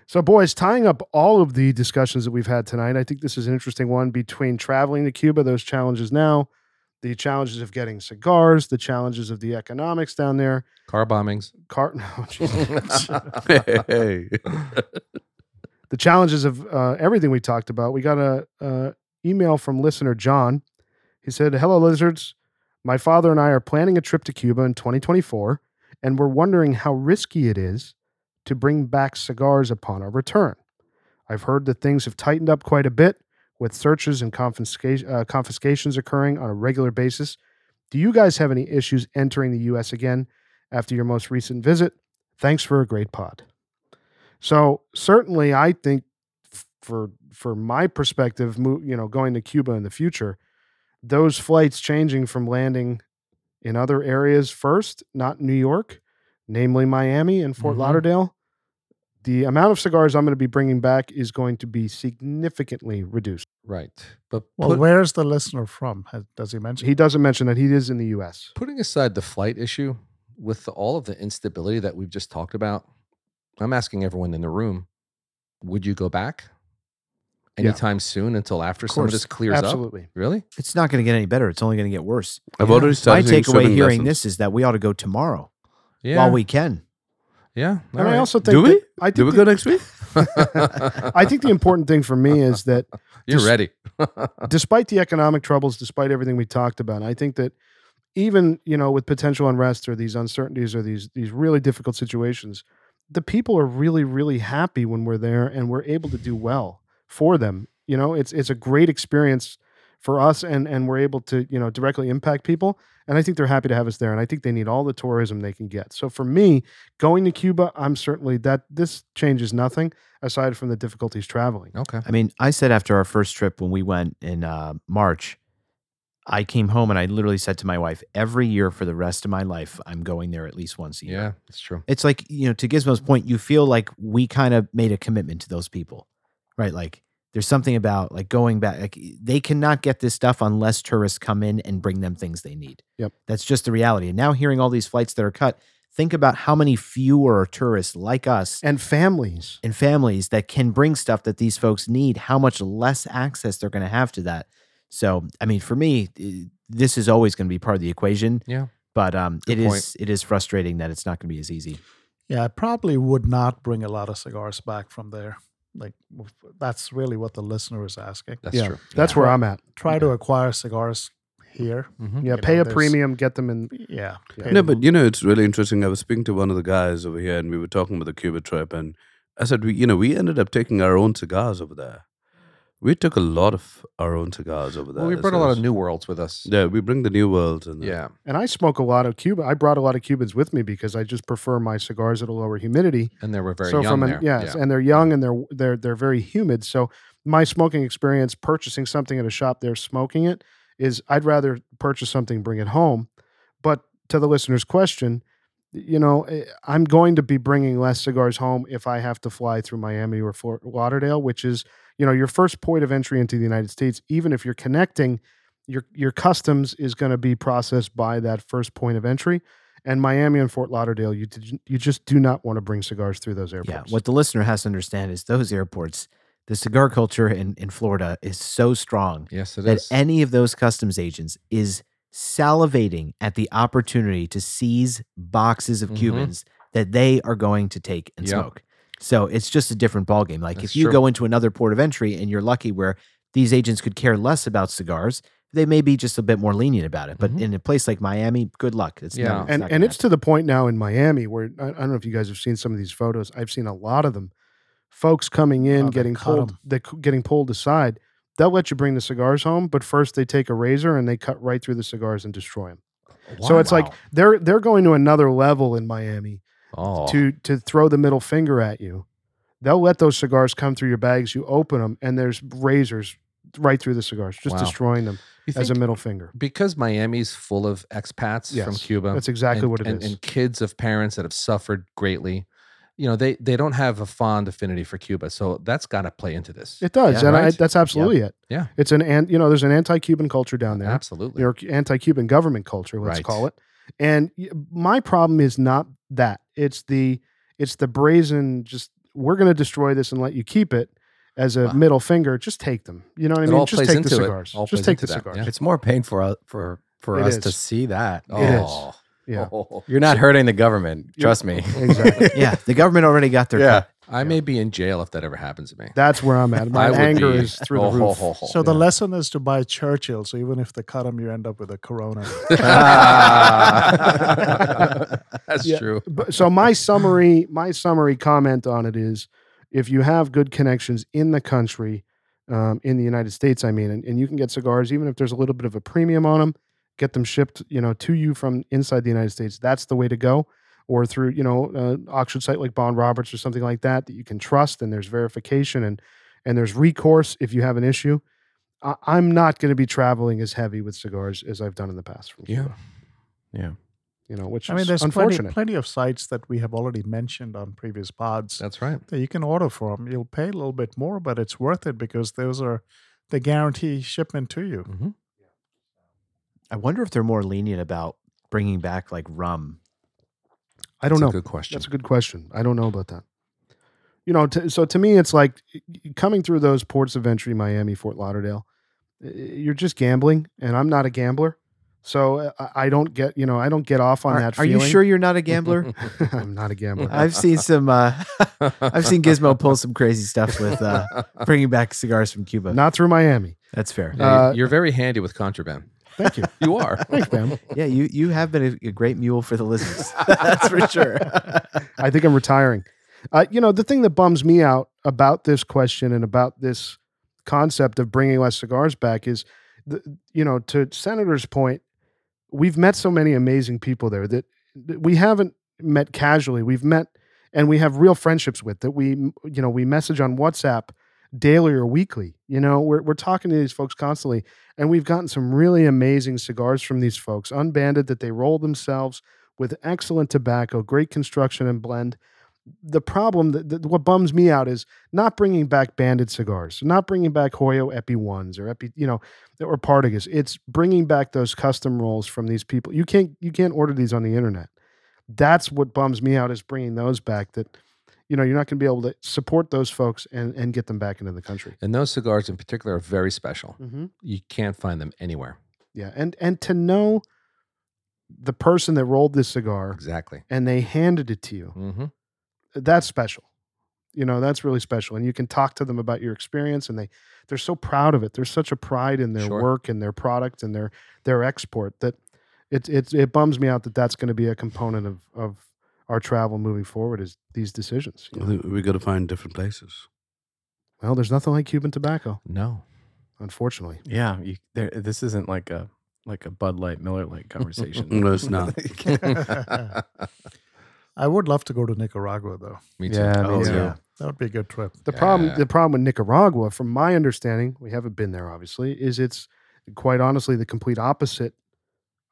[SPEAKER 1] So, boys, tying up all of the discussions that we've had tonight, I think this is an interesting one between traveling to Cuba, those challenges now, the challenges of getting cigars, the challenges of the economics down there.
[SPEAKER 2] Car bombings.
[SPEAKER 1] Car- [laughs] no, Jesus.
[SPEAKER 5] [laughs]
[SPEAKER 6] [laughs]
[SPEAKER 5] Hey.
[SPEAKER 1] the challenges of uh, everything we talked about. We got a uh, email from listener John. He said, "Hello, lizards. My father and I are planning a trip to Cuba in 2024, and we're wondering how risky it is to bring back cigars upon our return. I've heard that things have tightened up quite a bit with searches and confisca- uh, confiscations occurring on a regular basis. Do you guys have any issues entering the U.S. again after your most recent visit? Thanks for a great pod." So certainly, I think f- for for my perspective, mo- you know, going to Cuba in the future, those flights changing from landing in other areas first, not New York, namely Miami and Fort
[SPEAKER 2] Mhm.
[SPEAKER 1] Lauderdale. The amount of cigars I'm going to be bringing back is going to be significantly reduced.
[SPEAKER 2] Right. But
[SPEAKER 4] Well,
[SPEAKER 2] put-
[SPEAKER 4] where's the listener from? Has, does he mention?
[SPEAKER 1] He doesn't mention that he is in the U.S.
[SPEAKER 2] putting aside the flight issue, with the, all of the instability that we've just talked about, I'm asking everyone in the room, would you go back
[SPEAKER 1] Yeah.
[SPEAKER 2] anytime soon until after some of
[SPEAKER 1] course.
[SPEAKER 2] this clears up?
[SPEAKER 1] Absolutely.
[SPEAKER 2] Really?
[SPEAKER 3] It's not going to get any better. It's only going to get worse.
[SPEAKER 5] I've already
[SPEAKER 3] My
[SPEAKER 5] started doing
[SPEAKER 3] takeaway
[SPEAKER 5] swimming
[SPEAKER 3] hearing
[SPEAKER 5] lessons.
[SPEAKER 3] this is that we ought to go tomorrow
[SPEAKER 2] Yeah.
[SPEAKER 3] while we can.
[SPEAKER 2] yeah.
[SPEAKER 1] And
[SPEAKER 2] all
[SPEAKER 1] I
[SPEAKER 2] right. [laughs]
[SPEAKER 1] also [laughs] think
[SPEAKER 5] Do we?
[SPEAKER 1] that- I think
[SPEAKER 5] Do we
[SPEAKER 1] the-
[SPEAKER 5] go next week?
[SPEAKER 1] I think the important thing for me is that
[SPEAKER 2] You're
[SPEAKER 1] just-
[SPEAKER 2] ready.
[SPEAKER 1] despite the economic troubles, despite everything we talked about, I think that even you know with potential unrest or these uncertainties or these these really difficult situations, the people are really really happy when we're there and we're able to do well for them. You know, it's it's a great experience for us and and we're able to you know directly impact people and i think they're happy to have us there and i think they need all the tourism they can get so for me going to cuba i'm certainly that this changes nothing aside from the difficulties traveling
[SPEAKER 2] okay.
[SPEAKER 3] I mean, I said after our first trip when we went in uh, March, I came home and I literally said to my wife, every year for the rest of my life, I'm going there at least once a year.
[SPEAKER 2] Yeah, that's true.
[SPEAKER 3] It's like, you know, to Gizmo's point, you feel like we kind of made a commitment to those people, right? Like there's something about like going back, like they cannot get this stuff unless tourists come in and bring them things they need.
[SPEAKER 1] Yep.
[SPEAKER 3] That's just the reality. And now hearing all these flights that are cut, think about how many fewer tourists like us
[SPEAKER 1] and families
[SPEAKER 3] and families that can bring stuff that these folks need, how much less access they're going to have to that. So, I mean, for me, i- this is always going to be part of the equation.
[SPEAKER 2] Yeah.
[SPEAKER 3] But um,
[SPEAKER 2] Good
[SPEAKER 3] it is
[SPEAKER 2] point.
[SPEAKER 3] it is frustrating that it's not going to be as easy.
[SPEAKER 4] Yeah, I probably would not bring a lot of cigars back from there. Like that's really what the listener is asking.
[SPEAKER 2] That's
[SPEAKER 1] Yeah.
[SPEAKER 2] true.
[SPEAKER 1] that's where i'm at
[SPEAKER 4] Try to acquire cigars here.
[SPEAKER 2] Mhm.
[SPEAKER 1] Yeah,
[SPEAKER 4] You
[SPEAKER 1] pay
[SPEAKER 4] know,
[SPEAKER 1] a
[SPEAKER 4] there's-
[SPEAKER 1] premium, get them in.
[SPEAKER 4] Yeah.
[SPEAKER 1] Yeah.
[SPEAKER 4] pay
[SPEAKER 5] No,
[SPEAKER 4] them.
[SPEAKER 5] but you know, it's really interesting. I was speaking to one of the guys over here, and we were talking about the Cuba trip, and I said, we, you know, we ended up taking our own cigars over there. We took a lot of our own cigars over there.
[SPEAKER 2] Well, we
[SPEAKER 5] This
[SPEAKER 2] brought a lot
[SPEAKER 5] is-
[SPEAKER 2] of new worlds with us.
[SPEAKER 5] Yeah, we bring the new world and uh,
[SPEAKER 2] Yeah.
[SPEAKER 1] And I smoke a lot of Cuba. I brought a lot of Cubans with me because I just prefer my cigars at a lower humidity.
[SPEAKER 2] And they were very
[SPEAKER 1] so
[SPEAKER 2] young
[SPEAKER 1] from
[SPEAKER 2] there.
[SPEAKER 1] an, yes, and they're young and they're they're they're very humid. So my smoking experience purchasing something at a shop there smoking it is I'd rather purchase something bring it home. But to the listener's question, you know, eh, I'm going to be bringing less cigars home if I have to fly through Miami or Fort Lauderdale, which is, you know, your first point of entry into the United States, even if you're connecting, your your customs is going to be processed by that first point of entry. And Miami and Fort Lauderdale, you did, you just do not want to bring cigars through those airports.
[SPEAKER 3] Yeah. What the listener has to understand is those airports, the cigar culture in, in Florida is so strong
[SPEAKER 2] Yes, it
[SPEAKER 3] that
[SPEAKER 2] is.
[SPEAKER 3] any of those customs agents is salivating at the opportunity to seize boxes of
[SPEAKER 2] Mhm.
[SPEAKER 3] Cubans that they are going to take and
[SPEAKER 2] Yep.
[SPEAKER 3] smoke. So it's just a different ballgame. Like
[SPEAKER 2] That's
[SPEAKER 3] if you
[SPEAKER 2] true.
[SPEAKER 3] go into another port of entry and you're lucky where these agents could care less about cigars, they may be just a bit more lenient about it. But
[SPEAKER 2] Mhm.
[SPEAKER 3] in a place like Miami, good luck. It's
[SPEAKER 2] Yeah.
[SPEAKER 3] not, it's
[SPEAKER 1] and
[SPEAKER 3] not
[SPEAKER 1] and
[SPEAKER 3] gonna
[SPEAKER 1] it's [laughs] to the point now in Miami where I, I don't know if you guys have seen some of these photos. I've seen a lot of them. Folks coming in,
[SPEAKER 4] Oh, they
[SPEAKER 1] getting
[SPEAKER 4] cut
[SPEAKER 1] pulled,
[SPEAKER 4] 'em.
[SPEAKER 1] they getting pulled aside. They'll let you bring the cigars home, but first they take a razor and they cut right through the cigars and destroy them. So
[SPEAKER 2] Wow.
[SPEAKER 1] it's like they're they're going to another level in Miami
[SPEAKER 2] oh,
[SPEAKER 1] to to throw the middle finger at you. They'll let those cigars come through your bags. You open them, and there's razors right through the cigars, just
[SPEAKER 2] Wow.
[SPEAKER 1] destroying them
[SPEAKER 2] You
[SPEAKER 1] as a
[SPEAKER 2] think
[SPEAKER 1] middle finger.
[SPEAKER 2] because Miami's full of expats from
[SPEAKER 1] Yes,
[SPEAKER 2] Cuba.
[SPEAKER 1] That's exactly
[SPEAKER 2] and,
[SPEAKER 1] what it is.
[SPEAKER 2] and, and kids of parents that have suffered greatly. You know, they they don't have a fond affinity for Cuba, so that's got to play into this.
[SPEAKER 1] It does,
[SPEAKER 2] Yeah,
[SPEAKER 1] and I,
[SPEAKER 2] right?
[SPEAKER 1] that's absolutely it.
[SPEAKER 2] Yeah.
[SPEAKER 1] it's an, an you know there's an anti-Cuban culture down there,
[SPEAKER 2] Absolutely.
[SPEAKER 1] your anti-Cuban government culture, let's
[SPEAKER 2] Right.
[SPEAKER 1] call it. And y- my problem is not that; it's the it's the brazen just we're going to destroy this and let you keep it as a
[SPEAKER 2] Wow.
[SPEAKER 1] middle finger. Just take them. You know what I
[SPEAKER 2] It
[SPEAKER 1] mean?
[SPEAKER 2] all
[SPEAKER 1] just
[SPEAKER 2] plays
[SPEAKER 1] take the
[SPEAKER 2] into it.
[SPEAKER 1] cigars.
[SPEAKER 2] All
[SPEAKER 1] just take
[SPEAKER 2] plays
[SPEAKER 1] the
[SPEAKER 2] into that,
[SPEAKER 1] cigars.
[SPEAKER 2] yeah.
[SPEAKER 7] It's more painful for
[SPEAKER 6] uh, for
[SPEAKER 4] It
[SPEAKER 6] us to
[SPEAKER 4] is.
[SPEAKER 6] see that.
[SPEAKER 4] It is.
[SPEAKER 2] Oh. [laughs]
[SPEAKER 4] Yeah.
[SPEAKER 2] Oh.
[SPEAKER 6] You're not hurting the government. Trust me.
[SPEAKER 4] Exactly.
[SPEAKER 3] yeah, the government already got their
[SPEAKER 6] Yeah.
[SPEAKER 3] cut.
[SPEAKER 2] I may be in jail if that ever happens to me.
[SPEAKER 1] That's where I'm
[SPEAKER 2] [laughs]
[SPEAKER 1] at. My
[SPEAKER 2] I would
[SPEAKER 1] anger
[SPEAKER 2] be-
[SPEAKER 1] is through the
[SPEAKER 2] Oh, ho,
[SPEAKER 1] roof.
[SPEAKER 2] ho, ho.
[SPEAKER 4] So the
[SPEAKER 2] Yeah.
[SPEAKER 4] lesson is to buy Churchill. So even if they cut him, you end up with a
[SPEAKER 1] [laughs]
[SPEAKER 4] Corona.
[SPEAKER 2] [laughs] That's
[SPEAKER 1] Yeah.
[SPEAKER 2] true.
[SPEAKER 1] But, so my summary, my summary comment on it is, if you have good connections in the country, um, in the United States, I mean, and, and you can get cigars even if there's a little bit of a premium on them, get them shipped, you know, to you from inside the United States. That's the way to go, or through you know uh, auction site like Bond Roberts or something like that that you can trust and there's verification and and there's recourse if you have an issue. I, I'm not going to be traveling as heavy with cigars as I've done in the past. From
[SPEAKER 2] Yeah.
[SPEAKER 1] Cuba,
[SPEAKER 6] Yeah.
[SPEAKER 1] you know, which
[SPEAKER 4] I mean,
[SPEAKER 1] is
[SPEAKER 4] there's plenty,
[SPEAKER 1] unfortunate.
[SPEAKER 4] plenty of sites that we have already mentioned on previous pods
[SPEAKER 2] That's right.
[SPEAKER 4] that you can order from. You'll pay a little bit more, but it's worth it because those are they guarantee shipment to you.
[SPEAKER 2] hmm
[SPEAKER 3] I wonder if they're more lenient about bringing back like rum.
[SPEAKER 1] I don't know.
[SPEAKER 2] good question.
[SPEAKER 1] That's a good question. I don't know about that. You know, t- so to me, it's like y- y- coming through those ports of entry, Miami, Fort Lauderdale, y- you're just gambling, and I'm not a gambler. So uh, I I don't get, you know, I don't get off on
[SPEAKER 3] Are,
[SPEAKER 1] that
[SPEAKER 3] are
[SPEAKER 1] feeling.
[SPEAKER 3] you sure you're not a gambler?
[SPEAKER 1] [laughs]
[SPEAKER 3] [laughs]
[SPEAKER 1] I'm not a gambler.
[SPEAKER 3] I've seen some. Uh, [laughs]
[SPEAKER 1] [laughs]
[SPEAKER 3] I've seen Gizmo pull some crazy stuff with uh, bringing back cigars from Cuba.
[SPEAKER 1] not through Miami.
[SPEAKER 3] That's fair.
[SPEAKER 2] Yeah, you-
[SPEAKER 1] Uh,
[SPEAKER 2] you're very handy with contraband.
[SPEAKER 1] Thank you.
[SPEAKER 2] You are.
[SPEAKER 1] Thanks, Bam.
[SPEAKER 3] [laughs] Yeah, you you have been a, a great mule for the lizards. [laughs] That's for [laughs] sure.
[SPEAKER 1] I think I'm retiring. Uh, you know, the thing that bums me out about this question and about this concept of bringing less cigars back is, the, you know, to Senator's point, we've met so many amazing people there that that we haven't met casually. We've met and we have real friendships with that we, you know, we message on WhatsApp daily or weekly. You know, we're, we're talking to these folks constantly and we've gotten some really amazing cigars from these folks, unbanded that they roll themselves with excellent tobacco, great construction and blend. The problem that, that what bums me out is not bringing back banded cigars, not bringing back Hoyo Epi ones or Epi, you know, or Partagas. It's bringing back those custom rolls from these people. You can't you can't order these on the internet. That's what bums me out is bringing those back. That you know you're not going to be able to support those folks and and get them back into the country.
[SPEAKER 2] [laughs] And those cigars in particular are very special.
[SPEAKER 1] Mm-hmm.
[SPEAKER 2] You can't find them anywhere.
[SPEAKER 1] Yeah, and and to know the person that rolled this cigar
[SPEAKER 2] Exactly.
[SPEAKER 1] and they handed it to you,
[SPEAKER 2] Mm-hmm.
[SPEAKER 1] that's special. You know, that's really special, and you can talk to them about your experience, and they they're so proud of it. There's such a pride in their
[SPEAKER 2] Sure.
[SPEAKER 1] work and their product and their their export that it it it bums me out that that's going to be a component of of our travel moving forward is these decisions. you know?
[SPEAKER 5] We got to find different places.
[SPEAKER 1] Well, there's nothing like Cuban tobacco,
[SPEAKER 2] No.
[SPEAKER 1] unfortunately.
[SPEAKER 6] Yeah. You, there, this isn't like a like a Bud Light Miller Light conversation.
[SPEAKER 5] [laughs] No, it's not.
[SPEAKER 4] I would love to go to Nicaragua though.
[SPEAKER 2] [laughs] Me too.
[SPEAKER 6] yeah.
[SPEAKER 5] Oh,
[SPEAKER 6] Me too.
[SPEAKER 5] yeah.
[SPEAKER 4] That would be a good trip.
[SPEAKER 1] The problem
[SPEAKER 2] Yeah.
[SPEAKER 1] the problem with Nicaragua, from my understanding, we haven't been there obviously, is it's quite honestly the complete opposite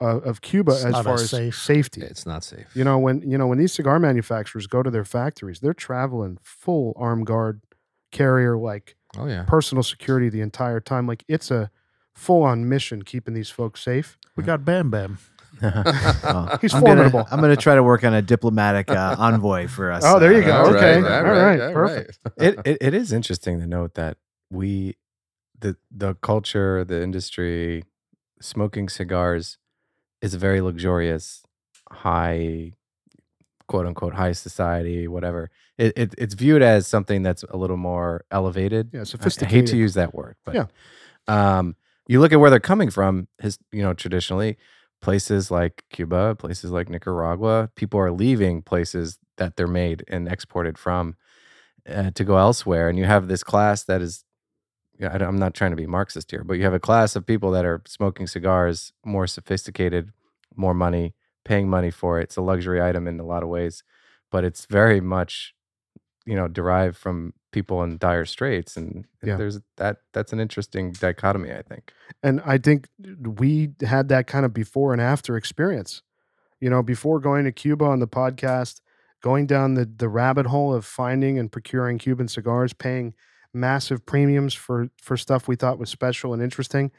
[SPEAKER 1] uh, of Cuba
[SPEAKER 4] It's
[SPEAKER 1] as
[SPEAKER 4] not
[SPEAKER 1] far
[SPEAKER 4] as
[SPEAKER 1] as
[SPEAKER 4] safe.
[SPEAKER 1] safety.
[SPEAKER 2] It's not safe.
[SPEAKER 1] you know when you know when these cigar manufacturers go to their factories, they're traveling full armed guard carrier like [laughs]
[SPEAKER 2] Oh yeah.
[SPEAKER 1] personal security the entire time. Like it's a full on mission keeping these folks safe.
[SPEAKER 4] We got Bam Bam.
[SPEAKER 2] [laughs]
[SPEAKER 3] Well,
[SPEAKER 1] He's
[SPEAKER 3] I'm gonna-
[SPEAKER 1] formidable.
[SPEAKER 3] I'm going to try to work on a diplomatic uh, envoy for us.
[SPEAKER 1] Oh, there you go.
[SPEAKER 3] uh,
[SPEAKER 2] All right,
[SPEAKER 1] Okay.
[SPEAKER 2] all right,
[SPEAKER 1] All right,
[SPEAKER 2] all right.
[SPEAKER 1] perfect.
[SPEAKER 6] it, it it is interesting to note that we the the culture, the industry, smoking cigars is a very luxurious, high quote unquote high society, whatever. It, it it's viewed as something that's a little more elevated.
[SPEAKER 1] Yeah,
[SPEAKER 6] I- I hate
[SPEAKER 1] sophisticated.
[SPEAKER 6] to use that word, but
[SPEAKER 1] Yeah.
[SPEAKER 6] um, you look at where they're coming from. His, you know, traditionally, places like Cuba, places like Nicaragua, people are leaving places that they're made and exported from uh, to go elsewhere, and you have this class that is. Yeah, I don't- I'm not trying to be Marxist here, but you have a class of people that are smoking cigars, more sophisticated, more money, paying money for it. It's a luxury item in a lot of ways, but it's very much, you know, derived from people in dire straits, and
[SPEAKER 1] Yeah.
[SPEAKER 6] there's that. That's an interesting dichotomy, I think.
[SPEAKER 1] And I think we had that kind of before and after experience. You know, before going to Cuba on the podcast, going down the, the rabbit hole of finding and procuring Cuban cigars, paying massive premiums for, for stuff we thought was special and interesting.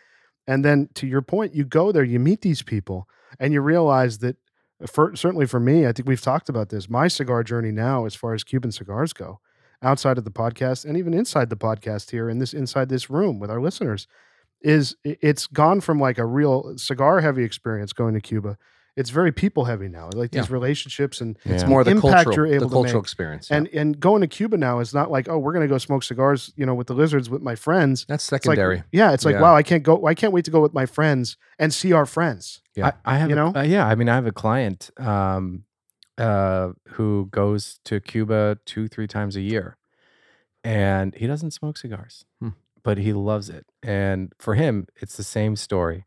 [SPEAKER 1] And then to your point, you go there, you meet these people, and you realize that, uh, for, certainly for me, I think we've talked about this. My cigar journey now, as far as Cuban cigars go, outside of the podcast and even inside the podcast here in this inside this room with our listeners is i- it's gone from like a real cigar heavy experience going to Cuba. It's very people heavy now, like these relationships and
[SPEAKER 2] It's
[SPEAKER 6] Yeah.
[SPEAKER 2] more the
[SPEAKER 1] Impact
[SPEAKER 2] cultural,
[SPEAKER 1] you're able
[SPEAKER 2] the
[SPEAKER 1] to
[SPEAKER 2] cultural
[SPEAKER 1] make.
[SPEAKER 2] experience.
[SPEAKER 1] and and going to Cuba now is not like oh we're gonna go smoke cigars you know with the lizards with my friends.
[SPEAKER 2] that's
[SPEAKER 1] It's like,
[SPEAKER 2] secondary.
[SPEAKER 1] yeah, it's like
[SPEAKER 2] Yeah.
[SPEAKER 1] wow I can't go I can't wait to go with my friends and see our friends.
[SPEAKER 2] Yeah.
[SPEAKER 7] I, I have, you
[SPEAKER 1] You know?
[SPEAKER 7] know, yeah. I mean, I have a client um, uh, who goes to Cuba two, three times a year, and he doesn't smoke cigars,
[SPEAKER 2] Hmm.
[SPEAKER 7] but he loves it. And for him, it's the same story.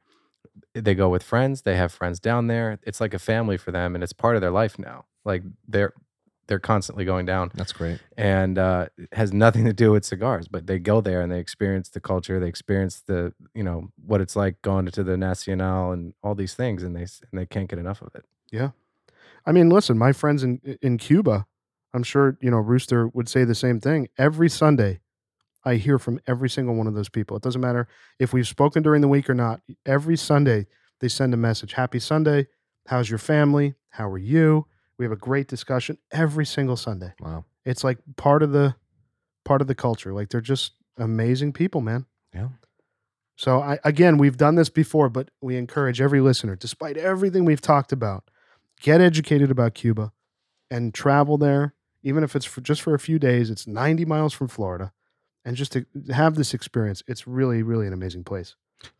[SPEAKER 7] They go with friends. They have friends down there. It's like a family for them, and it's part of their life now. Like they're they're constantly going down
[SPEAKER 2] that's great.
[SPEAKER 7] and uh, it has nothing to do with cigars. But they go there and they experience the culture, they experience the you know what it's like going to the Nacional and all these things, and they s- and they can't get enough of it.
[SPEAKER 1] I mean, listen, my friends in in Cuba, I'm sure you know Rooster would say the same thing. Every Sunday, I hear from every single one of those people. It doesn't matter if we've spoken during the week or not. Every Sunday, they send a message: "Happy Sunday! How's your family? How are you?" We have a great discussion every single Sunday.
[SPEAKER 2] Wow.
[SPEAKER 1] It's like part of the part of the culture. Like they're just amazing people, man.
[SPEAKER 2] Yeah.
[SPEAKER 1] So I again, we've done this before, but we encourage every listener, despite everything we've talked about, get educated about Cuba and travel there, even if it's for just for a few days. It's 90 miles from Florida, and just to have this experience, it's really, really an amazing place.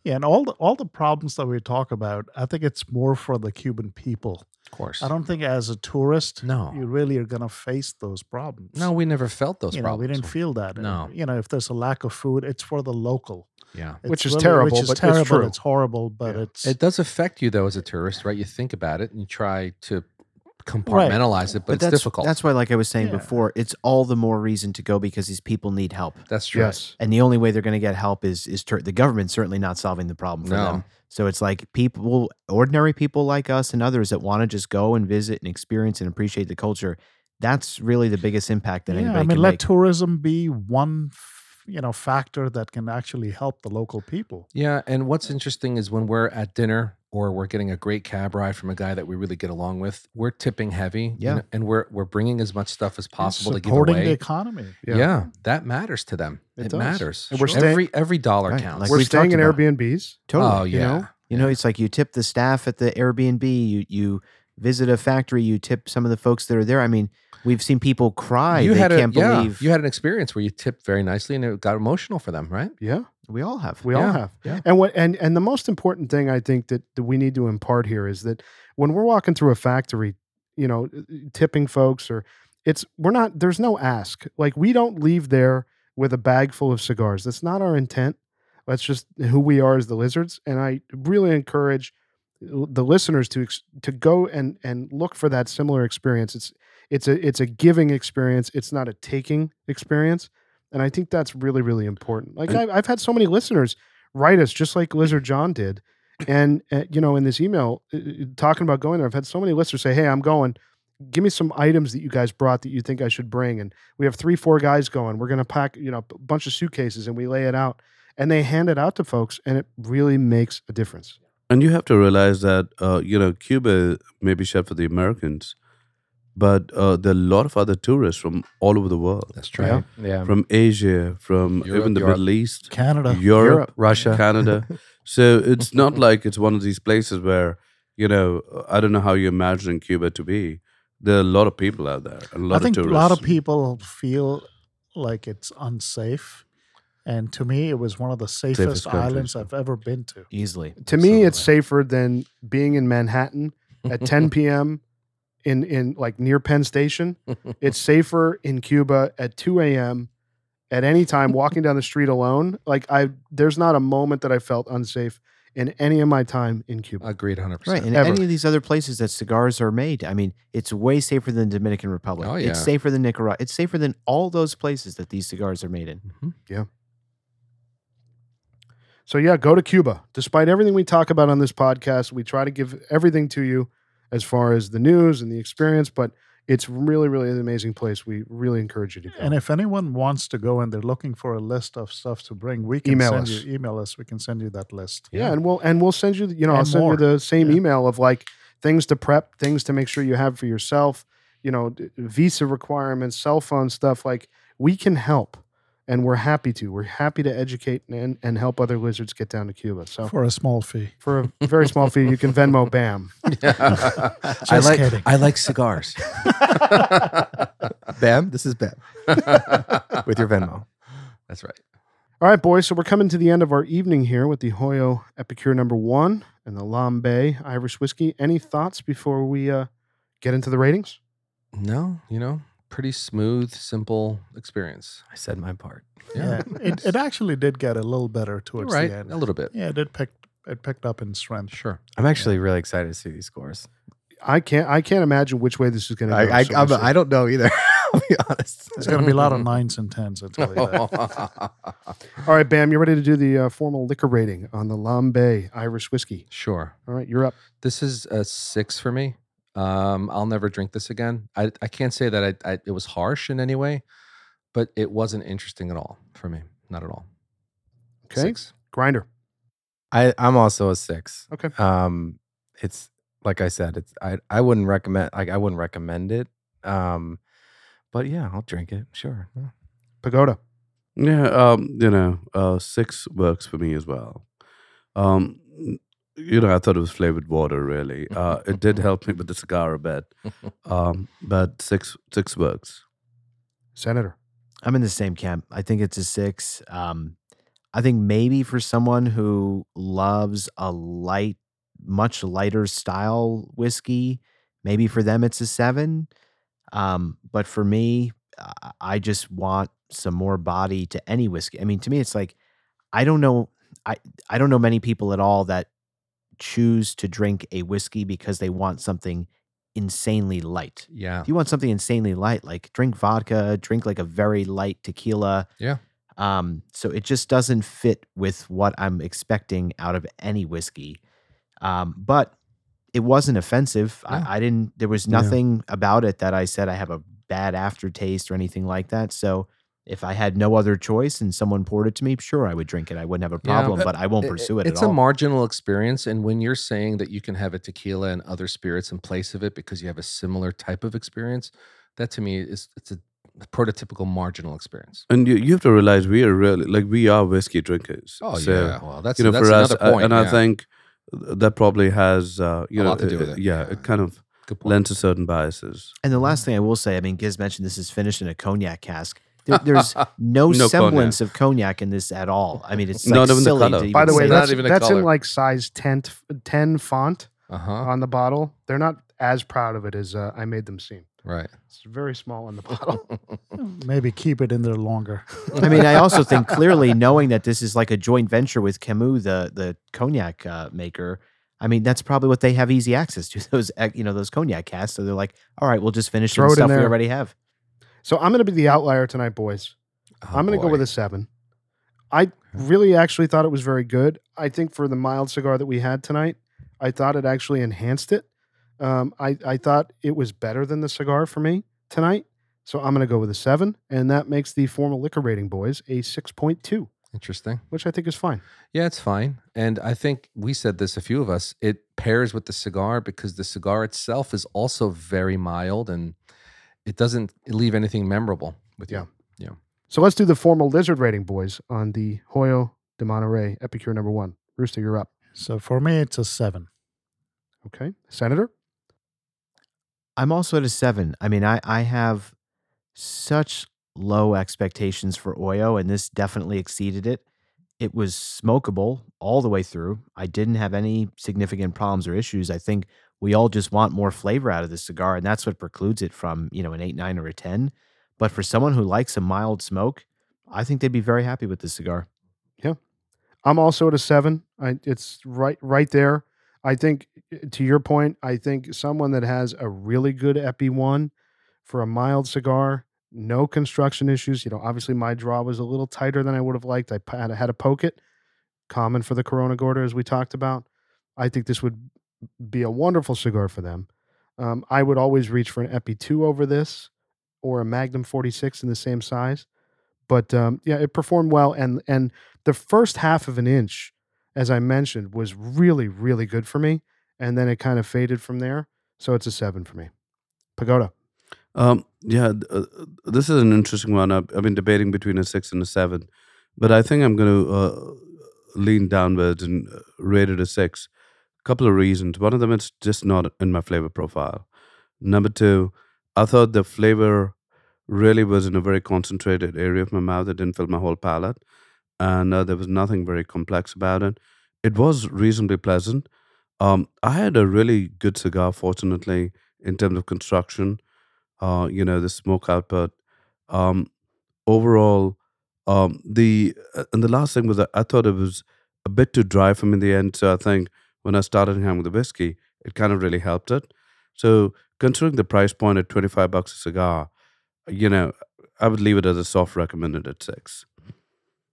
[SPEAKER 4] Yeah, and all the all the problems that we talk about, I think it's more for the Cuban people.
[SPEAKER 2] Of course.
[SPEAKER 4] I don't think as a tourist
[SPEAKER 2] No.
[SPEAKER 4] you really are gonna face those problems.
[SPEAKER 2] No, we never felt those
[SPEAKER 4] you know, we
[SPEAKER 2] problems.
[SPEAKER 4] didn't feel that. And,
[SPEAKER 2] No.
[SPEAKER 4] you know, if there's a lack of food, it's for the local,
[SPEAKER 2] yeah.
[SPEAKER 4] It's
[SPEAKER 1] Which is
[SPEAKER 4] really-
[SPEAKER 1] terrible,
[SPEAKER 4] Which is
[SPEAKER 1] but it's
[SPEAKER 4] terrible. It's,
[SPEAKER 1] true.
[SPEAKER 4] horrible, but
[SPEAKER 1] Yeah.
[SPEAKER 4] it's
[SPEAKER 2] It does affect you though as a tourist, right? You think about it and you try to compartmentalize it, but, it's
[SPEAKER 3] that's,
[SPEAKER 2] difficult.
[SPEAKER 3] That's why, like I was saying
[SPEAKER 4] Yeah.
[SPEAKER 3] before, it's all the more reason to go because these people need help.
[SPEAKER 2] That's true.
[SPEAKER 1] Yes,
[SPEAKER 3] and the only way they're going to get help is is tur the government's certainly not solving the problem for
[SPEAKER 2] No.
[SPEAKER 3] them. So it's like people, ordinary people like us and others that want to just go and visit and experience and appreciate the culture. That's really the biggest impact that
[SPEAKER 4] yeah,
[SPEAKER 3] anybody
[SPEAKER 4] I mean,
[SPEAKER 3] can
[SPEAKER 4] let
[SPEAKER 2] Oh,
[SPEAKER 3] make.
[SPEAKER 4] tourism be one, f- you know, factor that can actually help the local people.
[SPEAKER 2] Yeah, and what's interesting is when we're at dinner or we're getting a great cab ride from a guy that we really get along with, we're tipping heavy. you
[SPEAKER 3] Yeah.
[SPEAKER 2] know, and we're we're bringing as much stuff as possible to give
[SPEAKER 4] supporting the
[SPEAKER 2] away.
[SPEAKER 4] economy.
[SPEAKER 2] yeah. that matters to them.
[SPEAKER 4] It
[SPEAKER 2] It,
[SPEAKER 4] does.
[SPEAKER 2] matters.
[SPEAKER 1] And we're staying-
[SPEAKER 2] every every dollar
[SPEAKER 3] Right,
[SPEAKER 2] counts.
[SPEAKER 3] like
[SPEAKER 1] we're
[SPEAKER 3] we've
[SPEAKER 1] staying in
[SPEAKER 3] talked about.
[SPEAKER 1] Airbnbs.
[SPEAKER 3] Totally.
[SPEAKER 2] oh
[SPEAKER 1] you
[SPEAKER 2] yeah,
[SPEAKER 1] know?
[SPEAKER 3] You know, it's like you tip the staff at the Airbnb, you you visit a factory, you tip some of the folks that are there. I mean, we've seen people cry.
[SPEAKER 2] you
[SPEAKER 3] they
[SPEAKER 2] had a,
[SPEAKER 3] can't
[SPEAKER 2] yeah,
[SPEAKER 3] believe
[SPEAKER 2] you had an experience where you tipped very nicely and it got emotional for them, right?
[SPEAKER 1] Yeah,
[SPEAKER 3] we all have.
[SPEAKER 1] we all
[SPEAKER 2] Yeah,
[SPEAKER 1] have.
[SPEAKER 2] yeah.
[SPEAKER 1] And what and and the most important thing I think that, that we need to impart here is that when we're walking through a factory, you know, uh, tipping folks or it's we're not there's no ask. Like we don't leave there with a bag full of cigars. That's not our intent. That's just who we are as the lizards. And I really encourage uh, the listeners to ex- to go and and look for that similar experience. It's it's a it's a giving experience. It's not a taking experience. And I think that's really really important. Like I, I've had so many listeners write us just like Lizard John did, and uh, you know in this email uh, uh, talking about going there. I've had so many listeners say, "Hey, I'm going. Give me some items that you guys brought that you think I should bring." And we have three four guys going. We're gonna pack you know a bunch of suitcases and we lay it out. And they hand it out to folks, and it really makes a difference.
[SPEAKER 5] And you have to realize that, uh, you know, Cuba may be shut for the Americans, but uh, there are a lot of other tourists from all over the world.
[SPEAKER 2] That's true.
[SPEAKER 1] Yeah.
[SPEAKER 7] Yeah,
[SPEAKER 5] From Asia, from
[SPEAKER 2] Europe,
[SPEAKER 5] even the
[SPEAKER 2] Europe.
[SPEAKER 5] Middle East,
[SPEAKER 4] Canada.
[SPEAKER 5] Europe,
[SPEAKER 7] Russia.
[SPEAKER 5] Canada. so it's not like it's one of these places where, you know, I don't know how you imagine Cuba to be. There are a lot of people out there, a lot
[SPEAKER 4] I think
[SPEAKER 5] of
[SPEAKER 4] a
[SPEAKER 5] tourists.
[SPEAKER 4] lot of people feel like it's unsafe. And to me, it was one of the safest,
[SPEAKER 5] countries,
[SPEAKER 4] islands
[SPEAKER 5] yeah.
[SPEAKER 4] I've ever been to.
[SPEAKER 3] Easily.
[SPEAKER 1] to me it's
[SPEAKER 3] Absolutely.
[SPEAKER 1] safer than being in manhattan at 10 p.m in in like near penn station it's safer in cuba at 2 a.m at any time walking down the street alone like i there's not a moment that i felt unsafe in any of my time in cuba
[SPEAKER 2] Agreed, hundred
[SPEAKER 3] Right.
[SPEAKER 2] percent.
[SPEAKER 3] And
[SPEAKER 1] Ever.
[SPEAKER 3] any of these other places that cigars are made, I mean, it's way safer than Dominican Republic.
[SPEAKER 2] Oh, yeah.
[SPEAKER 3] It's safer than Nicaragua. It's safer than all those places that these cigars are made in.
[SPEAKER 2] Mm-hmm.
[SPEAKER 1] so yeah go to cuba despite everything we talk about on this podcast we try to give everything to you as far as the news and the experience but it's really really an amazing place we really encourage you to go
[SPEAKER 4] And if anyone wants to go and they're looking for a list of stuff to bring, we can
[SPEAKER 1] Email
[SPEAKER 4] send
[SPEAKER 1] us.
[SPEAKER 4] you email us. We can send you that list.
[SPEAKER 1] Yeah, and we'll and we'll send you, the- you know, I'll
[SPEAKER 4] And
[SPEAKER 1] send
[SPEAKER 4] more.
[SPEAKER 1] you the same
[SPEAKER 4] Yeah.
[SPEAKER 1] email of like things to prep, things to make sure you have for yourself, you know, d- visa requirements, cell phone stuff. Like we can help, and we're happy to. We're happy to educate and, and help other lizards get down to Cuba. So
[SPEAKER 4] for [laughs] a small fee.
[SPEAKER 1] for a very small fee, you can Venmo Bam.
[SPEAKER 2] [laughs] I
[SPEAKER 4] Just
[SPEAKER 2] like [laughs]
[SPEAKER 4] kidding.
[SPEAKER 2] I like cigars.
[SPEAKER 4] [laughs]
[SPEAKER 7] Bam, this is Bam [laughs] with your Venmo.
[SPEAKER 2] That's right.
[SPEAKER 1] All right, boys. So we're coming to the end of our evening here with the Hoyo Epicure number one and the Lambe Irish whiskey. Any thoughts before we uh, get into the ratings?
[SPEAKER 2] No, you know, pretty smooth, simple experience.
[SPEAKER 7] I said my part.
[SPEAKER 4] Yeah. it, it actually did get a little better
[SPEAKER 2] You're
[SPEAKER 4] towards
[SPEAKER 2] right.
[SPEAKER 4] the end.
[SPEAKER 2] A little bit.
[SPEAKER 4] Yeah, it did pick it picked up in strength.
[SPEAKER 2] Sure.
[SPEAKER 7] I'm actually really excited to see these scores.
[SPEAKER 1] I can't. I can't imagine which way this is going to go.
[SPEAKER 7] I, I,
[SPEAKER 1] so we'll
[SPEAKER 7] I'm,
[SPEAKER 1] see.
[SPEAKER 7] I don't know either. [laughs] I'll be honest.
[SPEAKER 4] There's going to be a lot of nines and tens. I tell you that.
[SPEAKER 2] [laughs]
[SPEAKER 1] All right, Bam. You're ready to do the uh, formal liquor rating on the Lambe Irish whiskey.
[SPEAKER 2] sure.
[SPEAKER 1] All right, you're up.
[SPEAKER 2] This is a six for me. Um, I'll never drink this again. I, I can't say that I, I it was harsh in any way, but it wasn't interesting at all for me. Not at all.
[SPEAKER 1] Okay,
[SPEAKER 2] Six.
[SPEAKER 1] grinder.
[SPEAKER 7] I, I'm also a six.
[SPEAKER 1] Okay.
[SPEAKER 7] Um, it's like I said, it's I, I wouldn't recommend like I wouldn't recommend it. Um, but yeah, I'll drink it. Sure. Yeah.
[SPEAKER 1] Pagoda.
[SPEAKER 5] Yeah, um, you know, uh, six works for me as well. Um, you know, I thought it was flavored water. Really, uh, it
[SPEAKER 2] [laughs]
[SPEAKER 5] did help me with the cigar a bit, um, but six six works.
[SPEAKER 1] Senator.
[SPEAKER 3] I'm in the same camp. I think it's a six. Um, I think maybe for someone who loves a light, much lighter style whiskey, maybe for them it's a seven. Um, but for me, I- I just want some more body to any whiskey. I mean, to me, it's like I don't know. I I don't know many people at all that choose to drink a whiskey because they want something insanely light.
[SPEAKER 2] Yeah.
[SPEAKER 3] If you want something insanely light, like drink vodka, drink like a very light tequila.
[SPEAKER 2] Yeah.
[SPEAKER 3] Um, so it just doesn't fit with what I'm expecting out of any whiskey. Um, but it wasn't offensive.
[SPEAKER 2] No.
[SPEAKER 3] I, I didn't, there was
[SPEAKER 1] Yeah.
[SPEAKER 3] nothing about it that I said I have a bad aftertaste or anything like that. So if I had no other choice and someone poured it to me, sure, I would drink it. I wouldn't have a
[SPEAKER 2] Yeah.
[SPEAKER 3] problem, but I won't
[SPEAKER 2] I-
[SPEAKER 3] pursue it
[SPEAKER 2] It's
[SPEAKER 3] at
[SPEAKER 2] a
[SPEAKER 3] all.
[SPEAKER 2] marginal experience, and when you're saying that you can have a tequila and other spirits in place of it because you have a similar type of experience, that to me is it's a prototypical marginal experience.
[SPEAKER 5] And you, you have to realize we are really like we are whiskey drinkers. so,
[SPEAKER 2] well Oh, that's
[SPEAKER 5] you know,
[SPEAKER 2] that's
[SPEAKER 5] for us, uh,
[SPEAKER 2] another point.
[SPEAKER 5] and I
[SPEAKER 2] yeah.
[SPEAKER 5] think that probably has uh, you
[SPEAKER 2] A
[SPEAKER 5] know,
[SPEAKER 2] lot to do with it.
[SPEAKER 5] Yeah, it kind of
[SPEAKER 2] good point.
[SPEAKER 5] lends to certain biases.
[SPEAKER 3] And the last thing I will say, I mean, Giz mentioned this is finished in a cognac cask. There, there's no,
[SPEAKER 5] No
[SPEAKER 3] semblance of cognac in this at all. I mean, it's
[SPEAKER 5] Not
[SPEAKER 3] like
[SPEAKER 5] even the
[SPEAKER 3] silly
[SPEAKER 5] color.
[SPEAKER 3] to even
[SPEAKER 1] By the
[SPEAKER 3] say
[SPEAKER 1] way,
[SPEAKER 3] that.
[SPEAKER 1] that's,
[SPEAKER 2] Not even a
[SPEAKER 1] that's in
[SPEAKER 2] color.
[SPEAKER 1] like size 10, t- 10 font
[SPEAKER 2] Uh huh.
[SPEAKER 1] on the bottle. They're not as proud of it as uh, I made them seem.
[SPEAKER 2] Right.
[SPEAKER 1] It's very small on the [laughs] bottle.
[SPEAKER 4] Maybe keep it in there longer.
[SPEAKER 3] I mean, I also
[SPEAKER 1] [laughs]
[SPEAKER 3] think clearly knowing that this is like a joint venture with Camus, the the cognac uh, maker. I mean, that's probably what they have easy access to [laughs] those, ec- you know, those cognac casks. So they're like, all right, we'll just finish
[SPEAKER 1] Throw
[SPEAKER 3] some
[SPEAKER 1] it in
[SPEAKER 3] stuff we
[SPEAKER 1] there.
[SPEAKER 3] already have.
[SPEAKER 1] so I'm going to be the outlier tonight, boys.
[SPEAKER 2] Oh,
[SPEAKER 1] I'm going to go with a seven. I really actually thought it was very good. I think for the mild cigar that we had tonight, I thought it actually enhanced it. Um, I, I thought it was better than the cigar for me tonight. So I'm going to go with a seven. And that makes the formal liquor rating, boys, a 6.2,
[SPEAKER 2] interesting.
[SPEAKER 1] which I think is fine.
[SPEAKER 2] Yeah, it's fine. And I think we said this, a few of us, it pairs with the cigar because the cigar itself is also very mild and it doesn't leave anything memorable with you.
[SPEAKER 1] Yeah. So let's do the formal lizard rating, boys, on the Hoyo de Monterey Epicure number one. Rooster, you're up.
[SPEAKER 4] So for me, it's a seven.
[SPEAKER 1] Okay. Senator?
[SPEAKER 3] I'm also at a seven. I mean, I, I have such low expectations for Oyo, and this definitely exceeded it. It was smokable all the way through. I didn't have any significant problems or issues. I think we all just want more flavor out of the cigar, and that's what precludes it from, you know, an eight, nine, or a 10. But for someone who likes a mild smoke, I think they'd be very happy with this cigar.
[SPEAKER 1] I'm also at a seven. I, it's right right there. I think eh, to your point, I think someone that has a really good Epi one for a mild cigar, no construction issues. You know, obviously my draw was a little tighter than I would have liked. I p- had, had to poke it, common for the Corona Gorda as we talked about. I think this would be a wonderful cigar for them. Um, I would always reach for an Epi two over this or a Magnum forty six in the same size. But um, yeah, it performed well and and the first half of an inch, as I mentioned, was really, really good for me. And then it kind of faded from there. So it's a seven for me. Pagoda.
[SPEAKER 5] Um, yeah, th- uh, this is an interesting one. I've, I've been debating between a six and a seven, but I think I'm going to uh, lean downwards and uh, rate it a six. couple of reasons. One of them, it's just not in my flavor profile. Number two, I thought the flavor really was in a very concentrated area of my mouth. It didn't fill my whole palate, and uh, there was nothing very complex about it. It was reasonably pleasant. Um, I had a really good cigar, fortunately, in terms of construction uh, you know, the smoke output. Um, overall, um, the uh, and the last thing was that I thought it was a bit too dry for me in the end. So I think when I started hanging with the whiskey, it kind of really helped it. So considering the price point at twenty five bucks a cigar, you know, I would leave it as a soft recommended at six.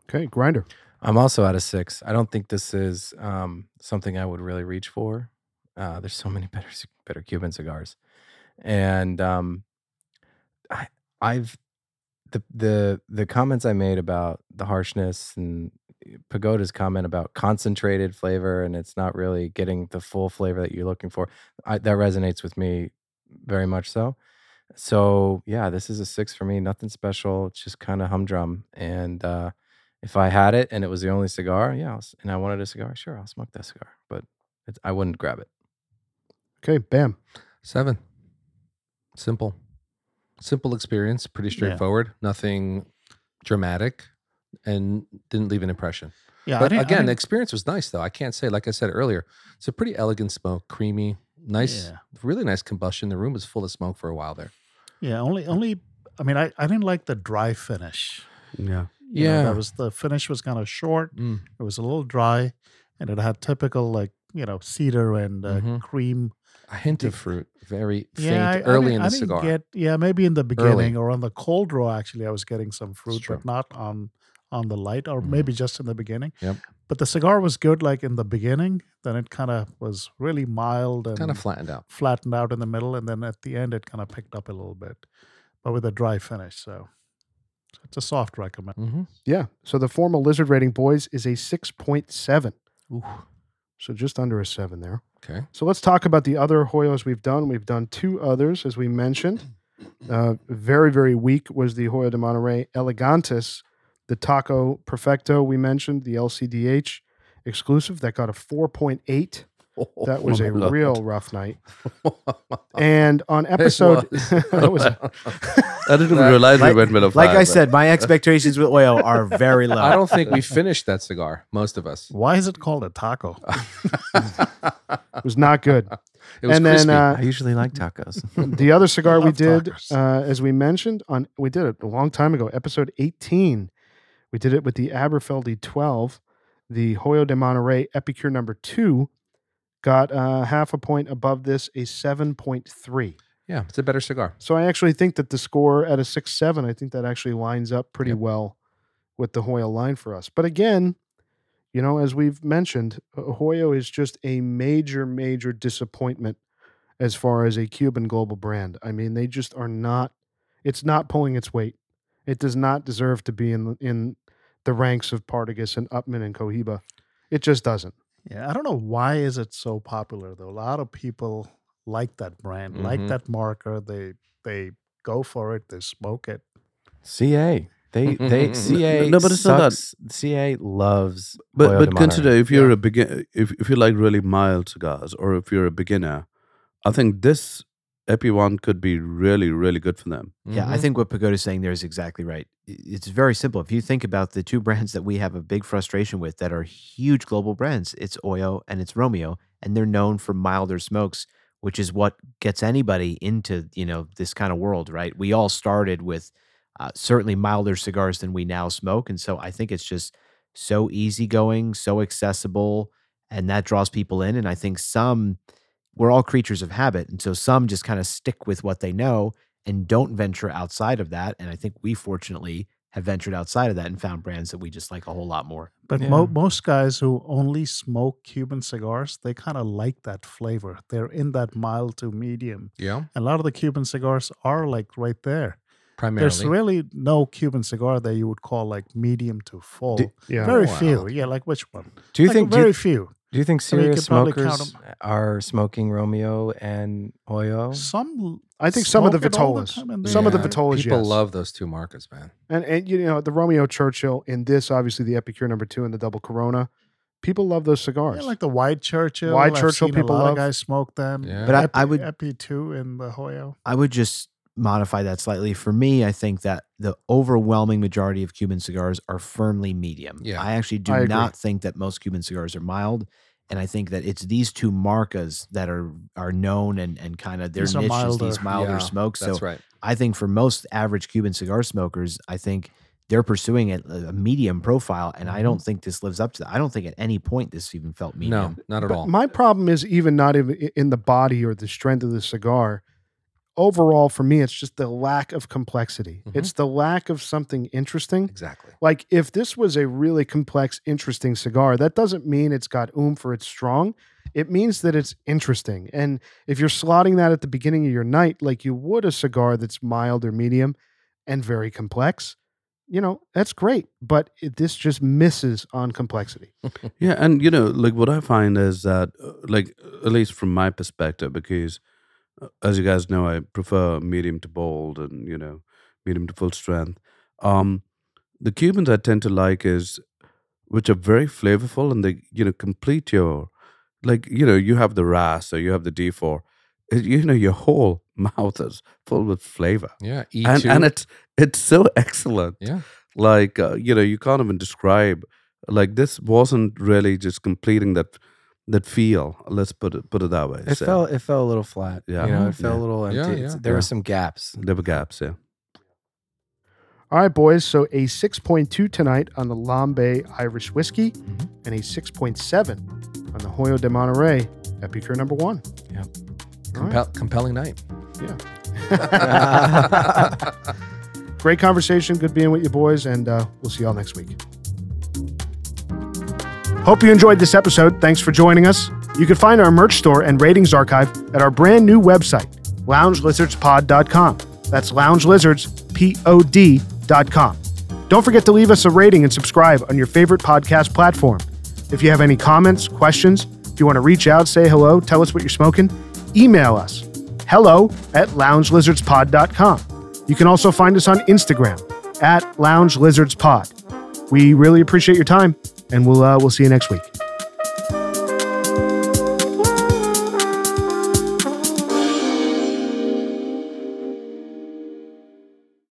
[SPEAKER 1] Okay, grinder.
[SPEAKER 6] I'm also at a six. I don't think this is um, something I would really reach for. Uh, there's so many [laughs] better c- better Cuban cigars, and um, I, I've the the the comments I made about the harshness and eh, Pagoda's comment about concentrated flavor and it's not really getting the full flavor that you're looking for. I, that resonates with me very much so. So yeah, this is a six for me. Nothing special. It's just kind of humdrum. And uh, if I had it and it was the only cigar, yeah, I'll s- and I wanted a cigar, sure, I'll smoke that cigar. But it's, I wouldn't grab it.
[SPEAKER 1] Okay, bam.
[SPEAKER 2] Seven. Simple. Simple experience, pretty straightforward, nothing dramatic, and didn't leave an impression.
[SPEAKER 4] Yeah,
[SPEAKER 2] But again, the experience was nice though. I can't say, like I said earlier, it's a pretty elegant smoke, creamy, nice,
[SPEAKER 4] Yeah.
[SPEAKER 2] really nice combustion. The room was full of smoke for a while there.
[SPEAKER 4] yeah, only only. I mean, I, I didn't like the dry finish.
[SPEAKER 5] Yeah,
[SPEAKER 4] You know,
[SPEAKER 2] Yeah.
[SPEAKER 4] that was the finish was kind of short.
[SPEAKER 2] Mm.
[SPEAKER 4] It was a little dry, and it had typical like you know cedar and uh,
[SPEAKER 2] Mhm.
[SPEAKER 4] cream.
[SPEAKER 2] A hint of
[SPEAKER 4] Did-
[SPEAKER 2] fruit, very
[SPEAKER 4] yeah,
[SPEAKER 2] faint,
[SPEAKER 4] I- I
[SPEAKER 2] early
[SPEAKER 4] didn't-
[SPEAKER 2] in
[SPEAKER 4] I
[SPEAKER 2] the
[SPEAKER 4] didn't
[SPEAKER 2] cigar.
[SPEAKER 4] Get, yeah, maybe in the beginning or on the cold row. Actually, I was getting some fruit,
[SPEAKER 2] true.
[SPEAKER 4] but not on on the light, or
[SPEAKER 2] Mhm.
[SPEAKER 4] maybe just in the beginning.
[SPEAKER 2] Yep.
[SPEAKER 4] But the cigar was good, like in the beginning. Then it kind of was really mild and
[SPEAKER 2] kind of flattened out.
[SPEAKER 4] flattened out in the middle, and then at the end it kind of picked up a little bit, but with a dry finish. So it's a soft recommend.
[SPEAKER 2] Mm-hmm.
[SPEAKER 1] Yeah. So the formal lizard rating, boys, is a 6.7. So just under a seven there.
[SPEAKER 2] Okay.
[SPEAKER 1] So let's talk about the other Hoyos we've done. We've done two others, as we
[SPEAKER 2] [clears throat]
[SPEAKER 1] mentioned. Uh, very, very weak was the Hoyo de Monterey Elegantis, the Taco Perfecto we mentioned, the LCDH exclusive that got a 4.8.
[SPEAKER 2] Oh
[SPEAKER 1] That was a
[SPEAKER 5] Lord.
[SPEAKER 1] real rough
[SPEAKER 2] [laughs]
[SPEAKER 1] night. And on episode, [laughs] that was
[SPEAKER 2] [laughs]
[SPEAKER 1] a-
[SPEAKER 5] I didn't even realize we went below
[SPEAKER 3] Like
[SPEAKER 5] five,
[SPEAKER 3] I [laughs]
[SPEAKER 5] but-
[SPEAKER 3] said, my expectations with oil are very low.
[SPEAKER 2] I don't think we finished that cigar, most of us.
[SPEAKER 4] Why is it called a taco?
[SPEAKER 1] it was not good.
[SPEAKER 2] [laughs] It was
[SPEAKER 1] and
[SPEAKER 2] crispy.
[SPEAKER 1] then uh,
[SPEAKER 7] I usually like
[SPEAKER 6] Mm-hmm.
[SPEAKER 7] tacos.
[SPEAKER 6] [laughs]
[SPEAKER 1] the other cigar we
[SPEAKER 4] love
[SPEAKER 1] did,
[SPEAKER 4] tacos.
[SPEAKER 1] uh, as we mentioned on, we did it a long time ago, episode 18. We did it with the Aberfeldy 12, the Hoyo de Monterey Epicure number two, got uh, half a point above this, a 7.3.
[SPEAKER 2] yeah, it's a better cigar.
[SPEAKER 1] So I actually think that the score at a 6 7, I think that actually lines up pretty
[SPEAKER 2] Yep.
[SPEAKER 1] well with the Hoyo line for us. But again, you know, as we've mentioned, uh, Hoyo is just a major, major disappointment as far as a Cuban global brand. I mean, they just are not, it's not pulling its weight. It does not deserve to be in, in the ranks of Partagas and Upman and Cohiba. It just doesn't.
[SPEAKER 4] Yeah, I don't know why is it so popular though. A lot of people like that brand, like
[SPEAKER 2] Mhm.
[SPEAKER 4] that marker. They they go for it. They smoke it.
[SPEAKER 6] CA. They they CA
[SPEAKER 5] No, but it's not that-
[SPEAKER 6] sucks. CA loves
[SPEAKER 5] But
[SPEAKER 6] Hoyo de
[SPEAKER 5] but
[SPEAKER 6] Monterey.
[SPEAKER 5] consider if you're a begin if if you like really mild cigars or if you're a beginner, I think this Epi one could be really really good for them.
[SPEAKER 3] Yeah, I think what Pagoda's saying there is exactly right. I- It's very simple. If you think about the two brands that we have a big frustration with that are huge global brands, it's Oyo and it's Romeo, and they're known for milder smokes, which is what gets anybody into, you know, this kind of world, right? We all started with uh, certainly milder cigars than we now smoke, and so I think it's just so easygoing, so accessible, and that draws people in, and I think some we're all creatures of habit, and so some just kind of stick with what they know and don't venture outside of that. And I think we fortunately have ventured outside of that and found brands that we just like a whole lot more.
[SPEAKER 4] But mo-
[SPEAKER 6] Yeah.
[SPEAKER 4] most guys who only smoke Cuban cigars, they kind of like that flavor. They're in that mild to medium.
[SPEAKER 2] Mm-hmm. Yeah,
[SPEAKER 4] A lot of the Cuban cigars are like right there. There's
[SPEAKER 2] primarily.
[SPEAKER 4] really no Cuban cigar that you would call like medium to full.
[SPEAKER 1] Yeah.
[SPEAKER 4] very
[SPEAKER 2] Wow.
[SPEAKER 4] few. Yeah, like which one?
[SPEAKER 6] do you
[SPEAKER 4] Like,
[SPEAKER 6] think do you-
[SPEAKER 4] very few?
[SPEAKER 7] Do you think
[SPEAKER 4] I mean, you
[SPEAKER 7] serious
[SPEAKER 4] could probably count
[SPEAKER 7] smokers are smoking Romeo and
[SPEAKER 6] Oh.
[SPEAKER 7] Hoyo?
[SPEAKER 4] Some
[SPEAKER 1] I think some of the
[SPEAKER 4] smoke it all the
[SPEAKER 1] Vitolas,
[SPEAKER 4] time and
[SPEAKER 1] some of the
[SPEAKER 4] they-
[SPEAKER 1] Vitolas,
[SPEAKER 2] People
[SPEAKER 1] yes.
[SPEAKER 2] love those two markets, man.
[SPEAKER 1] and and you know the Romeo Churchill in this, obviously the Epicure number two and the Double Corona. People love those
[SPEAKER 4] Yeah,
[SPEAKER 1] cigars.
[SPEAKER 4] like the wide Churchill.
[SPEAKER 1] Wide
[SPEAKER 4] I've
[SPEAKER 1] Churchill
[SPEAKER 4] seen
[SPEAKER 1] people
[SPEAKER 4] a lot
[SPEAKER 1] love.
[SPEAKER 4] of guys smoke them.
[SPEAKER 2] Yeah.
[SPEAKER 3] But I- I would-
[SPEAKER 4] Epi two in the Hoyo.
[SPEAKER 3] I would just modify that slightly. For me, I think that the overwhelming majority of Cuban cigars are firmly medium.
[SPEAKER 2] Yeah,
[SPEAKER 3] I actually do
[SPEAKER 1] I agree.
[SPEAKER 3] not think that most Cuban cigars are mild. And I think that it's these two marcas that are are known and and kind of their
[SPEAKER 4] These are
[SPEAKER 3] niche is these
[SPEAKER 4] milder.
[SPEAKER 3] milder
[SPEAKER 2] Yeah,
[SPEAKER 3] smokes. So
[SPEAKER 2] That's right.
[SPEAKER 3] I think for most average Cuban cigar smokers, I think they're pursuing a, a medium profile. And I don't think this lives up to that. I don't think at any point this even felt medium.
[SPEAKER 2] No, not at
[SPEAKER 1] But
[SPEAKER 2] all.
[SPEAKER 1] My problem is even not even i- in the body or the strength of the cigar. Overall, for me, it's just the lack of complexity.
[SPEAKER 2] Mhm.
[SPEAKER 1] It's the lack of something interesting.
[SPEAKER 2] exactly.
[SPEAKER 1] Like if this was a really complex, interesting cigar, that doesn't mean it's got oomph or it's strong. It means that it's interesting. And if you're slotting that at the beginning of your night, like you would a cigar that's mild or medium and very complex, you know, that's great. But it, this just misses on complexity.
[SPEAKER 5] Yeah, and you know, like what I find is that, uh, like at least from my perspective, because uh, as you guys know, I prefer medium to bold and you know, medium to full strength. Um, the Cubans I tend to like is which are very flavorful and they you know complete your, like you know, you have the ras or you have the D four, you know, your whole [laughs] mouth is full with flavor,
[SPEAKER 2] Yeah. E E2.
[SPEAKER 5] and and it's it's so [laughs] excellent
[SPEAKER 2] yeah.
[SPEAKER 5] like uh, you know you can't even describe like this wasn't really just completing that that feel let's put it put it that way
[SPEAKER 7] It
[SPEAKER 5] so,
[SPEAKER 7] fell. It fell a little flat.
[SPEAKER 5] Yeah.
[SPEAKER 7] you know,
[SPEAKER 5] Yeah.
[SPEAKER 6] Mm-hmm.
[SPEAKER 7] it fell a little empty.
[SPEAKER 2] Yeah,
[SPEAKER 7] It's-
[SPEAKER 2] yeah.
[SPEAKER 7] There
[SPEAKER 5] Yeah.
[SPEAKER 7] were some gaps.
[SPEAKER 5] there were gaps yeah
[SPEAKER 1] All right, boys. So a 6.2 tonight on the Lambe Irish Whiskey and a 6.7 on the Hoyo de Monterey Epicure number one.
[SPEAKER 7] Yep.
[SPEAKER 1] All right.
[SPEAKER 2] Compel- Compelling night.
[SPEAKER 1] Great conversation. Good being with you, boys, and uh, we'll see y'all next week. Hope you enjoyed this episode. Thanks for joining us. You can find our merch store and ratings archive at our brand new website, loungelizardspod.com. That's loungelizardspod.com. Don't forget to leave us a rating and subscribe on your favorite podcast platform. If you have any comments, questions, if you want to reach out, say hello, tell us what you're smoking, email us hello at loungelizardspod.com. You can also find us on Instagram at loungelizardspod. We really appreciate your time, and we'll uh, we'll see you next week.